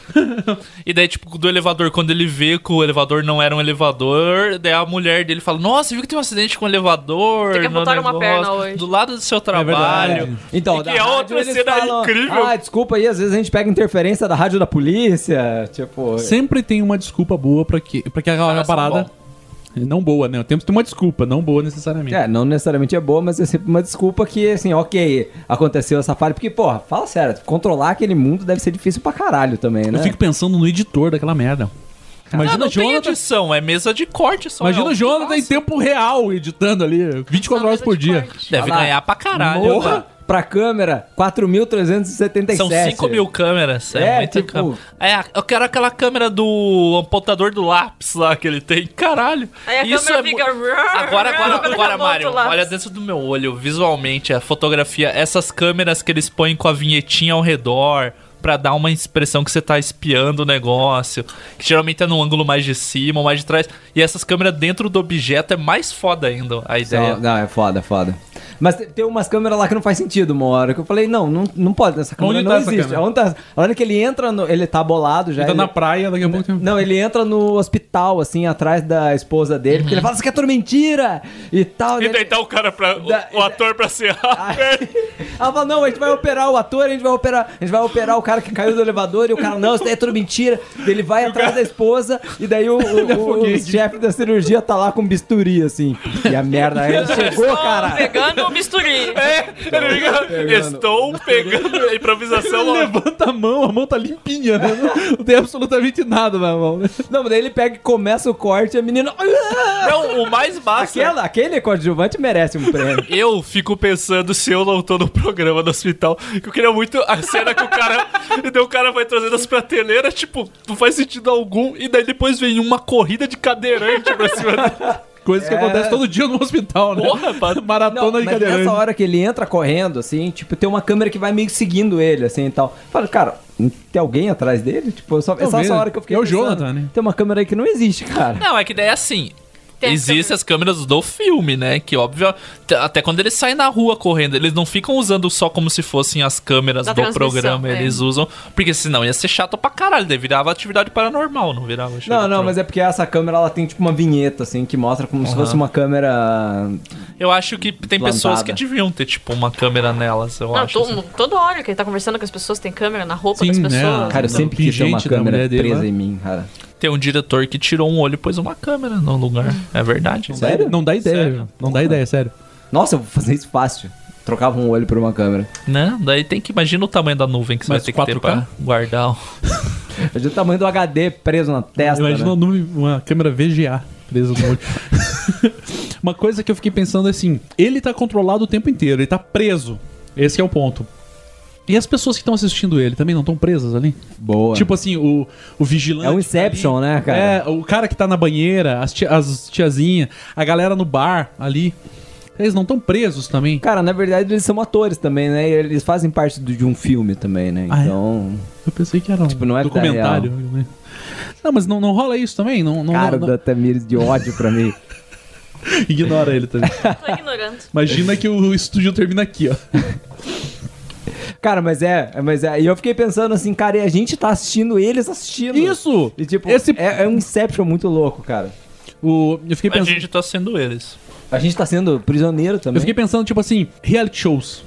Speaker 3: e daí, tipo, do elevador, quando ele vê que o elevador não era um elevador, daí a mulher dele fala: Nossa, viu que tem um acidente com o elevador?
Speaker 4: Tem que
Speaker 3: no
Speaker 4: amputar uma
Speaker 3: negócio,
Speaker 4: perna hoje."
Speaker 3: Do lado do
Speaker 1: É
Speaker 3: seu trabalho.
Speaker 2: Então,
Speaker 3: e que
Speaker 2: da
Speaker 3: é
Speaker 2: rádio
Speaker 3: outra
Speaker 2: eles
Speaker 3: cena
Speaker 2: falam,
Speaker 3: incrível.
Speaker 2: Ah, desculpa aí, às vezes a gente pega interferência da rádio da polícia. Tipo.
Speaker 1: Sempre tem uma desculpa boa pra que, pra que aquela
Speaker 2: são
Speaker 1: parada. Não boa, né? O tempo tem uma desculpa, não boa necessariamente.
Speaker 2: É, não necessariamente é boa, mas é sempre uma desculpa que, assim, ok, aconteceu essa falha. Porque, porra, fala sério, controlar aquele mundo deve ser difícil pra caralho também, né?
Speaker 1: Eu fico pensando no editor daquela merda.
Speaker 3: não,
Speaker 1: Imagina
Speaker 3: Ah, não
Speaker 1: o Jonathan.
Speaker 3: tem edição, é mesa de corte só.
Speaker 1: Imagina
Speaker 3: é
Speaker 1: o Jonathan em tempo real editando ali, 24
Speaker 2: é
Speaker 1: horas por dia.
Speaker 3: Deve ganhar pra caralho. né?
Speaker 2: Morra pra câmera, 4.377.
Speaker 3: São 5 mil câmeras, é,
Speaker 2: É,
Speaker 3: muita
Speaker 2: tipo-
Speaker 3: câmera. É, eu quero aquela câmera do amputador do lápis lá que ele tem. Caralho. é
Speaker 4: Aí a câmera
Speaker 3: mu-
Speaker 4: fica...
Speaker 3: Agora, agora,
Speaker 4: Quando
Speaker 3: agora,
Speaker 4: acabou o
Speaker 3: Mário,
Speaker 4: outro lado.
Speaker 3: olha dentro do meu olho, visualmente, a fotografia, essas câmeras que eles põem com a vinhetinha ao redor pra dar uma expressão que você tá espiando o negócio, que geralmente é num ângulo mais de cima ou mais de trás, e essas câmeras dentro do objeto é mais foda ainda
Speaker 1: Então,
Speaker 3: a ideia.
Speaker 2: Não, não, é foda, é foda. Mas te- tem umas câmeras lá que não faz sentido uma hora. Que eu falei, não, não, não pode, essa câmera
Speaker 1: Onde
Speaker 2: não
Speaker 1: tá essa
Speaker 2: existe.
Speaker 1: câmera?
Speaker 2: Onde tá- a hora que ele entra, no- ele tá bolado já.
Speaker 1: Ele tá
Speaker 2: ele-
Speaker 1: na praia, daqui a pouco tem um-
Speaker 2: Não, ele entra no hospital, assim, atrás da esposa dele, porque ele fala, isso aqui é tudo mentira! E
Speaker 1: Então,
Speaker 2: tal.
Speaker 3: E
Speaker 2: né?
Speaker 3: deitar o cara pra. o- o ator pra
Speaker 2: Ah,
Speaker 3: serrar.
Speaker 2: Ela fala, não, a gente vai operar o ator, a gente vai operar, a gente vai operar o cara que caiu do elevador, e o cara, não, isso daí é tudo mentira. Daí Ele vai atrás da esposa, e daí o, o-
Speaker 1: um
Speaker 2: o- o chefe da cirurgia tá lá com bisturi, assim. E a merda, aí ele chegou,
Speaker 4: Estou
Speaker 2: cara.
Speaker 4: pegando o bisturi.
Speaker 3: É, ele fica, Estou pegando a improvisação.
Speaker 1: Ele levanta a mão, a mão tá limpinha, né? Não tem absolutamente nada na mão. né?
Speaker 2: Não, mas daí ele pega e começa o corte e a menina.
Speaker 3: Não, Então, o mais massa.
Speaker 2: Aquela, aquele coadjuvante merece um prêmio.
Speaker 3: Eu fico pensando se eu não tô no programa do hospital, que eu queria muito a cena que o cara. e daí o cara vai trazendo as prateleiras, tipo, não faz sentido algum, e daí depois vem uma corrida de cadeirante pra cima dele.
Speaker 1: Coisas que
Speaker 2: É.
Speaker 1: acontecem todo dia no hospital, né?
Speaker 3: Porra, mano.
Speaker 1: Maratona de
Speaker 2: Mas
Speaker 1: cadeirante.
Speaker 2: nessa hora que ele entra correndo, assim, tipo, tem uma câmera que vai meio que seguindo ele, assim e tal. Fala, cara, tem alguém atrás dele? Tipo, só, é só
Speaker 1: Talvez.
Speaker 2: essa hora que eu fiquei.
Speaker 1: É o
Speaker 2: pensando,
Speaker 1: Jonathan, né?
Speaker 2: Tem uma câmera aí que não existe, cara.
Speaker 3: Não, é que daí é assim. Existem as câmeras do filme, né? Que óbvio. t- Até quando eles saem na rua correndo, eles não ficam usando só como se fossem as câmeras
Speaker 4: Da
Speaker 3: do
Speaker 4: transmissão,
Speaker 3: programa.
Speaker 4: é.
Speaker 3: Eles usam. Porque senão ia ser chato pra caralho. Daí virava atividade paranormal, não virava.
Speaker 2: Não, não, mas é porque essa câmera ela tem tipo uma vinheta, assim, que mostra como se
Speaker 3: Aham.
Speaker 2: fosse uma câmera.
Speaker 3: Eu acho que tem
Speaker 2: é Plantada.
Speaker 3: pessoas que deviam ter, tipo, uma câmera nelas, eu
Speaker 4: Não,
Speaker 3: acho.
Speaker 4: to-
Speaker 3: assim.
Speaker 4: toda hora que ele tá conversando com as pessoas, tem câmera na roupa das
Speaker 1: né?
Speaker 4: pessoas.
Speaker 2: Cara, eu
Speaker 3: Ah, Não,
Speaker 2: sempre quis ter uma
Speaker 3: pingente da
Speaker 2: câmera
Speaker 3: mulher dele
Speaker 2: presa
Speaker 3: lá.
Speaker 2: em mim, cara.
Speaker 3: Tem um diretor que tirou um olho e pôs uma câmera no lugar. É verdade?
Speaker 1: Sério? Não dá ideia, velho. não dá ideia, sério.
Speaker 2: Nossa, eu vou fazer isso fácil. Trocava um olho por uma câmera.
Speaker 3: Né? Daí tem que. Imagina o tamanho da nuvem que você
Speaker 2: Mas
Speaker 3: vai ter que ter
Speaker 2: 4K?
Speaker 3: pra guardar. o-
Speaker 2: Imagina o tamanho do HD preso na testa.
Speaker 1: Imagina
Speaker 2: né?
Speaker 1: uma nuvem- uma câmera VGA presa no olho. uma coisa que eu fiquei pensando é assim: ele tá controlado o tempo inteiro, ele tá preso. Esse que é o ponto. E as pessoas que estão assistindo ele também não estão presas ali?
Speaker 2: Boa.
Speaker 1: Tipo assim, o, o vigilante.
Speaker 2: É o Inception, né, cara?
Speaker 1: É, o cara que tá na banheira, as, tia, as tiazinhas, a galera no bar ali. Eles não estão presos também.
Speaker 2: Cara, na verdade eles são atores também, né? E Eles fazem parte do- de um filme também, né?
Speaker 1: Ah, é?
Speaker 2: Então.
Speaker 1: Eu pensei que era um
Speaker 2: Tipo, não é da
Speaker 1: documentário. né? Não, mas não, não rola isso também? Não, não,
Speaker 2: Cara,
Speaker 1: não-
Speaker 2: da Tamires de ódio pra mim.
Speaker 1: Ignora ele também.
Speaker 4: Tô ignorando.
Speaker 1: Imagina que o estúdio termina aqui, ó.
Speaker 2: Cara, mas é, é, mas é. E eu fiquei pensando assim, cara, e a gente tá assistindo eles assistindo.
Speaker 1: Isso!
Speaker 2: E tipo, Esse... é, é um Inception muito louco, cara.
Speaker 1: O, eu fiquei
Speaker 3: A
Speaker 1: pensando.
Speaker 3: gente tá sendo eles.
Speaker 2: A gente tá sendo prisioneiro também.
Speaker 1: Eu fiquei pensando, tipo assim, reality shows.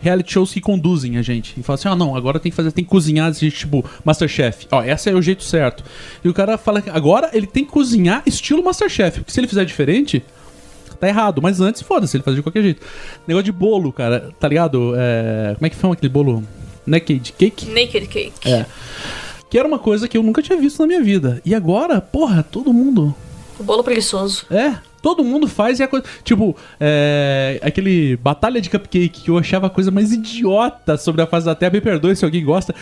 Speaker 1: Reality shows que conduzem a gente. E fala assim, ah, não, agora tem que fazer, tem que cozinhar desse jeito, tipo, Masterchef. Ó, esse é o jeito certo. E o cara fala que agora ele tem que cozinhar estilo Masterchef. Porque se ele fizer diferente, tá errado. Mas antes, foda-se, ele fazia de qualquer jeito. Negócio de bolo, cara, tá ligado? É, como é que foi aquele bolo? Naked Cake?
Speaker 4: Naked Cake.
Speaker 1: É. Que era uma coisa que eu nunca tinha visto na minha vida. E agora, porra, todo mundo
Speaker 4: O bolo preguiçoso.
Speaker 1: é, todo mundo faz e a coisa. Tipo, é, aquele Batalha de Cupcake que eu achava a coisa mais idiota sobre a face da Terra. Me perdoe se alguém gosta.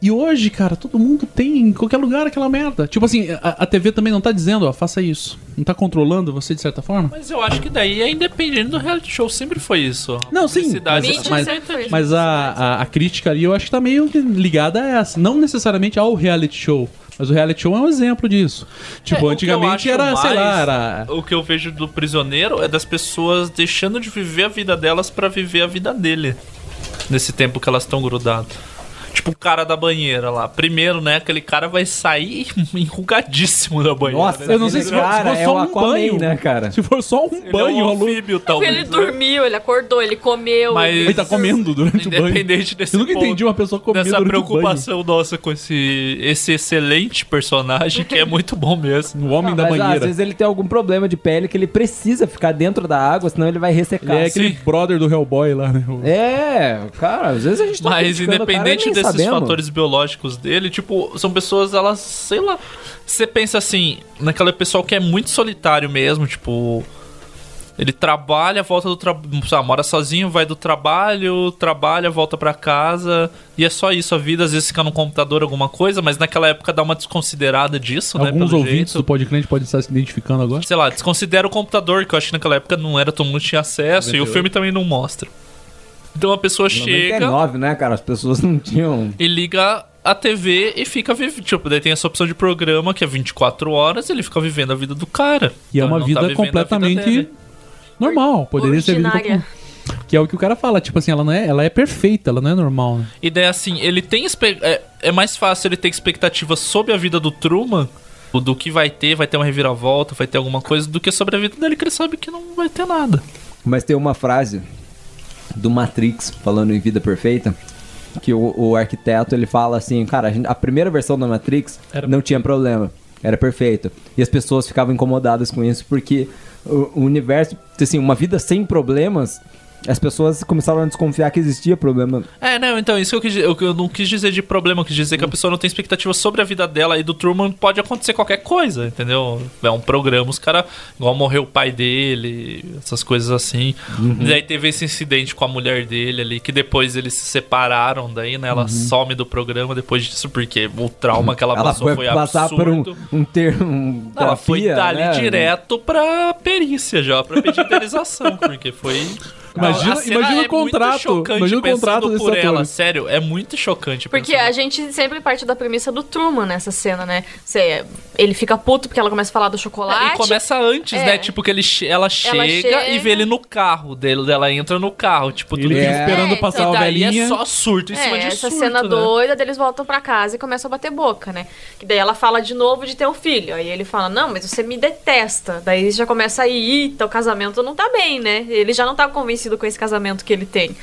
Speaker 1: E hoje, cara, todo mundo tem em qualquer lugar aquela merda. Tipo assim, a, a TV também não tá dizendo, ó, faça isso. Não tá controlando você de certa forma?
Speaker 3: Mas eu acho que daí é independente do reality show, sempre foi isso.
Speaker 1: Não, sim.
Speaker 3: Publicidade.
Speaker 1: Mas, mas, mas a, a, a crítica ali eu acho que tá meio que ligada a essa. Não necessariamente ao reality show. Mas o reality show é um exemplo disso.
Speaker 3: É,
Speaker 1: Tipo,
Speaker 3: o que eu
Speaker 1: antigamente
Speaker 3: acho
Speaker 1: era, sei lá,
Speaker 3: mais-
Speaker 1: era.
Speaker 3: O que eu vejo do prisioneiro é das pessoas deixando de viver a vida delas pra viver a vida dele. Nesse tempo que elas estão grudadas. Tipo o cara da banheira lá. Primeiro, né? Aquele cara vai sair enrugadíssimo da banheira.
Speaker 2: Nossa,
Speaker 3: né?
Speaker 1: Eu não sei se for, se
Speaker 2: Cara,
Speaker 1: for
Speaker 2: é
Speaker 1: só
Speaker 2: o
Speaker 1: um
Speaker 2: Aquaman,
Speaker 1: banho,
Speaker 2: né, cara?
Speaker 1: Se for só um
Speaker 3: Ele
Speaker 1: banho,
Speaker 3: é um
Speaker 1: alu-
Speaker 3: anfíbio, talvez.
Speaker 4: Ele dormiu, ele acordou, ele comeu.
Speaker 3: Mas-
Speaker 1: ele tá comendo durante o banho.
Speaker 3: Independente desse
Speaker 1: Eu nunca
Speaker 3: ponto,
Speaker 1: entendi uma pessoa comendo
Speaker 3: Dessa
Speaker 1: durante
Speaker 3: preocupação nossa com esse, esse excelente personagem que é muito bom mesmo.
Speaker 1: O homem
Speaker 2: Ah, mas, ah, Às vezes ele tem algum problema de pele que ele precisa ficar dentro da água, senão ele vai
Speaker 1: o banho.
Speaker 2: ressecar.
Speaker 1: Ele é aquele brother do Hellboy lá, né? O-
Speaker 2: É, cara, às vezes a gente tá
Speaker 3: Mas
Speaker 2: criticando o cara e
Speaker 3: independente
Speaker 2: nem
Speaker 3: desses
Speaker 2: sabemos.
Speaker 3: fatores biológicos dele, tipo, são pessoas, elas, sei lá. Você pensa assim, naquela pessoa que é muito solitário mesmo, tipo. Ele trabalha, volta do trabalho. mora sozinho, vai do trabalho, trabalha, volta pra casa. E é só isso a vida. Às vezes fica no computador alguma coisa, mas naquela época dá uma desconsiderada disso, né?
Speaker 1: Alguns
Speaker 3: pelo
Speaker 1: ouvintes do Podcrente podem estar se identificando agora.
Speaker 3: sei lá, desconsidera o computador, que eu acho que naquela época não era todo mundo tinha acesso, e o
Speaker 1: 98.
Speaker 3: filme também não mostra. Então a pessoa chega
Speaker 2: 99, né, cara? As pessoas não tinham.
Speaker 3: e liga a TV e fica vivendo. Tipo, daí tem essa opção de programa que é 24 horas, ele fica vivendo a vida do cara.
Speaker 1: E é
Speaker 3: Então,
Speaker 1: uma
Speaker 3: ele não
Speaker 1: vida
Speaker 3: tá vivendo a
Speaker 1: completamente
Speaker 3: dele.
Speaker 1: normal. Poderia ser vida
Speaker 4: Ordinária.
Speaker 1: com- Que é o que o cara fala, tipo assim, ela não é, ela é perfeita, ela não é normal. né?
Speaker 3: E daí assim, ele tem espe- é, é mais fácil ele ter expectativas sobre a vida do Truman. o Do que vai ter, vai ter uma reviravolta, vai ter alguma coisa, do que sobre a vida dele, que ele sabe que não vai ter nada.
Speaker 2: Mas tem uma frase do Matrix falando em vida perfeita. Que o, o arquiteto ele fala assim, cara, a, gente- a primeira versão da Matrix não tinha problema, era perfeito. E as pessoas ficavam incomodadas com isso, porque o, o universo, assim, uma vida sem problemas, as pessoas começaram a desconfiar que existia problema.
Speaker 3: É, não, então, isso que eu, quis, eu, eu não quis dizer de problema, eu quis dizer que
Speaker 2: Hum.
Speaker 3: a pessoa não tem expectativa sobre a vida dela e do Truman pode acontecer qualquer coisa, entendeu? É um programa, os caras, igual morreu o pai dele, essas coisas assim.
Speaker 2: Uhum.
Speaker 3: E aí teve esse incidente com a mulher dele ali, que depois eles se separaram daí, né? Ela some do programa depois disso, porque o trauma que ela,
Speaker 2: Uhum. Ela
Speaker 3: passou
Speaker 2: foi,
Speaker 3: foi,
Speaker 2: passar
Speaker 3: absurdo.
Speaker 2: por um, um termo. Um
Speaker 3: Ela foi
Speaker 2: terapia,
Speaker 3: dali
Speaker 2: né?
Speaker 3: direto pra perícia já, pra pedir indenização, porque foi.
Speaker 1: Imagina-
Speaker 3: A cena é
Speaker 1: imagina o
Speaker 3: muito
Speaker 1: contrato,
Speaker 3: chocante
Speaker 1: imagina o
Speaker 3: pensando
Speaker 1: contrato desse
Speaker 3: por
Speaker 1: ator.
Speaker 3: ela, sério, é muito chocante.
Speaker 4: Porque a gente sempre parte da premissa do Truman nessa cena, né? Você, ele fica puto porque ela começa a falar do chocolate.
Speaker 3: É, E começa antes,
Speaker 4: É.
Speaker 3: né? Tipo, que ele, che- ela, chega e
Speaker 4: chega.
Speaker 3: vê ele no carro dele. Ela entra no carro, tipo,
Speaker 1: Ele
Speaker 3: tudo
Speaker 1: fica
Speaker 3: isso.
Speaker 1: esperando É, passar então- a
Speaker 3: e daí
Speaker 1: velhinha.
Speaker 3: é só surto em cima
Speaker 4: É,
Speaker 3: de
Speaker 4: essa
Speaker 3: surto,
Speaker 4: cena
Speaker 3: né?
Speaker 4: doida deles voltam pra casa e começam a bater boca, né? Que daí ela fala de novo de ter um filho. Aí ele fala: Não, mas você me detesta. Daí já começa a ir, então o casamento não tá bem, né? Ele já não tá convencido com esse casamento que ele tem.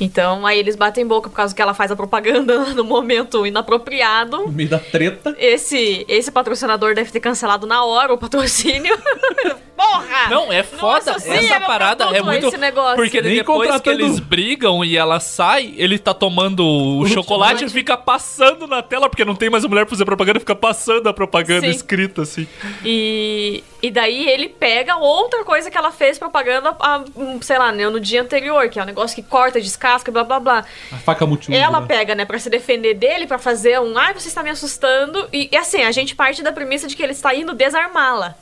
Speaker 4: Então aí eles batem boca por causa que ela faz a propaganda no momento inapropriado.
Speaker 1: No meio da treta.
Speaker 4: Esse, esse patrocinador deve ter cancelado na hora o patrocínio. Porra!
Speaker 3: Não, é foda.
Speaker 4: associa
Speaker 3: Essa
Speaker 4: meu
Speaker 3: parada é
Speaker 4: produto a
Speaker 3: muito.
Speaker 4: esse negócio.
Speaker 3: Porque
Speaker 4: Nem
Speaker 3: depois
Speaker 4: contratando- um.
Speaker 3: que eles brigam e ela sai, ele tá tomando o, chocolate e fica passando na tela, porque não tem mais a mulher pra fazer propaganda, fica passando a propaganda
Speaker 4: Sim.
Speaker 3: escrita assim.
Speaker 4: E, e daí ele pega outra coisa que ela fez propaganda, ah, hum, sei lá, né, no dia anterior, que é um negócio que corta, descasca, blá blá blá.
Speaker 1: A faca multiuso.
Speaker 4: Ela
Speaker 1: né?
Speaker 4: pega, né, pra se defender dele, pra fazer um, ai, você está me assustando. E, e assim, a gente parte da premissa de que ele está indo desarmá-la.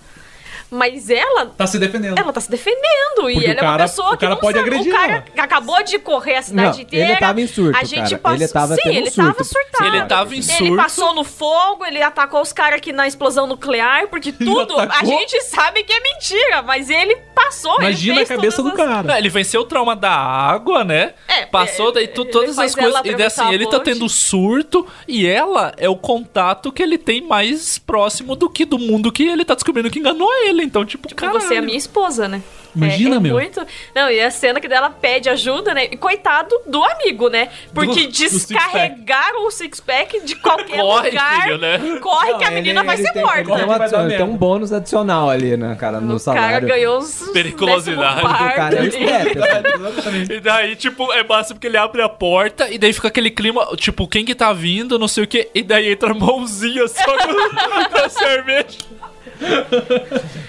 Speaker 4: Mas ela.
Speaker 1: Tá se defendendo.
Speaker 4: Ela tá se defendendo.
Speaker 1: Porque
Speaker 4: e
Speaker 1: o
Speaker 4: ela é uma
Speaker 1: cara-
Speaker 4: pessoa
Speaker 1: o
Speaker 4: que.
Speaker 1: cara
Speaker 4: não
Speaker 1: pode
Speaker 4: sabe-
Speaker 1: agredir
Speaker 4: O cara acabou de correr a cidade
Speaker 2: Não,
Speaker 4: inteira.
Speaker 2: ele tava em surto,
Speaker 4: A gente
Speaker 2: cara.
Speaker 4: passou...
Speaker 2: Ele tava
Speaker 4: Sim,
Speaker 2: tendo
Speaker 4: ele
Speaker 2: um surto.
Speaker 4: tava surtado.
Speaker 3: Ele tava em
Speaker 4: Ele
Speaker 3: surto.
Speaker 4: passou no fogo, ele atacou os caras aqui na explosão nuclear, porque tudo a
Speaker 3: atacou.
Speaker 4: gente sabe que é mentira, mas ele passou, ele fez todas as-
Speaker 3: Não, ele venceu o trauma da água, né?
Speaker 4: É,
Speaker 3: Passou daí tu- todas
Speaker 4: faz
Speaker 3: as coisas.
Speaker 4: ela
Speaker 3: E daí, assim,
Speaker 4: atravessar a
Speaker 3: ele tá
Speaker 4: ponte.
Speaker 3: tendo surto e ela é o contato que ele tem mais próximo do que do mundo que ele tá descobrindo que enganou ele. Então, tipo, cara.
Speaker 4: Você é a minha esposa, né?
Speaker 3: Imagina,
Speaker 4: é, é
Speaker 3: meu.
Speaker 4: Muito... Não, e a cena que dela pede ajuda, né? E coitado do amigo, né? Porque
Speaker 3: Do- do
Speaker 4: descarregaram o six-pack de qualquer
Speaker 3: Corre,
Speaker 4: lugar.
Speaker 3: filho, né?
Speaker 4: Corre que a menina vai ser morta.
Speaker 2: Tem, um adicional- tem um bônus adicional ali, né, cara, no
Speaker 4: O cara
Speaker 2: salário.
Speaker 4: ganhou uns.
Speaker 3: Periculosidade.
Speaker 4: décimo quarto
Speaker 2: Cara, é.
Speaker 4: ali.
Speaker 3: e daí, tipo, é massa porque ele abre a porta e daí fica aquele clima, tipo, quem que tá vindo, não sei o quê, e daí entra a mãozinha só com- da cerveja.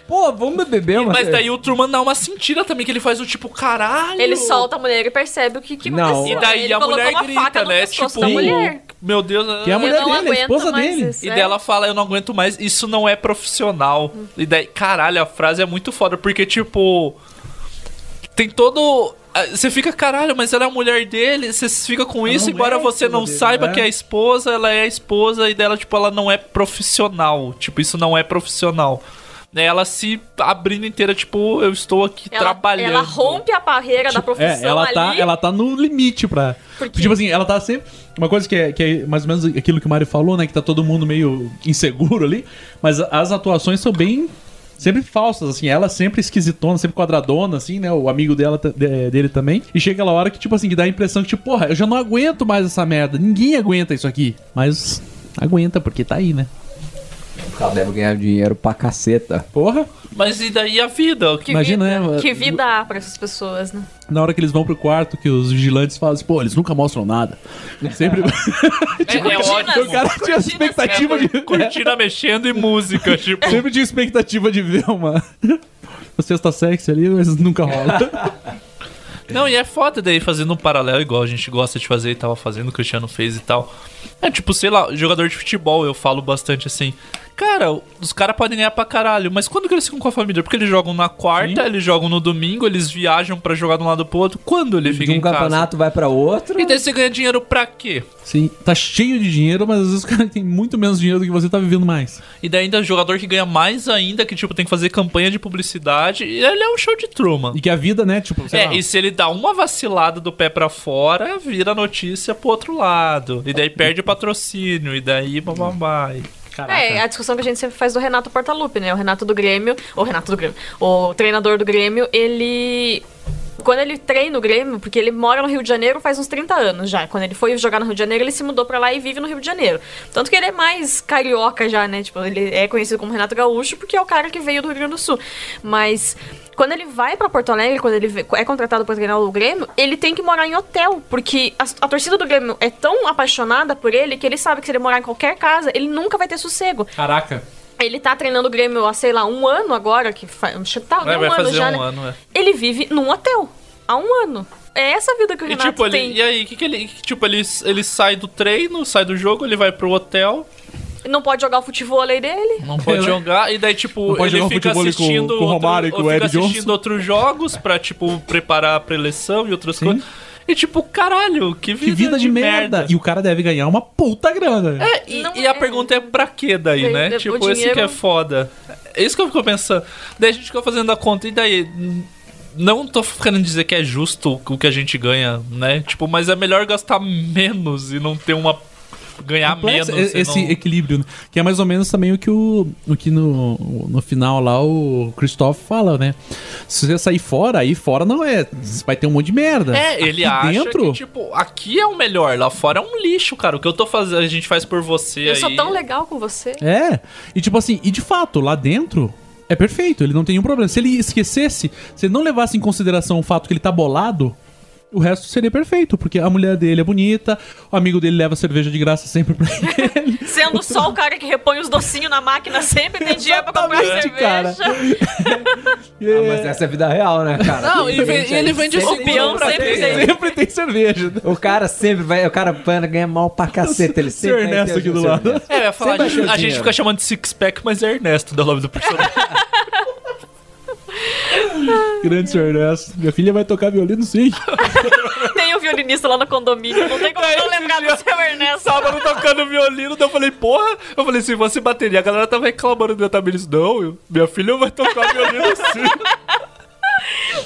Speaker 2: Pô, vamos beber uma
Speaker 3: Mas
Speaker 4: é.
Speaker 3: tá
Speaker 2: cerveja.
Speaker 3: daí o Truman dá uma sentida também, que ele faz o tipo, caralho.
Speaker 4: Ele solta a mulher e percebe o que, que
Speaker 3: Não.
Speaker 4: aconteceu.
Speaker 3: E daí
Speaker 4: Ele
Speaker 3: a
Speaker 4: colocou
Speaker 3: mulher
Speaker 4: uma
Speaker 3: grita,
Speaker 4: faca no
Speaker 3: né?
Speaker 4: pescoço
Speaker 3: Tipo,
Speaker 4: da mulher.
Speaker 3: Meu Deus,
Speaker 4: Que é a Eu mulher não dele, a aguento esposa mais dele. isso,
Speaker 3: E
Speaker 4: é.
Speaker 3: daí ela fala, eu não aguento mais, isso não é profissional. E daí, caralho, a frase é muito foda, porque, tipo, tem todo. ah, Você fica, caralho, mas ela é a mulher dele, você fica com isso, embora você não saiba que é a esposa, ela é a esposa, e dela, tipo, ela não é profissional. Tipo, isso não é profissional. Né, Ela se abrindo inteira, tipo, eu estou aqui
Speaker 4: Ela,
Speaker 3: trabalhando.
Speaker 4: ela rompe a barreira da
Speaker 1: É,
Speaker 4: profissão
Speaker 1: ela tá,
Speaker 4: ali.
Speaker 1: ela tá no limite pra.
Speaker 4: Porque-
Speaker 1: Tipo assim, ela tá sempre. Uma coisa que é, que é mais ou menos aquilo que o Mário falou, né? Que tá todo mundo meio inseguro ali. Mas a- as atuações são bem. Sempre falsas, assim. Ela sempre esquisitona, sempre quadradona, assim, né? O amigo dela, ta- de- é, dele também. E chega aquela hora que, tipo assim, que dá a impressão que, tipo, porra, eu já não aguento mais essa merda. Ninguém aguenta isso aqui. Mas aguenta, porque tá aí, né?
Speaker 2: Ela deve ganhar dinheiro pra caceta.
Speaker 1: Porra.
Speaker 3: Mas e daí a vida?
Speaker 4: Que
Speaker 1: Imagina,
Speaker 4: vida,
Speaker 1: né?
Speaker 4: Que vida há pra essas pessoas, né?
Speaker 1: Na hora que eles vão pro quarto, que os vigilantes falam assim, pô, eles nunca mostram nada. Sempre.
Speaker 4: Tá
Speaker 3: Tipo, é
Speaker 1: O cara tinha expectativa
Speaker 4: é
Speaker 1: de.
Speaker 3: Cortina mexendo e música, tipo.
Speaker 1: Sempre tinha expectativa de ver uma. Você está sexy ali, mas nunca rola.
Speaker 3: Não, e é foda daí fazendo um paralelo igual a gente gosta de fazer e tava fazendo, o Cristiano fez e tal. É tipo, sei lá, jogador de futebol, eu falo bastante assim. Cara, os caras podem ganhar pra caralho, mas quando que eles ficam com a família? Porque eles jogam na quarta, eles jogam no domingo, eles viajam pra jogar de um lado pro outro. Quando ele fica
Speaker 2: De um
Speaker 3: em casa? Então,
Speaker 2: campeonato vai pra outro.
Speaker 3: E daí você ganha dinheiro pra quê?
Speaker 1: Sim, tá cheio de dinheiro, mas às vezes o cara tem muito menos dinheiro do que você tá vivendo mais.
Speaker 3: E daí ainda jogador que ganha mais ainda, que tipo, tem que fazer campanha de publicidade. E ele é um show de Truman.
Speaker 1: E que a vida, né, tipo, sei
Speaker 3: É,
Speaker 1: lá,
Speaker 3: e se ele dá uma vacilada do pé pra fora, vira notícia pro outro lado. E daí perde o patrocínio, e daí bababá.
Speaker 4: É, a discussão que a gente sempre faz do Renato Portaluppi, né? O Renato do Grêmio, o Renato do Grêmio, o treinador do Grêmio, ele quando ele treina o Grêmio, porque ele mora no Rio de Janeiro faz uns 30 anos já. Quando ele foi jogar no Rio de Janeiro, ele se mudou pra lá e vive no Rio de Janeiro. Tanto que ele é mais carioca já, né? Tipo, ele é conhecido como Renato Gaúcho porque é o cara que veio do Rio Grande do Sul. Mas quando ele vai pra Porto Alegre, quando ele vê- é contratado pra treinar o Grêmio, ele tem que morar em hotel, porque a, a torcida do Grêmio é tão apaixonada por ele que ele sabe que se ele morar em qualquer casa, ele nunca vai ter sossego.
Speaker 1: Caraca.
Speaker 4: Ele tá treinando o Grêmio há, sei lá, um ano agora, que faz. Tá,
Speaker 3: É,
Speaker 4: um
Speaker 3: vai
Speaker 4: ano
Speaker 3: fazer
Speaker 4: já,
Speaker 3: um
Speaker 4: né?
Speaker 3: ano, é.
Speaker 4: Ele vive num hotel há um ano. É essa a vida que o
Speaker 3: E
Speaker 4: Renato
Speaker 3: tipo, ele,
Speaker 4: tem.
Speaker 3: e aí, que que ele. que, Tipo, ele, ele sai do treino, sai do jogo, ele vai pro hotel,
Speaker 4: Não pode jogar o futebol aí dele.
Speaker 3: não pode jogar, e daí, tipo,
Speaker 1: Não pode
Speaker 3: ele
Speaker 1: jogar um
Speaker 3: fica
Speaker 1: futebol com-
Speaker 3: assistindo.
Speaker 1: com o Romário e com o
Speaker 3: fica
Speaker 1: Ed Johnson.
Speaker 3: assistindo outros jogos pra, tipo, preparar a preleção e outras coisas. E tipo, caralho, que vida,
Speaker 1: que vida de, merda. E o cara deve ganhar uma puta grana.
Speaker 3: É, e, e a pergunta é pra que
Speaker 1: Daí,
Speaker 3: daí, né?
Speaker 1: o
Speaker 3: Tipo, esse
Speaker 1: dinheiro-
Speaker 3: que é foda. É isso que eu fico pensando. Daí a gente fica fazendo a conta, e daí? Não tô querendo dizer que é justo o que a gente ganha, né? Tipo, mas é melhor gastar menos e não ter uma. ganhar
Speaker 1: Complexo
Speaker 3: menos.
Speaker 1: e-
Speaker 3: e
Speaker 1: esse
Speaker 3: não-
Speaker 1: equilíbrio, né? que é mais ou menos também o que o, o que no, no final lá o Christoph fala, né? Se você sair fora, aí fora não é, você vai ter um monte de merda.
Speaker 3: É,
Speaker 1: Aqui
Speaker 3: ele acha
Speaker 1: dentro,
Speaker 3: que, tipo, aqui é o melhor, lá fora é um lixo, cara. O que eu tô fazendo, a gente faz por você
Speaker 4: Eu
Speaker 3: aí.
Speaker 4: sou tão legal com você.
Speaker 1: É. E tipo assim, e de fato, lá dentro, É perfeito, ele não tem nenhum problema. Se ele esquecesse, se ele não levasse em consideração o fato que ele tá bolado, o resto seria perfeito, porque a mulher dele é bonita, o amigo dele leva cerveja de graça sempre pra ele.
Speaker 4: Sendo só o cara que repõe os docinhos na máquina sempre, tem dinheiro pra comprar cerveja.
Speaker 2: Exatamente, cara.
Speaker 3: Ah,
Speaker 2: mas essa é a vida real, né, cara?
Speaker 3: Não,
Speaker 2: Tem
Speaker 3: e vem-
Speaker 2: gente
Speaker 3: e ele
Speaker 2: aí
Speaker 3: vende
Speaker 2: sempre-
Speaker 3: o peão pra
Speaker 2: sempre
Speaker 3: vender.
Speaker 2: tem-
Speaker 1: Sempre tem cerveja.
Speaker 2: O cara sempre vai. O cara pana, ganha mal pra caceta. Ele sempre. vai ter
Speaker 3: Ernesto
Speaker 2: o
Speaker 3: aqui do
Speaker 2: seu
Speaker 3: lado.
Speaker 2: Ernesto.
Speaker 3: É, eu ia falar,
Speaker 2: Sempre
Speaker 3: a
Speaker 2: vai ter o
Speaker 3: gente, a gente
Speaker 2: dinheiro.
Speaker 3: fica chamando de six-pack, mas é Ernesto do nome do personagem.
Speaker 1: Grande senhor Ernesto. Minha filha vai tocar violino sim.
Speaker 4: Tem o violinista lá no condomínio, não tem como não lembrar do seu Ernesto.
Speaker 3: Sábado tocando violino, daí eu falei, porra, eu falei, se você bateria, a galera tava reclamando do Otabilis, não, eu- minha filha vai tocar violino sim.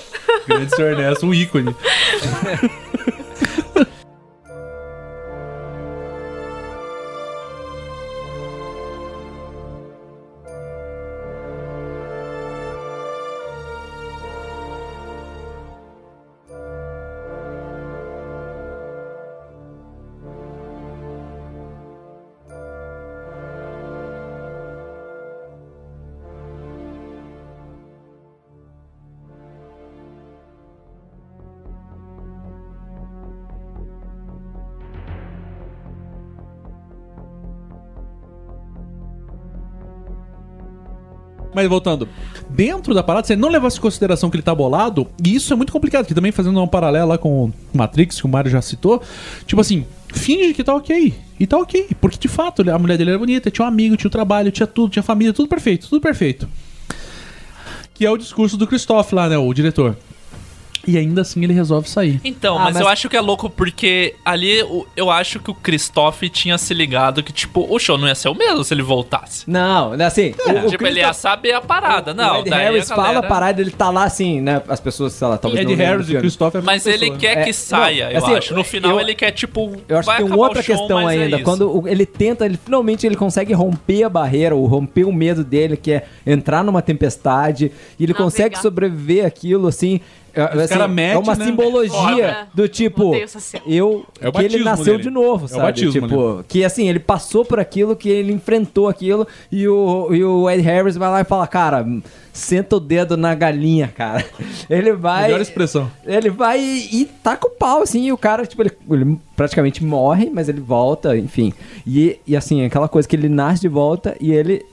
Speaker 1: Grande senhor Ernesto, um ícone. Mas voltando, dentro da parada, se ele não levasse em consideração que ele tá bolado, e isso é muito complicado, que também fazendo um paralelo lá com o Matrix, que o Mario já citou, tipo assim, finge que tá ok. E tá ok, porque de fato a mulher dele era bonita, tinha um amigo, tinha um trabalho, tinha tudo, tinha família, tudo perfeito, tudo perfeito. Que é o discurso do Christoph lá, né, o diretor. E ainda assim ele resolve sair.
Speaker 3: Então,
Speaker 1: Ah,
Speaker 3: mas,
Speaker 1: mas-
Speaker 3: eu acho que é louco porque ali o- eu acho que o Christoph tinha se ligado que, tipo, o show não ia ser o mesmo se ele voltasse.
Speaker 2: Não, assim.
Speaker 3: tipo, ele ia saber a parada, não.
Speaker 2: Ed
Speaker 3: daí é a
Speaker 2: Harris fala a
Speaker 3: galera-
Speaker 2: parada, ele tá lá assim, né? As pessoas, sei lá, talvez.
Speaker 1: Ed
Speaker 2: não lembrem
Speaker 1: Harris
Speaker 2: do
Speaker 1: e é
Speaker 2: filme.
Speaker 1: Christopher
Speaker 3: Mas ele quer que saia,
Speaker 2: não,
Speaker 3: eu
Speaker 2: assim,
Speaker 3: acho. No final
Speaker 2: eu-
Speaker 3: ele quer, tipo.
Speaker 2: Eu acho
Speaker 3: vai
Speaker 2: que tem
Speaker 3: acabar o
Speaker 2: outra
Speaker 3: show,
Speaker 2: questão
Speaker 3: mas é
Speaker 2: ainda.
Speaker 3: isso.
Speaker 2: Quando o- ele tenta, ele finalmente ele consegue romper a barreira, ou romper o medo dele, que é entrar numa tempestade, e
Speaker 1: Ah,
Speaker 2: ele consegue sobreviver aquilo assim. é-
Speaker 1: Os
Speaker 2: assim,
Speaker 1: cara
Speaker 2: é
Speaker 1: mete,
Speaker 2: uma
Speaker 1: né?
Speaker 2: simbologia
Speaker 1: Foda.
Speaker 2: do tipo,
Speaker 1: Odeio essa cena.
Speaker 2: eu
Speaker 1: É o
Speaker 2: que ele
Speaker 1: batismo
Speaker 2: nasceu
Speaker 1: dele.
Speaker 2: de
Speaker 1: É
Speaker 2: novo,
Speaker 1: o
Speaker 2: sabe?
Speaker 1: batismo,
Speaker 2: tipo, que assim, ele passou por aquilo, que ele enfrentou aquilo, e o, e o Ed Harris vai lá e fala: Cara, senta o dedo na galinha, cara. Ele vai.
Speaker 1: Melhor expressão.
Speaker 2: Ele vai e, e taca o pau, assim, e o cara, tipo, ele, ele praticamente morre, mas ele volta, enfim. E, e assim, aquela coisa que ele nasce de volta e ele.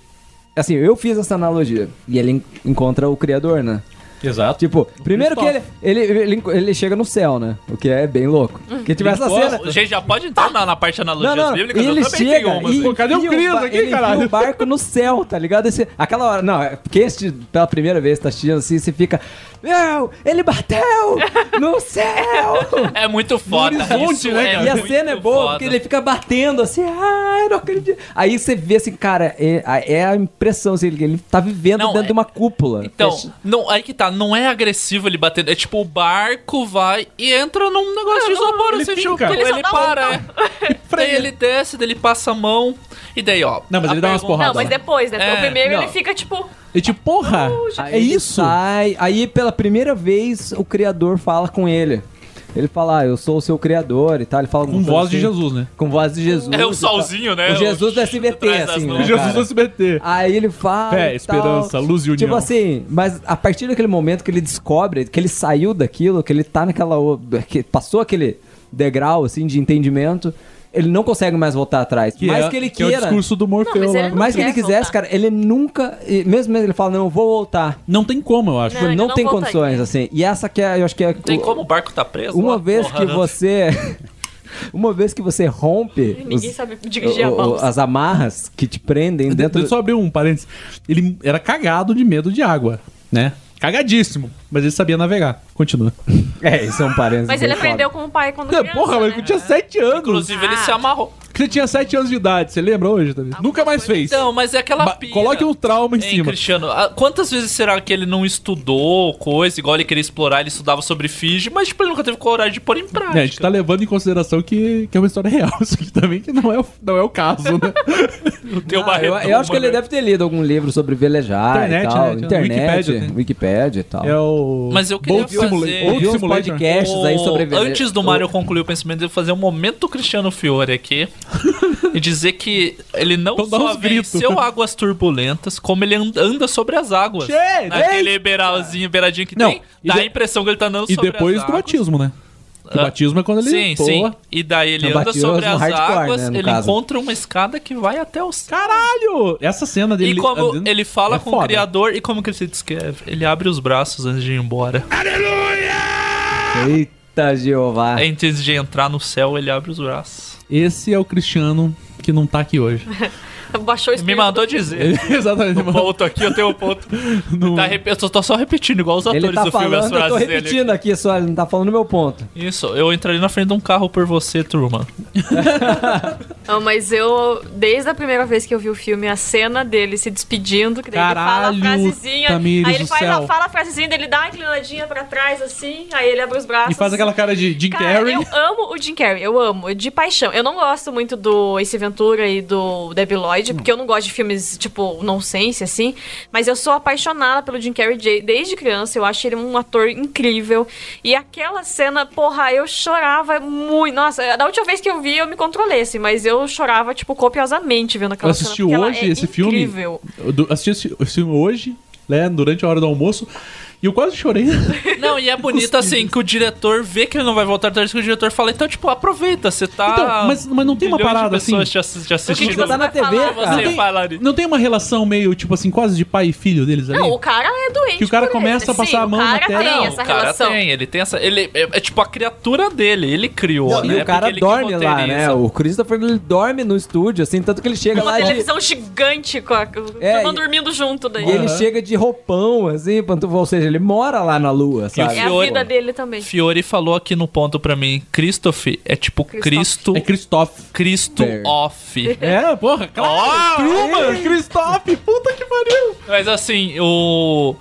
Speaker 2: Assim, eu fiz essa analogia. E ele en- encontra o criador, né?
Speaker 1: Exato.
Speaker 2: Tipo, primeiro que ele,
Speaker 3: Christoph.
Speaker 2: ele, ele, ele chega no céu, né? O que é bem louco. Que tiver essa cena.
Speaker 3: Gente, já pode entrar na, na parte de analogias
Speaker 2: Não, não,
Speaker 3: bíblicas?
Speaker 2: e
Speaker 3: eu
Speaker 2: ele
Speaker 3: também
Speaker 2: chega
Speaker 3: tenho umas
Speaker 2: e
Speaker 3: aqui.
Speaker 2: enfia o ba- ele enfia o barco no céu, tá ligado? Esse- aquela hora, não, é porque este, pela primeira vez tá assistindo assim, você fica, meu, ele bateu no céu!
Speaker 3: É muito foda. isso é
Speaker 2: né, E a
Speaker 3: muito
Speaker 2: cena é boa,
Speaker 3: foda.
Speaker 2: porque ele fica batendo assim, ai, não acredito. Aí você vê assim, cara, é, é a impressão, assim, ele tá vivendo dentro de uma cúpula.
Speaker 3: é-
Speaker 2: É
Speaker 3: Então, não, aí que tá, não é agressivo ele batendo. É tipo, o barco vai e entra num negócio de isopor,
Speaker 1: É, ele
Speaker 3: assim,
Speaker 1: fica.
Speaker 3: tipo,
Speaker 1: Ele
Speaker 3: ele,
Speaker 1: só dá um
Speaker 3: para. é. daí ele desce, daí ele passa a mão, e daí, ó.
Speaker 1: Não, mas
Speaker 3: a
Speaker 1: ele dá umas
Speaker 3: pergunta-
Speaker 1: porradas.
Speaker 4: Não, mas depois, né? Porque
Speaker 3: É,
Speaker 4: o primeiro
Speaker 3: não.
Speaker 4: ele fica tipo.
Speaker 1: E tipo, porra,
Speaker 2: Aí ele
Speaker 3: tá-
Speaker 2: sai, aí pela primeira vez o criador fala com ele. Ele fala, ah, eu sou o seu criador e tal. Ele fala assim,
Speaker 1: Com voz de Jesus, né?
Speaker 2: Com voz de Jesus.
Speaker 3: É o
Speaker 2: e tal.
Speaker 3: solzinho, né?
Speaker 2: O Jesus do SBT,
Speaker 3: Atrás das
Speaker 2: assim.
Speaker 3: nuvens.
Speaker 2: Né,
Speaker 3: Jesus
Speaker 2: cara?
Speaker 3: do
Speaker 1: SBT.
Speaker 2: Aí ele fala.
Speaker 1: Fé,
Speaker 2: e
Speaker 1: esperança,
Speaker 2: tal.
Speaker 1: luz e união.
Speaker 2: Tipo assim, mas a partir daquele momento que ele descobre que ele saiu daquilo, que ele tá naquela. o- que passou aquele degrau, assim, de entendimento. Ele não consegue mais voltar atrás.
Speaker 1: Que
Speaker 2: mais
Speaker 1: é-
Speaker 2: que ele
Speaker 1: que é o
Speaker 2: queira.
Speaker 1: discurso do Morfeu Não, mas ele lá. não
Speaker 2: mais que
Speaker 1: quer
Speaker 2: ele quisesse,
Speaker 1: voltar.
Speaker 2: cara, ele nunca. e Mesmo ele fala, não, eu vou voltar.
Speaker 1: Não tem como, eu
Speaker 3: É,
Speaker 1: acho.
Speaker 2: Tipo, não, tem condições, assim. E essa que é, eu acho que é.
Speaker 3: Tem como o barco tá preso?
Speaker 2: Uma
Speaker 3: lá?
Speaker 2: vez
Speaker 3: Porra,
Speaker 2: que
Speaker 3: né?
Speaker 2: você. uma vez que você rompe.
Speaker 3: Ninguém
Speaker 4: sabe dirigir a
Speaker 2: o- o-
Speaker 4: mão.
Speaker 2: As amarras que te prendem dentro.
Speaker 1: Deixa eu só abrir um parênteses. Ele era cagado de medo de água, né? Cagadíssimo. Mas ele sabia navegar. Continua.
Speaker 2: É, isso é um parênteses.
Speaker 4: Mas ele aprendeu com o pai quando criança.
Speaker 1: É,
Speaker 4: né?
Speaker 1: Porra, mas eu tinha 7 anos.
Speaker 3: Inclusive, ele se amarrou.
Speaker 1: Você tinha 7 anos de idade, você lembra hoje, Davi? Nunca mais fez.
Speaker 3: Então, mas é aquela
Speaker 1: Ba- Coloque um trauma em
Speaker 3: Hein,
Speaker 1: cima.
Speaker 3: Cristiano, ah, quantas vezes será que ele não estudou coisa, igual ele queria explorar, ele estudava sobre Fiji, mas tipo, ele nunca teve coragem de pôr em prática.
Speaker 1: É, a gente tá levando em consideração que, que é uma história real. Isso aqui também que não é o, não é o caso, né?
Speaker 3: Teu
Speaker 2: Ah, eu, eu acho que
Speaker 3: né?
Speaker 2: ele deve ter lido algum livro sobre velejar
Speaker 1: Internet,
Speaker 2: e tal.
Speaker 1: né?
Speaker 2: Internet,
Speaker 1: Wikipédia,
Speaker 2: Wikipédia,
Speaker 1: tem.
Speaker 2: e tal.
Speaker 1: É o...
Speaker 3: Mas eu queria
Speaker 2: Boat Simula-
Speaker 3: fazer...
Speaker 2: Boat Ouvi uns Simulator. podcasts aí sobre vele-
Speaker 3: Antes do Mario concluir o pensamento, eu vou fazer um momento Cristiano Fiore aqui. e dizer que ele não
Speaker 1: Então dá
Speaker 3: só
Speaker 1: uns gritos.
Speaker 3: venceu águas turbulentas, como ele and- anda sobre as águas.
Speaker 1: Che-
Speaker 3: Naquele beiralzinho, beiradinho que
Speaker 1: Não,
Speaker 3: tem,
Speaker 1: e
Speaker 3: dá
Speaker 1: de-
Speaker 3: a impressão que ele tá andando
Speaker 1: E
Speaker 3: sobre
Speaker 1: depois
Speaker 3: as
Speaker 1: do
Speaker 3: águas. Ah,
Speaker 1: batismo, né? O batismo é quando ele
Speaker 3: sim,
Speaker 1: pula.
Speaker 3: sim. E daí ele
Speaker 1: Não,
Speaker 3: anda
Speaker 1: batismo
Speaker 3: sobre
Speaker 1: no
Speaker 3: as
Speaker 1: hardcore,
Speaker 3: águas,
Speaker 1: né, no
Speaker 3: ele
Speaker 1: caso.
Speaker 3: encontra uma escada que vai até o céu.
Speaker 1: Caralho! Essa cena dele.
Speaker 3: E como
Speaker 1: andando-
Speaker 3: ele fala
Speaker 1: é
Speaker 3: com o
Speaker 1: foda.
Speaker 3: Criador, e como que ele se descreve? Ele abre os braços antes de ir embora.
Speaker 1: É.
Speaker 2: Eita,
Speaker 1: Ah.
Speaker 2: Jeová.
Speaker 3: Antes de entrar no céu, ele abre os braços.
Speaker 1: Esse é o Cristiano que não tá aqui hoje.
Speaker 4: Baixou o
Speaker 3: Me mandou dizer.
Speaker 1: Exatamente.
Speaker 3: Eu ponto aqui, eu tenho um ponto. Tá rep... Eu tô só repetindo, igual os atores
Speaker 2: Ele tá
Speaker 3: do filme, as
Speaker 2: falando, eu tô
Speaker 3: frases dele.
Speaker 2: repetindo aqui, só ele não tá falando o meu ponto.
Speaker 3: Isso, eu entraria na frente de um carro por você, turma.
Speaker 4: Não, mas eu, desde a primeira vez que eu vi o filme, a cena dele se despedindo, que daí
Speaker 1: Caralho,
Speaker 4: ele fala a frasezinha,
Speaker 1: Tamires
Speaker 4: aí ele
Speaker 1: do
Speaker 4: faz,
Speaker 1: céu.
Speaker 4: fala a frasezinha, dele dá uma inclinadinha pra trás, assim, aí ele abre os
Speaker 1: E
Speaker 4: braços.
Speaker 1: faz aquela cara de Jim
Speaker 4: Cara,
Speaker 1: Carrey.
Speaker 4: eu amo o Jim Carrey, eu amo, de paixão. Eu não gosto muito do Ace Ventura e do Debbie Lloyd, porque eu não gosto de filmes, tipo, nonsense, assim. Mas eu sou apaixonada pelo Jim Carrey de- desde criança, eu acho ele um ator incrível. E aquela cena, porra, eu chorava muito. Nossa, da última vez que eu vi, eu me controlei, assim, mas eu chorava, tipo, copiosamente vendo
Speaker 1: Eu
Speaker 4: aquela
Speaker 1: assisti
Speaker 4: cena. porque
Speaker 1: hoje
Speaker 4: ela é
Speaker 1: esse filme.
Speaker 4: Incrível.
Speaker 1: Eu do- assisti esse esse filme hoje, né? Durante a hora do almoço. E eu quase chorei.
Speaker 3: Não, e é bonito assim que o diretor vê que ele não vai voltar atrás, que o diretor fala, então, tipo, aproveita, você tá.
Speaker 1: Então, mas- mas não tem uma
Speaker 3: milhões de
Speaker 1: parada,
Speaker 3: pessoas
Speaker 1: assim?
Speaker 3: Te assi- te assistindo.
Speaker 1: você tá
Speaker 4: na TV,
Speaker 3: Você
Speaker 4: cara.
Speaker 1: Não tem-
Speaker 3: falaria.
Speaker 1: Não tem uma relação meio, tipo assim, quase de pai e filho deles ali?
Speaker 4: Não, o cara é doente.
Speaker 1: Que o cara
Speaker 4: por
Speaker 1: começa
Speaker 4: ele.
Speaker 1: a passar
Speaker 4: Sim,
Speaker 1: a mão
Speaker 4: o cara
Speaker 1: na tela.
Speaker 4: Tem
Speaker 1: Não,
Speaker 4: essa
Speaker 3: o cara
Speaker 4: relação.
Speaker 3: tem, ele tem essa. Ele, é, é tipo a criatura dele, ele criou,
Speaker 2: Não,
Speaker 3: né?
Speaker 2: e o cara
Speaker 3: Porque ele que
Speaker 2: dorme lá, né?
Speaker 3: roteiriza.
Speaker 2: O Christopher ele dorme no estúdio, assim, tanto que ele chega
Speaker 4: Uma
Speaker 2: lá de.
Speaker 4: televisão gigante com a
Speaker 2: É,
Speaker 4: turma
Speaker 2: e-
Speaker 4: dormindo junto daí.
Speaker 2: E ele chega de roupão, assim, pantufa, ou seja, ele mora lá na lua, sabe?
Speaker 4: É a
Speaker 3: Fiore.
Speaker 4: vida dele também.
Speaker 3: Fiore falou aqui no ponto pra mim, Christoph é tipo Cristo.
Speaker 1: É Christoph.
Speaker 3: Cristo off.
Speaker 1: É, porra,
Speaker 3: claro.
Speaker 1: Truman, Christoph, puta que pariu.
Speaker 3: Mas assim, o.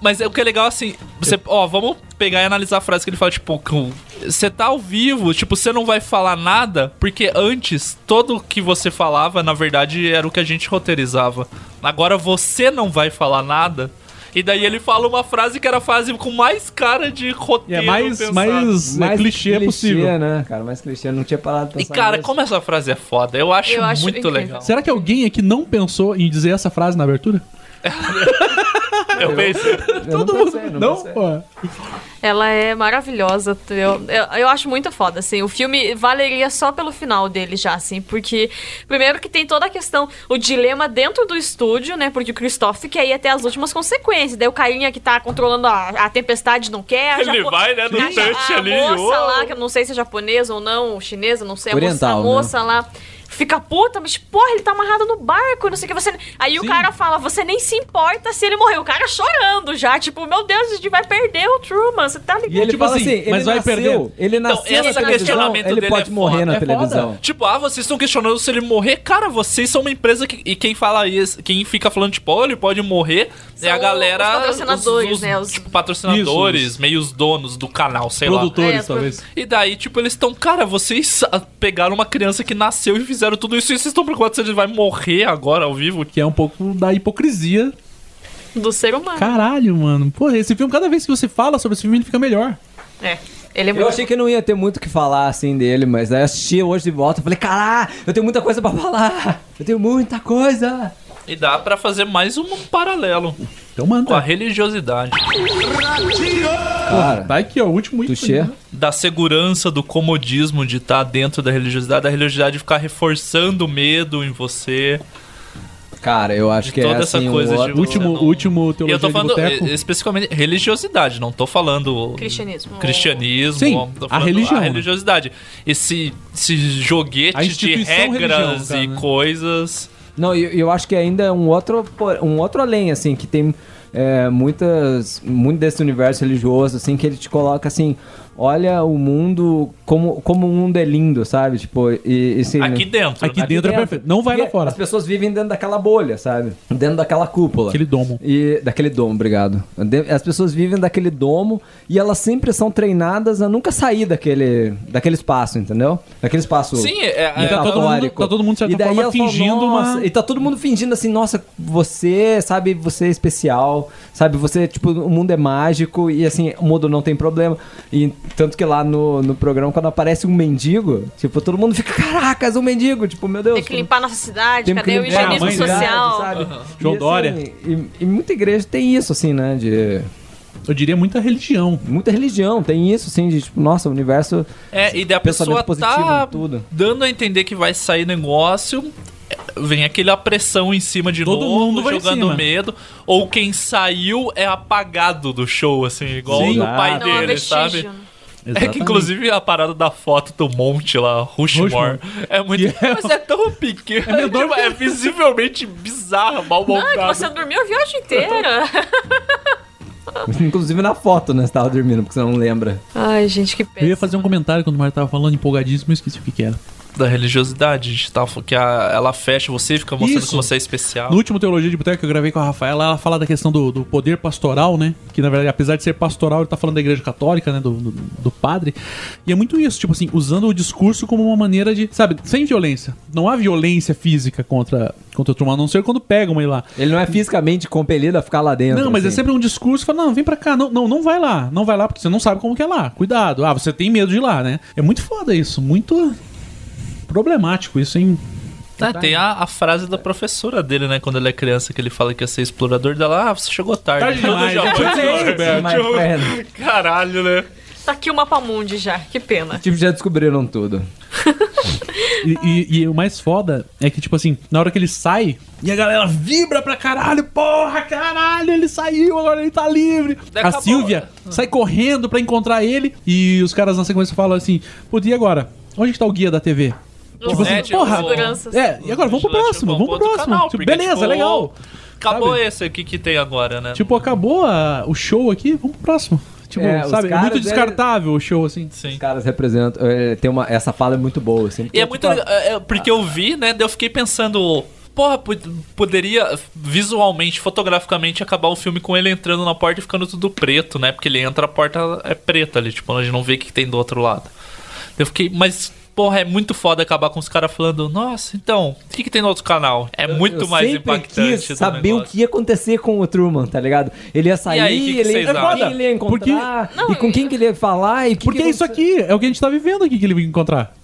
Speaker 3: Mas é o que é legal, assim, você, ó, vamos pegar e analisar a frase que ele fala, tipo, com- você tá ao vivo, tipo, você não vai falar nada, porque antes, todo o que você falava, na verdade, era o que a gente roteirizava. Agora você não vai falar nada. E daí ele fala uma frase que era a frase com mais cara de
Speaker 1: E
Speaker 3: roteiro.
Speaker 1: é mais,
Speaker 3: pensado.
Speaker 1: mais, é clichê, possível.
Speaker 2: né, cara? Mais clichê, eu não tinha parado pra
Speaker 3: E
Speaker 2: pensar
Speaker 3: cara,
Speaker 2: nisso.
Speaker 3: como essa frase é foda, eu acho,
Speaker 4: Eu acho
Speaker 3: muito
Speaker 4: incrível.
Speaker 3: legal.
Speaker 1: Será que alguém aqui não pensou em dizer essa frase na abertura?
Speaker 3: Eu pensei.
Speaker 1: Todo mundo. não, pô. é.
Speaker 4: Ela é maravilhosa. Eu, eu, eu acho muito foda, assim. O filme valeria só pelo final dele já, assim. Porque, primeiro que tem toda a questão, o dilema dentro do estúdio, né? Porque o Christoph quer ir até as últimas consequências. Daí o carinha que tá controlando a, a tempestade não quer. a
Speaker 3: Ele
Speaker 4: japo-
Speaker 3: vai, né, no
Speaker 4: a, ja-
Speaker 3: touch
Speaker 4: a
Speaker 3: ali,
Speaker 4: moça
Speaker 3: ô.
Speaker 4: lá, que eu não sei se é japonesa ou não, chinesa, não sei. A moça, a
Speaker 2: Oriental, né?
Speaker 4: moça tá lá... Fica puta, mas porra, ele tá amarrado no barco, não sei o que você. Aí o cara fala, você nem se importa se ele morreu. O cara chorando já, tipo, meu Deus, a gente vai perder o Truman, você tá ligado?
Speaker 2: E ele
Speaker 1: Tipo
Speaker 2: fala
Speaker 1: assim,
Speaker 2: assim, ele
Speaker 1: mas vai
Speaker 2: nasceu,
Speaker 1: perder.
Speaker 2: ele
Speaker 3: Não,
Speaker 2: nasceu
Speaker 3: Então, esse
Speaker 2: na televisão,
Speaker 3: questionamento
Speaker 2: ele
Speaker 3: dele
Speaker 2: pode
Speaker 3: é
Speaker 2: morrer
Speaker 3: foda.
Speaker 2: na
Speaker 3: É
Speaker 2: televisão.
Speaker 3: Tipo, ah, vocês estão questionando se ele morrer. Cara, vocês são uma empresa que. E quem fala isso, quem fica falando, tipo, ó, ele pode morrer, é a
Speaker 4: São
Speaker 3: galera.
Speaker 4: os patrocinadores,
Speaker 3: os- os,
Speaker 4: né, os-
Speaker 3: Tipo, patrocinadores,
Speaker 1: Isso,
Speaker 3: meio os donos do canal, sei
Speaker 1: Produtores,
Speaker 4: É, as
Speaker 1: talvez.
Speaker 3: lá. E daí, tipo, eles estão, cara, vocês ah, pegaram uma criança que nasceu e fizeram tudo isso e vocês estão preocupados se ele vai morrer agora ao vivo.
Speaker 1: Que é um pouco da hipocrisia.
Speaker 4: assim, Do ser humano.
Speaker 1: Caralho, mano. Porra, esse filme, cada vez que você fala sobre esse filme, ele fica melhor.
Speaker 4: É. Ele é
Speaker 2: Eu
Speaker 4: muito.
Speaker 2: achei que não ia ter muito o que falar assim dele, mas aí eu assisti hoje de volta e falei, caralho, eu tenho muita coisa pra falar! Eu tenho muita coisa!
Speaker 3: E dá pra fazer mais um paralelo
Speaker 1: Então manda.
Speaker 3: com a religiosidade.
Speaker 2: Cara,
Speaker 1: Vai aqui, ó, o último item.
Speaker 2: Tuxê.
Speaker 1: né?
Speaker 3: da segurança, do comodismo de estar dentro da religiosidade, da religiosidade ficar reforçando o medo em você.
Speaker 2: Cara, eu acho que é
Speaker 3: toda essa
Speaker 2: assim,
Speaker 3: coisa
Speaker 2: o...
Speaker 3: de-
Speaker 1: O último,
Speaker 3: Não.
Speaker 1: último
Speaker 3: E
Speaker 1: teologia
Speaker 3: eu tô falando
Speaker 1: de boteco.
Speaker 3: eh, especificamente religiosidade, não tô falando
Speaker 4: Cristianismo.
Speaker 3: cristianismo,
Speaker 1: Sim,
Speaker 3: ó, tô
Speaker 1: a
Speaker 3: falando
Speaker 1: religião,
Speaker 3: a
Speaker 1: né?
Speaker 3: religiosidade. Esse, esse
Speaker 1: A
Speaker 3: joguete de
Speaker 1: instituição
Speaker 3: regras
Speaker 1: religião,
Speaker 3: e
Speaker 1: cara, né?
Speaker 3: coisas.
Speaker 2: Não, eu, eu acho que ainda é um outro, por- um outro além, assim, que tem é, muitas, muito desse universo religioso, assim, que ele te coloca assim, olha o mundo, como, como o mundo é lindo, sabe? Tipo, e, esse,
Speaker 3: Aqui dentro,
Speaker 1: Aqui
Speaker 3: né?
Speaker 1: dentro, é perfeito. Não vai lá
Speaker 2: Porque
Speaker 1: fora.
Speaker 2: As pessoas vivem dentro daquela bolha, sabe? Dentro daquela cúpula.
Speaker 1: Aquele domo.
Speaker 2: E daquele domo, obrigado. De- As pessoas vivem daquele domo e elas sempre são treinadas a nunca sair daquele, daquele espaço, entendeu? Daquele espaço.
Speaker 3: Sim, é- é-
Speaker 1: E tá todo mundo-
Speaker 2: metafórico.
Speaker 1: tá todo mundo, de certa
Speaker 2: E daí
Speaker 1: forma,
Speaker 2: elas falam,
Speaker 1: fingindo uma-
Speaker 2: "Nossa", E tá todo mundo fingindo assim, nossa, você, sabe, você é especial, sabe, você, tipo, o mundo é mágico e assim, o mundo não tem problema. E tanto que lá no, no programa quando aparece um mendigo, tipo, todo mundo fica, caracas, um mendigo, tipo, meu Deus.
Speaker 4: Tem que limpar nossa cidade,
Speaker 1: um
Speaker 2: Temos que
Speaker 4: cadê o
Speaker 1: É,
Speaker 2: limpar a
Speaker 4: higienismo
Speaker 2: mãe da
Speaker 4: social?
Speaker 2: cidade, sabe?
Speaker 1: João
Speaker 2: E, assim,
Speaker 1: Dória.
Speaker 2: E, e muita igreja tem isso, assim, né? De.
Speaker 1: Eu diria muita religião.
Speaker 2: Muita religião, tem isso, assim, de tipo, nossa, o universo.
Speaker 3: É, e daí a
Speaker 2: pensamento
Speaker 3: pessoa
Speaker 2: positivo
Speaker 3: tá
Speaker 2: em tudo.
Speaker 3: dando a entender que vai sair negócio, é, vem aquela pressão em cima de
Speaker 1: Todo
Speaker 3: novo,
Speaker 1: mundo vai em
Speaker 3: jogando
Speaker 1: cima.
Speaker 3: medo, ou quem saiu é apagado do show, assim, igual
Speaker 1: Sim.
Speaker 3: o do pai
Speaker 1: Exato. Não há
Speaker 3: dele,
Speaker 1: vestígio,
Speaker 3: sabe?
Speaker 1: né?
Speaker 3: É que
Speaker 1: Exatamente.
Speaker 3: inclusive a parada da foto do monte lá, Rushmore,
Speaker 1: Rushmore.
Speaker 3: é muito. Mas é tão pequeno, é, visivelmente bizarro, mal
Speaker 4: Não, é que
Speaker 3: montado.
Speaker 4: você dormiu a viagem inteira.
Speaker 2: Inclusive na foto, né? Você tava dormindo, porque você não lembra.
Speaker 4: Ai, gente, que
Speaker 1: Eu ia fazer um comentário quando o Mário tava falando empolgadíssimo, eu esqueci o que, que era.
Speaker 3: Da religiosidade, a gente tava falando que a- ela fecha você e fica mostrando
Speaker 1: Isso.
Speaker 3: que você é especial.
Speaker 1: No último Teologia de Boteco que eu gravei com a Rafaela, ela fala da questão do, do poder pastoral, né? Que na verdade, apesar de ser pastoral, ele tá falando da igreja católica, né? Do, do, do padre. E é muito isso, tipo assim, usando o discurso como uma maneira de. Sabe, sem violência. Não há violência física contra, contra o turma, a não ser quando pegam ele lá.
Speaker 2: Ele não é fisicamente compelido a ficar lá dentro.
Speaker 1: Não, mas é
Speaker 2: assim.
Speaker 1: sempre um discurso que fala, não, vem pra cá, não, não, não vai lá, não vai lá, porque você não sabe como que é lá. Cuidado. Ah, você tem medo de ir lá, né? É muito foda isso, muito problemático isso, hein?
Speaker 4: Tá.
Speaker 3: Ah, tem a, a frase da professora dele, né? Quando ele é criança, que ele fala que ia ser explorador dela. Ah, você chegou tarde.
Speaker 1: Tarde
Speaker 3: Todo
Speaker 1: demais,
Speaker 3: já
Speaker 1: né?
Speaker 3: foi
Speaker 1: Tudo bem,
Speaker 3: descoberto.
Speaker 2: my
Speaker 3: Tipo, Caralho, né?
Speaker 4: Tá aqui o mapa mundi já, que pena.
Speaker 2: Tipo, já descobriram tudo.
Speaker 1: E, e- e o mais foda é que, tipo assim, na hora que ele sai, e a galera vibra pra caralho, porra, caralho, ele saiu, agora ele tá livre.
Speaker 3: Acabou. né? Ah.
Speaker 1: A Silvia sai correndo pra encontrar ele, e os caras na sequência falam assim: Puta, e agora? Onde que tá o guia da TV?
Speaker 3: Os
Speaker 1: tipo assim,
Speaker 3: sete,
Speaker 1: porra,
Speaker 3: os seguranças.
Speaker 1: é, e agora vamos pro próximo, vamos pro
Speaker 3: Outro
Speaker 1: próximo.
Speaker 3: canal,
Speaker 1: Tipo,
Speaker 3: porque,
Speaker 1: beleza,
Speaker 3: tipo,
Speaker 1: legal.
Speaker 3: Acabou
Speaker 1: Sabe?
Speaker 3: esse, o que que tem agora, né?
Speaker 1: Tipo, acabou a- o show aqui, vamos pro próximo. Tipo,
Speaker 2: É, os
Speaker 1: sabe, é
Speaker 2: caras,
Speaker 1: muito descartável o show, assim.
Speaker 3: Sim.
Speaker 2: Os caras representam. é, tem uma, essa fala é muito boa, assim.
Speaker 3: E é muito legal, é, é, porque eu vi, né? Daí eu fiquei pensando, porra, pod- poderia visualmente, fotograficamente acabar o filme com ele entrando na porta e ficando tudo preto, né? Porque ele entra, a porta é preta ali, tipo, a gente não vê o que que tem do outro lado. Eu fiquei, mas porra, é muito foda acabar com os caras falando, nossa, então, o que, que tem no outro canal? É muito
Speaker 2: Eu
Speaker 3: mais
Speaker 2: sempre
Speaker 3: impactante.
Speaker 2: quis
Speaker 3: do
Speaker 2: saber o
Speaker 3: negócio.
Speaker 2: que ia acontecer com o Truman, tá ligado? Ele ia sair,
Speaker 3: E aí, que que
Speaker 2: ele,
Speaker 3: vocês
Speaker 2: ia, com
Speaker 3: acham?
Speaker 2: quem ele ia encontrar,
Speaker 1: Porque- Não,
Speaker 2: e com quem que ele ia falar, e que
Speaker 1: Porque
Speaker 2: que
Speaker 1: isso aqui é o que a gente tá vivendo aqui que ele vai encontrar.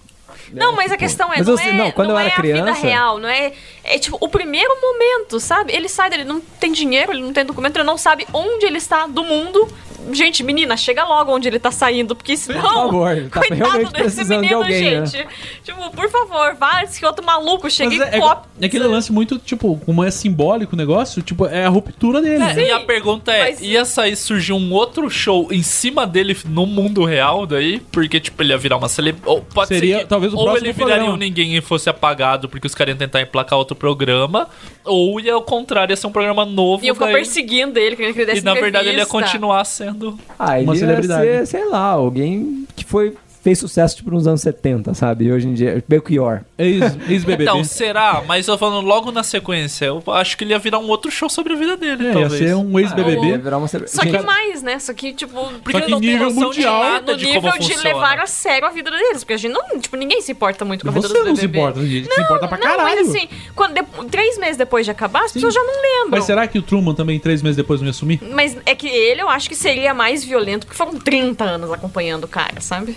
Speaker 4: Não, mas a questão
Speaker 1: Né?
Speaker 4: é,
Speaker 1: Tipo, Mas
Speaker 4: não,
Speaker 1: eu sei-
Speaker 4: é
Speaker 1: não, quando eu
Speaker 4: é
Speaker 1: era
Speaker 4: a
Speaker 1: criança-
Speaker 4: vida real, não é... É tipo, o primeiro momento, sabe? Ele sai dele, não tem dinheiro, ele não tem documento, ele não sabe onde ele está do mundo. Gente, menina, chega logo onde ele tá saindo, porque senão...
Speaker 2: Por favor, ele tá
Speaker 4: coitado
Speaker 2: realmente
Speaker 4: desse
Speaker 2: precisando de
Speaker 4: menino,
Speaker 2: alguém, né?
Speaker 4: gente. Tipo, por favor, vá, se que outro maluco chega
Speaker 1: Mas
Speaker 4: e
Speaker 1: é,
Speaker 4: copia.
Speaker 1: é aquele lance muito, tipo, como é simbólico o negócio, tipo, é a ruptura dele.
Speaker 3: É, e a pergunta é, ia sair surgir um outro show em cima dele no mundo real daí? Porque, tipo, ele ia virar uma cele... Ou pode
Speaker 1: Seria,
Speaker 3: ser que-
Speaker 1: talvez, o
Speaker 3: Ou
Speaker 1: próximo
Speaker 3: ele viraria
Speaker 1: programa.
Speaker 3: um ninguém e fosse apagado porque os caras iam tentar emplacar outro programa. Ou ia ao contrário, ia ser um programa novo.
Speaker 4: E eu fico
Speaker 3: daí.
Speaker 4: perseguindo ele, querendo que ele desse
Speaker 3: E na verdade
Speaker 1: é
Speaker 3: ele ia
Speaker 4: entrevista.
Speaker 3: continuar sendo...
Speaker 2: Ah, ele
Speaker 1: Uma
Speaker 2: ia
Speaker 1: celebridade.
Speaker 2: ser, sei lá, alguém que foi, fez sucesso tipo, nos anos 70, sabe? E hoje em dia, meio que pior.
Speaker 1: Ex-BBB.
Speaker 3: Então, será? Mas eu falando logo na sequência, eu acho que ele ia virar um outro show sobre a vida dele,
Speaker 1: É, ia
Speaker 3: talvez.
Speaker 1: ser um ex-BBB.
Speaker 4: Ah,
Speaker 2: ia virar uma cele-
Speaker 4: Só que
Speaker 1: Gente,
Speaker 4: mais, né? Só que, tipo...
Speaker 1: Só que em nível mundial, né,
Speaker 4: no
Speaker 1: de como
Speaker 4: nível de
Speaker 1: funciona.
Speaker 4: levar a sério a vida deles. Porque a gente não... Tipo, ninguém se importa muito com a vida
Speaker 1: Você
Speaker 4: dos
Speaker 1: não se
Speaker 4: BBB.
Speaker 1: importa, a gente se importa pra
Speaker 4: Não,
Speaker 1: caralho.
Speaker 4: mas assim, quando de- três meses depois de acabar, as pessoas já não lembram.
Speaker 1: Mas será que o Truman também, três meses depois, não ia assumir?
Speaker 4: Mas é que ele eu acho que seria mais violento, porque foram 30 anos acompanhando o cara, sabe?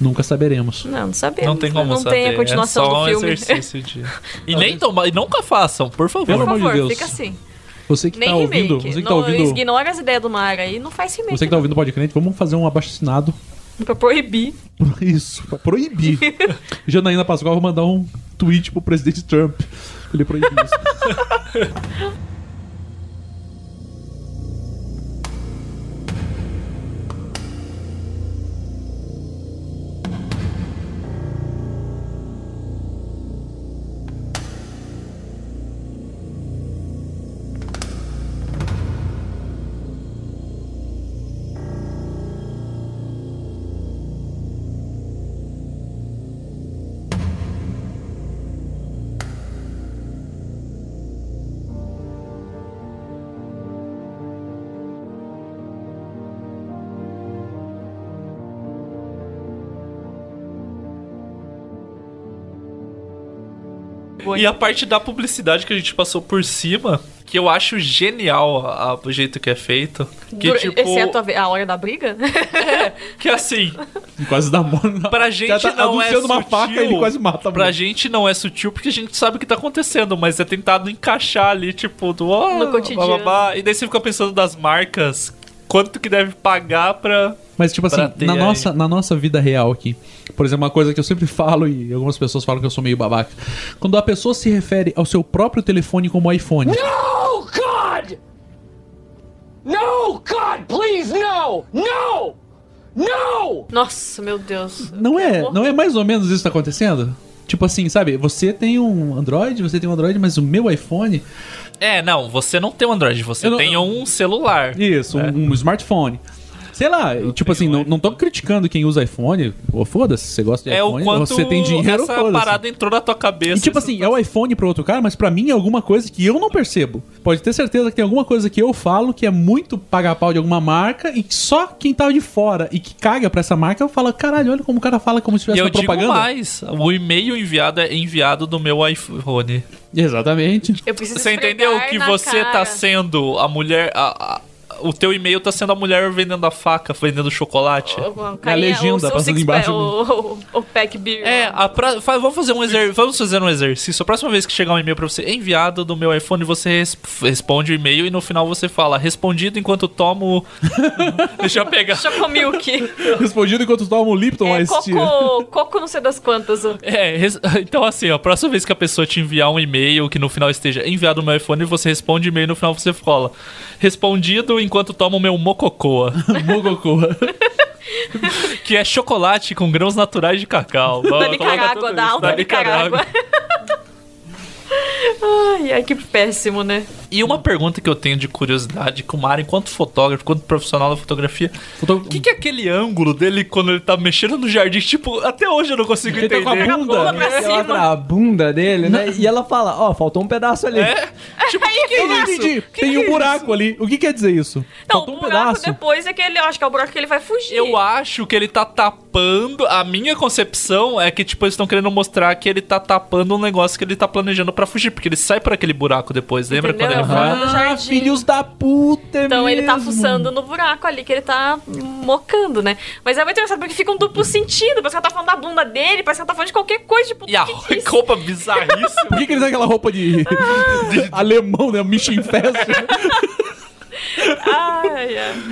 Speaker 1: Nunca saberemos.
Speaker 4: Não, não sabemos.
Speaker 3: Não tem como
Speaker 4: Não
Speaker 3: saber.
Speaker 4: tem a continuação
Speaker 3: é só
Speaker 4: do filme.
Speaker 3: um exercício de... E nem tomar, e nunca façam, por favor.
Speaker 1: Pelo amor de Deus.
Speaker 4: fica assim.
Speaker 1: Você que
Speaker 4: Nem
Speaker 1: tá
Speaker 4: remake.
Speaker 1: ouvindo, você que tá
Speaker 4: não,
Speaker 1: ouvindo,
Speaker 4: Ignora as ideias do Mara aí, não faz remake.
Speaker 1: você que tá ouvindo o podcast, vamos fazer um abaixo-assinado.
Speaker 4: não, Pra proibir.
Speaker 1: Isso, pra proibir. Janaína Pascoal vai mandar um tweet pro presidente Trump. Ele proibiu isso.
Speaker 3: E a parte da publicidade que a gente passou por cima que eu acho genial a- a- o jeito que é feito. Que,
Speaker 4: Dur-
Speaker 3: tipo,
Speaker 4: Exceto a, ve- a hora da briga?
Speaker 3: que assim,
Speaker 1: Quase dá mole. na-
Speaker 3: pra gente
Speaker 1: O cara tá
Speaker 3: não é
Speaker 1: anunciando
Speaker 3: sutil.
Speaker 1: uma faca, ele quase mata a
Speaker 3: pra
Speaker 1: mulher.
Speaker 3: gente não é sutil porque a gente sabe o que tá acontecendo, mas é tentado encaixar ali, tipo, do ó,
Speaker 4: No cotidiano.
Speaker 3: blá, blá, blá. E daí você fica pensando das marcas, quanto que deve pagar pra.
Speaker 1: Mas, tipo assim,
Speaker 3: pra ter
Speaker 1: na
Speaker 3: aí.
Speaker 1: nossa, na nossa vida real aqui, por exemplo, uma coisa que eu sempre falo e algumas pessoas falam que eu sou meio babaca. Quando a pessoa se refere ao seu próprio telefone como iPhone.
Speaker 5: No, God! No, God, please, no! No! No!
Speaker 4: Nossa, meu Deus.
Speaker 1: Não é, não é mais ou menos isso que tá acontecendo? Tipo assim, sabe? Você tem um Android, você tem um Android, mas o meu iPhone.
Speaker 3: É, não, você não tem um Android, você tem um celular.
Speaker 1: Isso, um, um smartphone. Sei lá, e, tipo assim, não, não tô criticando quem usa iPhone. Pô, foda-se, você gosta de
Speaker 3: um É o
Speaker 1: iPhone,
Speaker 3: quanto
Speaker 1: você tem dinheiro,
Speaker 3: essa
Speaker 1: foda-se.
Speaker 3: parada entrou na tua
Speaker 1: E
Speaker 3: cabeça.
Speaker 1: tipo assim, é o iPhone pro outro cara, mas pra mim é alguma coisa que eu não percebo. Pode ter certeza que tem alguma coisa que eu falo que é muito pagar pau de alguma marca e que só quem tá de fora e que caga pra essa marca fala, caralho, olha como o cara fala como se
Speaker 3: E
Speaker 1: tivesse
Speaker 3: eu
Speaker 1: uma
Speaker 3: digo
Speaker 1: um propaganda.
Speaker 3: mais, o e-mail enviado é enviado do meu iPhone.
Speaker 1: Exatamente.
Speaker 4: Eu preciso
Speaker 3: Você entendeu
Speaker 4: esfregar
Speaker 3: que
Speaker 4: na
Speaker 3: você
Speaker 4: cara.
Speaker 3: tá sendo a mulher. a- a- o teu e-mail tá sendo a mulher vendendo a faca, vendendo chocolate.
Speaker 1: É
Speaker 4: O carinha- o- o six pack- O, o, o pack beer.
Speaker 3: É, a pra- fa- vamos, fazer um exer- vamos fazer um exercício. A próxima vez que chegar um e-mail pra você é enviado do meu iPhone, você res- responde o e-mail e no final você fala: respondido enquanto tomo. Deixa eu pegar.
Speaker 4: Chocomilk.
Speaker 1: Respondido enquanto toma um Lipton,
Speaker 4: É,
Speaker 1: mas
Speaker 4: coco, coco não sei das quantas. ó.
Speaker 3: É, res- então assim, ó, a próxima vez que a pessoa te enviar um e-mail que no final esteja enviado no meu iPhone, você responde o e-mail e no final você fala: respondido enquanto tomo meu mococoa.
Speaker 1: mococoa.
Speaker 3: que é chocolate com grãos naturais de cacau.
Speaker 4: Da
Speaker 3: Coloca tudo
Speaker 4: Nicarágua,
Speaker 3: isso,
Speaker 4: da alta
Speaker 3: da Nicarágua.
Speaker 4: Nicarágua. Ai, ai, que péssimo, né?
Speaker 3: E uma pergunta que eu tenho de curiosidade com o Mara, enquanto fotógrafo, enquanto profissional da fotografia, o que, que é aquele ângulo dele quando ele tá mexendo no jardim? Tipo, até hoje eu não consigo
Speaker 2: Ele
Speaker 3: entender.
Speaker 2: tá com a bunda, né? Ele
Speaker 4: tá
Speaker 2: abre a bunda dele, né? E ela fala, ó, faltou um pedaço ali.
Speaker 3: É? Tipo, o que, que
Speaker 1: Eu não
Speaker 3: é isso?
Speaker 1: entendi.
Speaker 3: Que
Speaker 1: tem
Speaker 3: que
Speaker 1: um
Speaker 3: é
Speaker 1: buraco ali. O que quer dizer isso?
Speaker 4: Não,
Speaker 1: Faltou
Speaker 4: Então, o
Speaker 1: um
Speaker 4: buraco
Speaker 1: pedaço.
Speaker 4: depois é que ele. Eu acho que é o buraco que ele vai fugir.
Speaker 3: Eu acho que ele tá tapando. A minha concepção é que, tipo, eles estão querendo mostrar que ele tá tapando um negócio que ele tá planejando pra fugir, porque ele sai por aquele buraco depois, lembra
Speaker 4: Entendeu?
Speaker 3: quando ele vai?
Speaker 4: No jardim.
Speaker 1: Ah, filhos da puta, é
Speaker 4: Então ele tá fuçando no buraco ali, que ele tá mocando, né? Mas é muito engraçado porque fica um duplo sentido. Parece que ela tá falando da bunda dele, parece que ela tá falando de qualquer coisa. Tipo,
Speaker 3: E a roupa bizarríssima.
Speaker 1: Por que, que ele tá com aquela roupa de alemão, né? Mission Fest.
Speaker 4: ai, ai.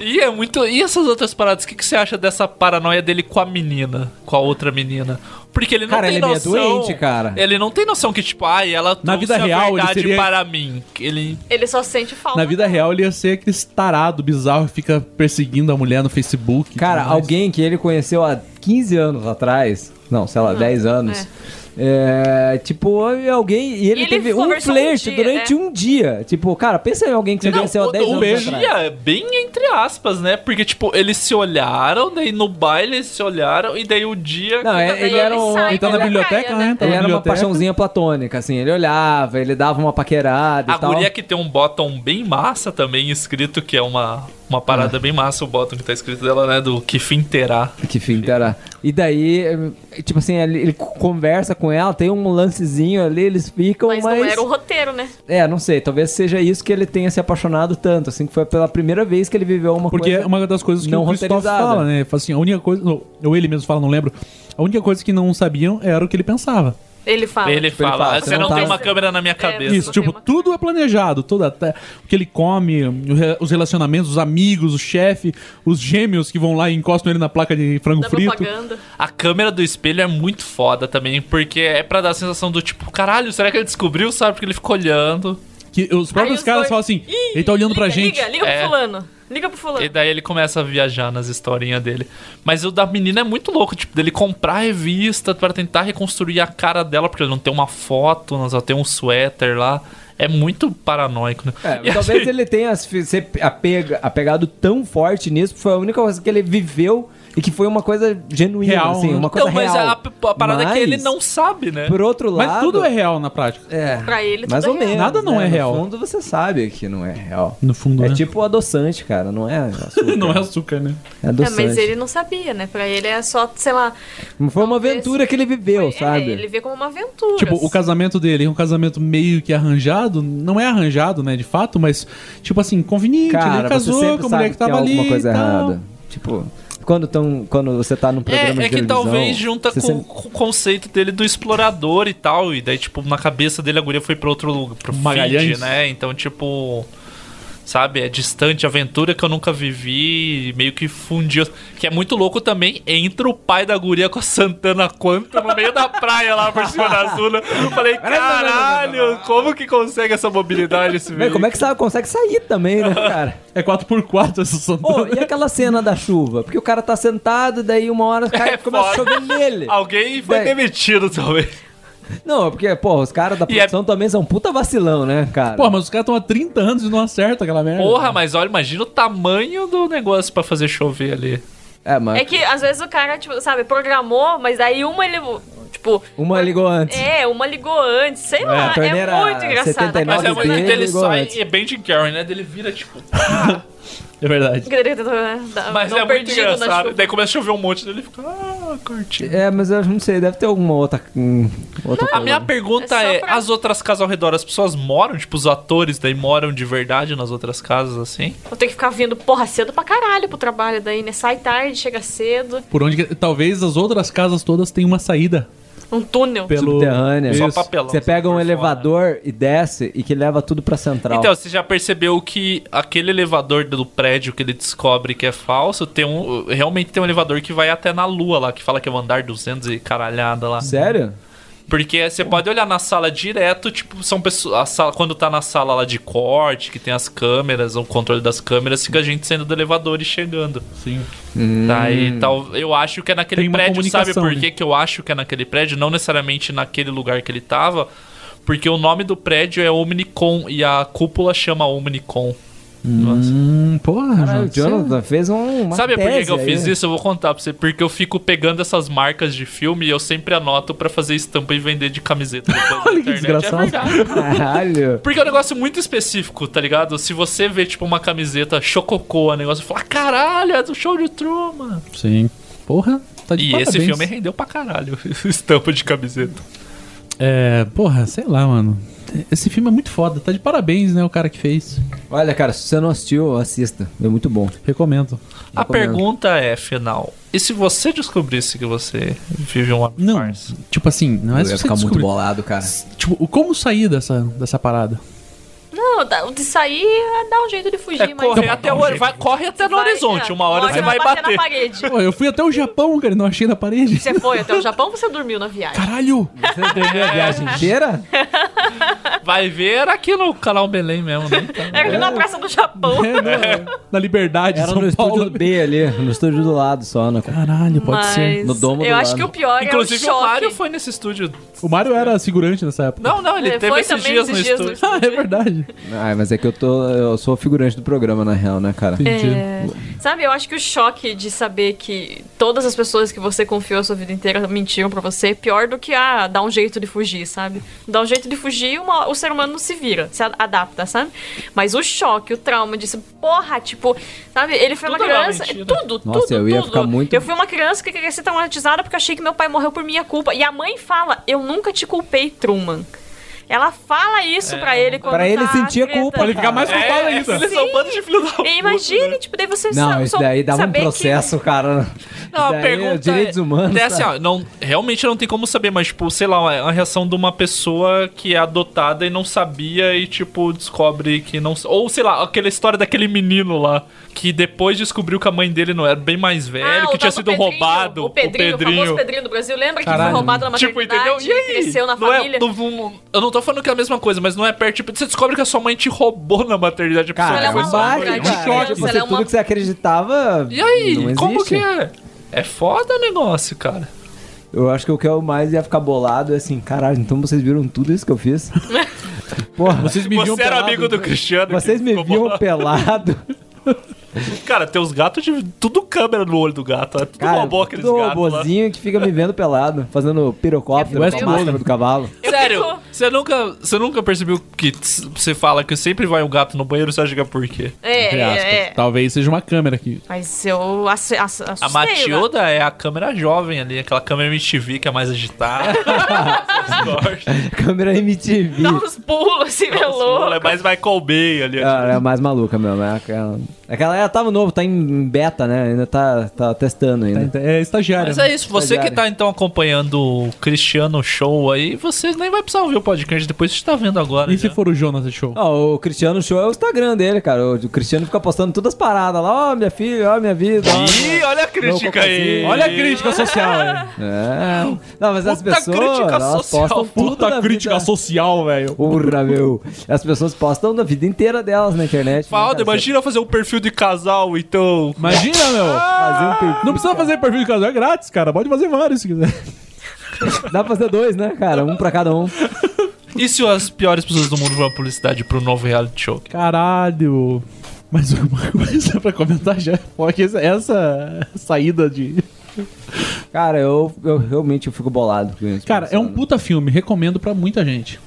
Speaker 3: E é muito. E essas outras paradas? O que, que você acha dessa paranoia dele com a menina? Com a outra menina? Porque ele não
Speaker 2: Cara,
Speaker 3: tem
Speaker 2: ele é meio
Speaker 3: noção.
Speaker 2: doente, cara.
Speaker 3: Ele não tem noção que, tipo, ai, ela
Speaker 1: Na
Speaker 3: trouxe
Speaker 1: vida
Speaker 3: a
Speaker 1: real, ele
Speaker 3: verdade
Speaker 1: seria-
Speaker 3: para mim. Ele.
Speaker 4: Ele só sente falta.
Speaker 1: Na vida real, ele ia ser aquele tarado bizarro que fica perseguindo a mulher no Facebook.
Speaker 2: Cara, alguém que ele conheceu há 15 anos atrás, não, sei lá, 10 anos. é, tipo, alguém. E ele,
Speaker 4: Ele
Speaker 2: teve um
Speaker 4: conversou um
Speaker 2: flerte
Speaker 4: dia,
Speaker 2: durante
Speaker 4: né?
Speaker 2: um dia. Tipo, cara, pensa em alguém que você conheceu há 10 anos atrás.
Speaker 3: dia, é bem entre aspas, né? Porque, tipo, eles se olharam, daí no baile eles se olharam, e daí o dia.
Speaker 2: Não,
Speaker 3: que
Speaker 2: é-
Speaker 3: também
Speaker 2: ele era um-
Speaker 1: Então na biblioteca, né? Tá
Speaker 4: É.
Speaker 2: Ele
Speaker 1: na
Speaker 2: era uma
Speaker 1: biblioteca.
Speaker 2: paixãozinha platônica, assim. Ele olhava, ele dava uma paquerada e
Speaker 3: A
Speaker 2: tal.
Speaker 3: guria que tem um bottom bem massa também escrito, que é uma, uma
Speaker 2: Ah.
Speaker 3: parada bem massa, o bottom que tá escrito dela, né? Do que fim terá.
Speaker 2: Que fim terá. E daí, eh, tipo assim, ele, ele conversa com ela, tem um lancezinho ali, eles ficam, mas...
Speaker 4: Não era o roteiro, né?
Speaker 2: É, não sei, talvez seja isso que ele tenha se apaixonado tanto, assim, que foi pela primeira vez que ele viveu uma
Speaker 1: Porque
Speaker 2: coisa
Speaker 1: é uma das coisas que
Speaker 2: não
Speaker 1: o Christoph
Speaker 2: roteirizada.
Speaker 1: fala, né? Ele fala assim, a única coisa... Ou ele mesmo fala, não lembro. A única coisa que não sabiam era o que ele pensava.
Speaker 4: Ele fala. tipo,
Speaker 3: Ele
Speaker 2: Tipo,
Speaker 3: fala, "Ah, você não,
Speaker 2: tá
Speaker 3: tem uma câmera na minha cabeça.
Speaker 1: Isso, tipo, tudo é planejado. Tudo, até o que ele come, o re- os relacionamentos, os amigos, o chefe, os gêmeos que vão lá e encostam ele na placa de frango frito.
Speaker 3: A câmera do espelho é muito foda também, porque é pra dar a sensação do tipo, caralho, será que ele descobriu, sabe? Porque ele ficou olhando.
Speaker 1: Que os próprios
Speaker 4: os
Speaker 1: caras
Speaker 4: dois-
Speaker 1: falam assim,
Speaker 4: Ih,
Speaker 1: ele tá olhando pra gente.
Speaker 4: Liga, liga
Speaker 3: É.
Speaker 4: pro fulano. Liga pro fulano. É,
Speaker 3: E daí ele começa a viajar nas historinhas dele. Mas o da menina é muito louco, tipo, dele comprar a revista pra tentar reconstruir a cara dela, porque ele não tem uma foto, não só tem um suéter lá. É muito paranoico, né?
Speaker 2: É,
Speaker 3: E
Speaker 2: talvez
Speaker 3: assim-
Speaker 2: ele tenha se se apega, apegado tão forte nisso, porque foi a única coisa que ele viveu E que foi uma coisa genuína,
Speaker 1: Real,
Speaker 2: assim,
Speaker 1: né?
Speaker 2: uma coisa
Speaker 1: Não, mas
Speaker 2: real.
Speaker 1: a- a parada é que ele não
Speaker 3: sabe, né?
Speaker 2: Por outro lado...
Speaker 1: Mas tudo é real na prática.
Speaker 2: É.
Speaker 4: Pra ele,
Speaker 2: Mais
Speaker 4: tudo
Speaker 2: ou
Speaker 4: é real.
Speaker 2: menos.
Speaker 1: Nada não
Speaker 2: né?
Speaker 1: é real.
Speaker 2: No fundo, você sabe que não é real.
Speaker 1: No fundo,
Speaker 2: É tipo o adoçante, cara. Não é açúcar.
Speaker 1: Não é açúcar, né?
Speaker 2: É
Speaker 4: É,
Speaker 2: adoçante.
Speaker 4: mas ele não sabia, né? Pra ele é só, sei lá,
Speaker 2: Foi uma aventura que ele viveu,
Speaker 4: é,
Speaker 1: sabe?
Speaker 4: ele vê como uma aventura. assim.
Speaker 1: Tipo, o casamento dele é um casamento meio que arranjado. Não é arranjado, né, de fato, mas, tipo assim, conveniente.
Speaker 2: Cara,
Speaker 1: ele
Speaker 2: você
Speaker 1: casou
Speaker 2: sempre
Speaker 1: com a
Speaker 2: sabe
Speaker 1: mulher que tava
Speaker 2: tem
Speaker 1: ali.
Speaker 2: alguma coisa
Speaker 1: e tal.
Speaker 2: errada. Tipo, quando, tão, quando você tá num programa
Speaker 3: É,
Speaker 2: de
Speaker 3: é que
Speaker 2: televisão,
Speaker 3: talvez junta
Speaker 2: você
Speaker 3: com,
Speaker 2: sempre-
Speaker 3: com o conceito dele do explorador e tal. E daí, tipo, na cabeça dele a guria foi pra outro lugar, pro
Speaker 1: Magalhães.
Speaker 3: feed, né? Então, tipo. Sabe, é distante, aventura que eu nunca vivi, e meio que fundiu. Que é muito louco também, entra o pai da guria com a Santana Quanto no meio da praia lá por cima da Zuna. Eu falei, caralho, como que consegue essa mobilidade esse
Speaker 2: Meu,
Speaker 3: velho?
Speaker 2: como é que você consegue sair também, né, cara?
Speaker 1: É 4x4 essa Santana.
Speaker 2: e aquela cena da chuva? Porque o cara tá sentado, daí uma hora cai, começa a chover nele.
Speaker 3: Alguém foi
Speaker 2: Daí-
Speaker 3: demitido talvez.
Speaker 2: Não, é porque, porra, os caras da produção também são um puta vacilão, né, cara?
Speaker 1: Pô, mas os caras estão há 30 anos e não acertam aquela merda.
Speaker 3: Porra, mas olha, imagina o tamanho do negócio pra fazer chover ali.
Speaker 2: É, mano.
Speaker 4: É que às vezes o cara, tipo, sabe, programou, mas daí uma ele. Tipo,
Speaker 2: Uma ligou antes.
Speaker 4: é, uma ligou antes, sei lá,
Speaker 2: a torneira
Speaker 4: é muito engraçado.
Speaker 2: 79
Speaker 3: Mas é muito
Speaker 2: dele
Speaker 3: dele
Speaker 2: ligou
Speaker 3: sai
Speaker 2: antes.
Speaker 3: e é bem Jim Carrey, né? Dele vira tipo.
Speaker 1: É verdade.
Speaker 3: Mas
Speaker 4: Não
Speaker 3: é muito
Speaker 4: um perdido né? Tipo, na
Speaker 3: engraçado.
Speaker 4: chuva.
Speaker 3: Daí começa a chover um monte dele fica. Ah, curtindo.
Speaker 2: É, mas eu não sei, deve ter alguma outra. hum, outra
Speaker 3: A minha pergunta é: as outras casas ao redor, as pessoas moram? Tipo, os atores daí moram de verdade nas outras casas assim?
Speaker 4: Vou ter que ficar vindo, porra, cedo pra caralho pro trabalho daí, né? Sai tarde, chega cedo,
Speaker 1: Por onde que- Talvez as outras casas todas tenham uma saída.
Speaker 4: um túnel.
Speaker 1: Pelo-
Speaker 2: Subterrânea.
Speaker 1: Só
Speaker 3: papelão,
Speaker 2: Você pega um elevador e desce e que leva tudo pra central.
Speaker 3: Então, você já percebeu que aquele elevador do prédio que ele descobre que é falso, tem um. Realmente tem um elevador que vai até na lua lá, que fala que é o andar 200 e caralhada lá.
Speaker 2: Sério?
Speaker 3: Porque você pode olhar na sala direto, tipo, são pessoas. A sala, quando tá na sala lá de corte, que tem as câmeras, o controle das câmeras, fica a gente saindo do elevador e chegando.
Speaker 1: Sim.
Speaker 3: Tá, e tal, eu acho que é naquele
Speaker 1: Tem uma
Speaker 3: prédio, sabe
Speaker 1: comunicação,
Speaker 3: por
Speaker 1: né?
Speaker 3: que que eu acho que é naquele prédio? Não necessariamente naquele lugar que ele tava, porque o nome do prédio é Omnicom e a cúpula chama Omnicom.
Speaker 1: Hum, porra,
Speaker 2: Caralho, o
Speaker 1: mano,
Speaker 2: Jonathan fez um. uma
Speaker 3: Sabe por que
Speaker 2: tese
Speaker 3: que eu
Speaker 2: aí.
Speaker 3: fiz isso? Eu vou contar pra você. Porque eu fico pegando essas marcas de filme e eu sempre anoto pra fazer estampa e vender de camiseta depois na
Speaker 1: Olha que
Speaker 3: internet. É
Speaker 1: desgraçado.
Speaker 3: verdade.
Speaker 2: Caralho.
Speaker 3: Porque é um negócio muito específico, tá ligado? Se você vê, tipo, uma camiseta chococô, o negócio fala, "Ah, caralho, é do show de Truman.
Speaker 1: Sim. Porra, tá de
Speaker 3: e
Speaker 1: parabéns.
Speaker 3: esse filme rendeu pra caralho, estampa de camiseta.
Speaker 1: É, porra, sei lá, mano. Esse filme é muito foda. Tá de parabéns, né, o cara que fez.
Speaker 2: Olha, cara, se você não assistiu, assista. É muito bom.
Speaker 1: Recomendo.
Speaker 3: A pergunta é, final, e se você descobrisse que você vive um uma
Speaker 1: Não,
Speaker 3: farsa?
Speaker 1: tipo assim, não é
Speaker 2: Eu
Speaker 1: se
Speaker 2: ia
Speaker 1: você
Speaker 2: ficar muito
Speaker 1: descobrir.
Speaker 2: bolado, cara.
Speaker 1: Tipo, o- como sair dessa, dessa parada?
Speaker 4: Não, dá- de sair é dar um jeito de fugir, mas.
Speaker 3: correr até o hori- vai, corre até no horizonte,
Speaker 4: é.
Speaker 3: uma hora você vai bater.
Speaker 4: na parede.
Speaker 1: Pô, eu fui até o Japão, cara, e não achei na parede.
Speaker 4: Você foi até o Japão ou você dormiu na viagem?
Speaker 1: Caralho!
Speaker 2: Você dormiu a viagem inteira?
Speaker 3: Vai ver era aqui no canal Belém mesmo, né?
Speaker 4: Era aqui É na Praça do Japão.
Speaker 1: É, não, Na liberdade,
Speaker 2: Era
Speaker 1: São
Speaker 2: no
Speaker 1: Paulo.
Speaker 2: estúdio B ali, no estúdio do lado só. né?
Speaker 1: Caralho, pode
Speaker 4: Mas
Speaker 1: ser.
Speaker 2: No domo
Speaker 4: eu
Speaker 2: do
Speaker 4: acho
Speaker 2: lado.
Speaker 4: que o pior
Speaker 3: Inclusive
Speaker 4: é o
Speaker 3: o
Speaker 4: choque.
Speaker 3: Mario foi nesse estúdio.
Speaker 1: O Mário era segurante nessa época.
Speaker 3: Não, não, ele
Speaker 4: É,
Speaker 3: teve
Speaker 4: foi
Speaker 3: esses
Speaker 4: também
Speaker 3: dias no
Speaker 4: esses dias no
Speaker 3: estúdio.
Speaker 1: Ah, é verdade.
Speaker 2: Ah, mas é que eu tô. Eu sou figurante do programa, na real, né, cara?
Speaker 4: É, sabe, eu acho que o choque de saber que todas as pessoas que você confiou a sua vida inteira mentiram pra você é pior do que ah, dar um jeito de fugir, sabe? Dar um jeito de fugir, uma- o ser humano não se vira, se a- adapta, sabe? Mas o choque, o trauma disso, porra, tipo, sabe? Ele foi
Speaker 3: Tudo
Speaker 4: uma
Speaker 3: era uma
Speaker 4: criança. é
Speaker 3: mentira.
Speaker 4: Tudo,
Speaker 2: Nossa,
Speaker 4: tudo,
Speaker 2: eu ia
Speaker 4: tudo.
Speaker 2: ficar muito-
Speaker 4: Eu fui uma criança que cresci traumatizada porque achei que meu pai morreu por minha culpa. E a mãe fala: Eu nunca te culpei, Truman. Ela fala isso pra ele quando
Speaker 2: Pra ele
Speaker 4: tá
Speaker 2: sentir a
Speaker 4: treta.
Speaker 2: culpa. Pra ele ficar
Speaker 1: mais
Speaker 3: É,
Speaker 1: culpado
Speaker 3: é,
Speaker 1: ainda.
Speaker 3: eles são um bando de filho da puta.
Speaker 4: E
Speaker 3: né?
Speaker 4: imagine, tipo, daí você
Speaker 2: Não,
Speaker 4: sa-
Speaker 2: isso
Speaker 4: só
Speaker 2: daí dava um
Speaker 4: saber que-
Speaker 2: processo, cara.
Speaker 3: Não, a
Speaker 2: Daí é
Speaker 3: pergunta
Speaker 2: direitos
Speaker 3: é,
Speaker 2: humanos,
Speaker 3: É assim,
Speaker 2: sabe?
Speaker 3: ó, não, realmente não tem como saber, mas, tipo, sei lá, é a reação de uma pessoa que é adotada e não sabia e, tipo, descobre que não... Ou, sei lá, aquela história daquele menino lá, que depois descobriu que a mãe dele não era bem mais velha,
Speaker 4: Ah,
Speaker 3: que
Speaker 4: o tal
Speaker 3: tinha
Speaker 4: do
Speaker 3: sido
Speaker 4: Pedrinho,
Speaker 3: roubado.
Speaker 4: O Pedrinho, o, famoso Pedrinho do Brasil. Lembra que
Speaker 3: Caralho.
Speaker 4: foi roubado na
Speaker 3: Tipo,
Speaker 4: maternidade?
Speaker 3: entendeu? E aí?
Speaker 4: Cresceu na
Speaker 3: Não é-
Speaker 4: família.
Speaker 3: não- não- eu não tô falando que é a mesma coisa, mas não é perto. Tipo, você descobre que a sua mãe te roubou na maternidade. a pessoa
Speaker 2: Cara,
Speaker 3: foi
Speaker 2: é um
Speaker 3: só uma
Speaker 2: baque,
Speaker 3: mulher.
Speaker 2: cara.
Speaker 4: criança,
Speaker 2: Tipo, você,
Speaker 4: ela é
Speaker 2: tudo
Speaker 4: uma-
Speaker 2: que você acreditava.
Speaker 3: E aí?
Speaker 2: Não
Speaker 3: como
Speaker 2: existe.
Speaker 3: que é? É foda o negócio, cara.
Speaker 2: Eu acho que o que eu mais ia ficar bolado é assim, caralho, então vocês viram tudo isso que eu fiz? Porra,
Speaker 1: Vocês me viam
Speaker 3: Você era
Speaker 1: pelado. né?
Speaker 3: amigo do Cristiano.
Speaker 2: vocês me viam pelado.
Speaker 3: Cara, tem os gatos de tudo câmera no olho do gato. É tudo robô aqueles
Speaker 2: do
Speaker 3: gatos lá.
Speaker 2: um robozinho que fica me vendo pelado, fazendo pirocóptero com a
Speaker 3: Westworld.
Speaker 2: máscara do cavalo.
Speaker 3: Sério,
Speaker 4: Tipo-
Speaker 3: você nunca, você nunca percebeu que s- você fala que sempre vai um gato no banheiro, você acha que é por quê?
Speaker 4: É, é, é.
Speaker 1: Talvez seja uma câmera aqui.
Speaker 4: Mas eu ass- ass- assustei.
Speaker 3: A Matilda é a câmera jovem ali, aquela câmera MTV que é mais agitada.
Speaker 2: Câmera MTV.
Speaker 4: Dá uns pulos assim, meu
Speaker 3: Ela é
Speaker 4: louco.
Speaker 3: mais vai colbeia
Speaker 1: Ah,
Speaker 3: ali.
Speaker 2: Ela é a mais maluca mesmo. É aquela, aquela, ela tava novo, tá em beta, né? Ainda tá, tá testando ainda.
Speaker 1: é estagiária.
Speaker 3: Mas é isso, você que tá então acompanhando o Cristiano Show aí, você nem vai precisar ouvir o podcast depois, você tá vendo agora.
Speaker 1: E se for o Jonas Show?
Speaker 2: Não, o Cristiano Show é o Instagram dele, cara. O Cristiano fica postando todas as paradas lá. Ó, minha filha, ó, minha vida. ó,
Speaker 1: né?
Speaker 3: Ih, olha a crítica aí.
Speaker 1: Olha a crítica social aí.
Speaker 2: É. Não, mas as
Speaker 1: Puta
Speaker 2: pessoas.
Speaker 1: crítica
Speaker 2: elas
Speaker 1: social,
Speaker 2: postam tudo
Speaker 1: puta
Speaker 2: da
Speaker 1: crítica
Speaker 2: vida.
Speaker 1: social, velho.
Speaker 2: Porra, meu. As pessoas postam da vida inteira delas na internet. né,
Speaker 3: Falda, imagina fazer um perfil de casal, então.
Speaker 1: Imagina, meu.
Speaker 2: um
Speaker 1: Não precisa fazer perfil de casal, é grátis, cara. Pode fazer vários se quiser.
Speaker 2: Dá pra fazer dois, né, cara? Um pra cada um.
Speaker 3: E se as piores pessoas do mundo vão à publicidade pro novo reality show?
Speaker 1: Caralho. Mas uma coisa pra comentar já. Porque essa- essa saída de.
Speaker 2: Cara, eu, eu realmente eu fico bolado com isso.
Speaker 1: Cara, é um puta filme. Recomendo pra muita gente.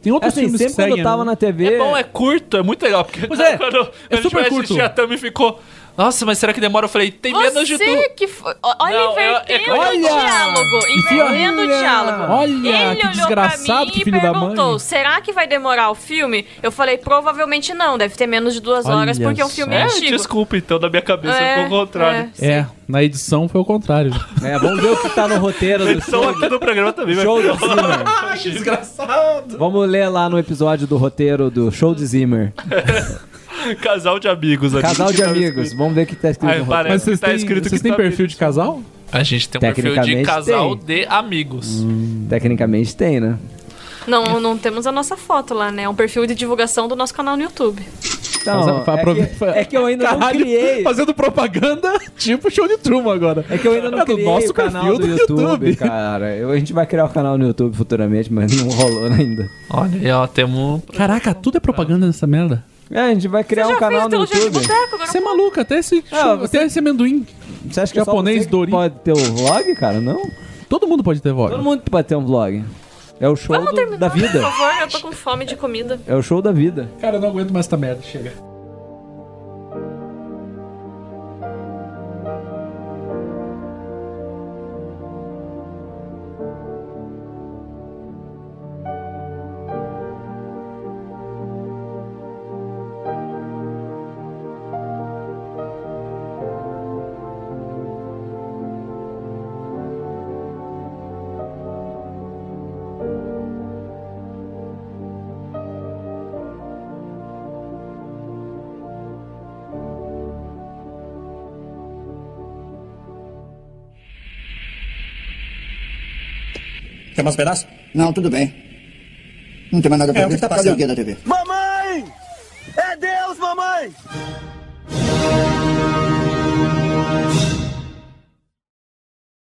Speaker 1: Tem outros
Speaker 2: Assim,
Speaker 1: filmes
Speaker 2: sempre
Speaker 1: que
Speaker 2: quando
Speaker 1: seguem,
Speaker 2: eu tava
Speaker 1: né?
Speaker 2: na TV.
Speaker 3: É bom, é curto, é muito legal. Porque
Speaker 1: Pois é,
Speaker 3: quando eu
Speaker 1: é
Speaker 3: a gente
Speaker 1: super
Speaker 3: vai
Speaker 1: curto.
Speaker 3: assistir a Thumb ficou. Nossa, mas será que demora? Eu falei, tem menos de
Speaker 4: Você
Speaker 3: tudo.
Speaker 4: que foi. ó, Olha,
Speaker 3: Não, eu- é
Speaker 4: invertendo
Speaker 3: que eu-
Speaker 4: o
Speaker 3: Olha!
Speaker 4: diálogo. Invertendo o
Speaker 1: Olha!
Speaker 4: diálogo.
Speaker 1: Olha, que
Speaker 4: Ele olhou pra
Speaker 1: desgraçado,
Speaker 4: mim
Speaker 1: que
Speaker 4: e
Speaker 1: filho da
Speaker 4: perguntou:
Speaker 1: mãe.
Speaker 4: será que vai demorar o filme? Eu falei, provavelmente não, deve ter menos de duas horas,
Speaker 1: Olha
Speaker 4: porque é um filme
Speaker 1: só.
Speaker 4: antigo.
Speaker 3: Desculpa, então, da minha cabeça
Speaker 4: É,
Speaker 3: ficou o contrário.
Speaker 1: É, na edição foi o contrário.
Speaker 2: É, vamos ver o que tá no roteiro
Speaker 3: A
Speaker 2: do
Speaker 4: é.
Speaker 1: Então-
Speaker 3: edição
Speaker 2: show.
Speaker 3: aqui do programa também vai
Speaker 2: Show do
Speaker 3: ficar-
Speaker 2: Zimmer.
Speaker 3: que desgraçado.
Speaker 2: Vamos ler lá no episódio do roteiro do show de Zimmer.
Speaker 3: Casal de amigos aqui.
Speaker 2: Casal de amigos. Vamos ver o que tá escrito
Speaker 3: Ai,
Speaker 2: no roteiro.
Speaker 3: parece
Speaker 1: Mas vocês
Speaker 3: tá
Speaker 1: têm,
Speaker 3: escrito
Speaker 1: vocês
Speaker 3: que
Speaker 1: têm
Speaker 3: tá
Speaker 1: perfil de casal?
Speaker 3: A gente tem um perfil de
Speaker 2: Tecnicamente
Speaker 3: casal
Speaker 2: tem.
Speaker 3: de amigos.
Speaker 1: Hum.
Speaker 2: Tecnicamente tem, né?
Speaker 4: Não, não temos a nossa foto lá, né? É um perfil de divulgação do nosso canal no YouTube.
Speaker 2: Então,
Speaker 1: Fazer-
Speaker 2: é, que,
Speaker 1: aprove-
Speaker 2: é que eu ainda
Speaker 1: Caralho,
Speaker 2: não criei.
Speaker 1: Fazendo propaganda tipo show de Truman agora.
Speaker 2: É que eu ainda não
Speaker 1: É do
Speaker 2: criei
Speaker 1: nosso
Speaker 2: o canal
Speaker 1: perfil
Speaker 2: do,
Speaker 1: do
Speaker 2: YouTube,
Speaker 1: YouTube.
Speaker 2: cara. Eu- a gente vai criar o canal no YouTube futuramente, mas não rolou ainda.
Speaker 3: Olha, e ó, temos.
Speaker 1: Caraca, tudo é propaganda nessa merda.
Speaker 2: É, a gente vai criar um canal
Speaker 4: então
Speaker 2: no YouTube.
Speaker 1: Você é maluco, até esse,
Speaker 2: Ah,
Speaker 1: show- até esse amendoim
Speaker 2: Você acha que
Speaker 1: japonês
Speaker 2: japonês só você que
Speaker 1: Dorinho.
Speaker 2: pode ter um vlog, cara? Não?
Speaker 1: Todo mundo pode ter voz.
Speaker 2: Todo mundo pode ter um vlog. É o show
Speaker 4: Vamos
Speaker 2: do-
Speaker 4: terminar,
Speaker 2: da vida.
Speaker 4: por favor, eu tô com fome de comida.
Speaker 2: É o show da vida.
Speaker 1: Cara, eu não aguento mais essa merda, chega.
Speaker 8: Quer mais um pedaço?
Speaker 13: Não, tudo bem.
Speaker 6: É, tá
Speaker 13: Não tem mais nada pra ver. Fazer o quê da TV?
Speaker 8: Mamãe! É Deus, mamãe!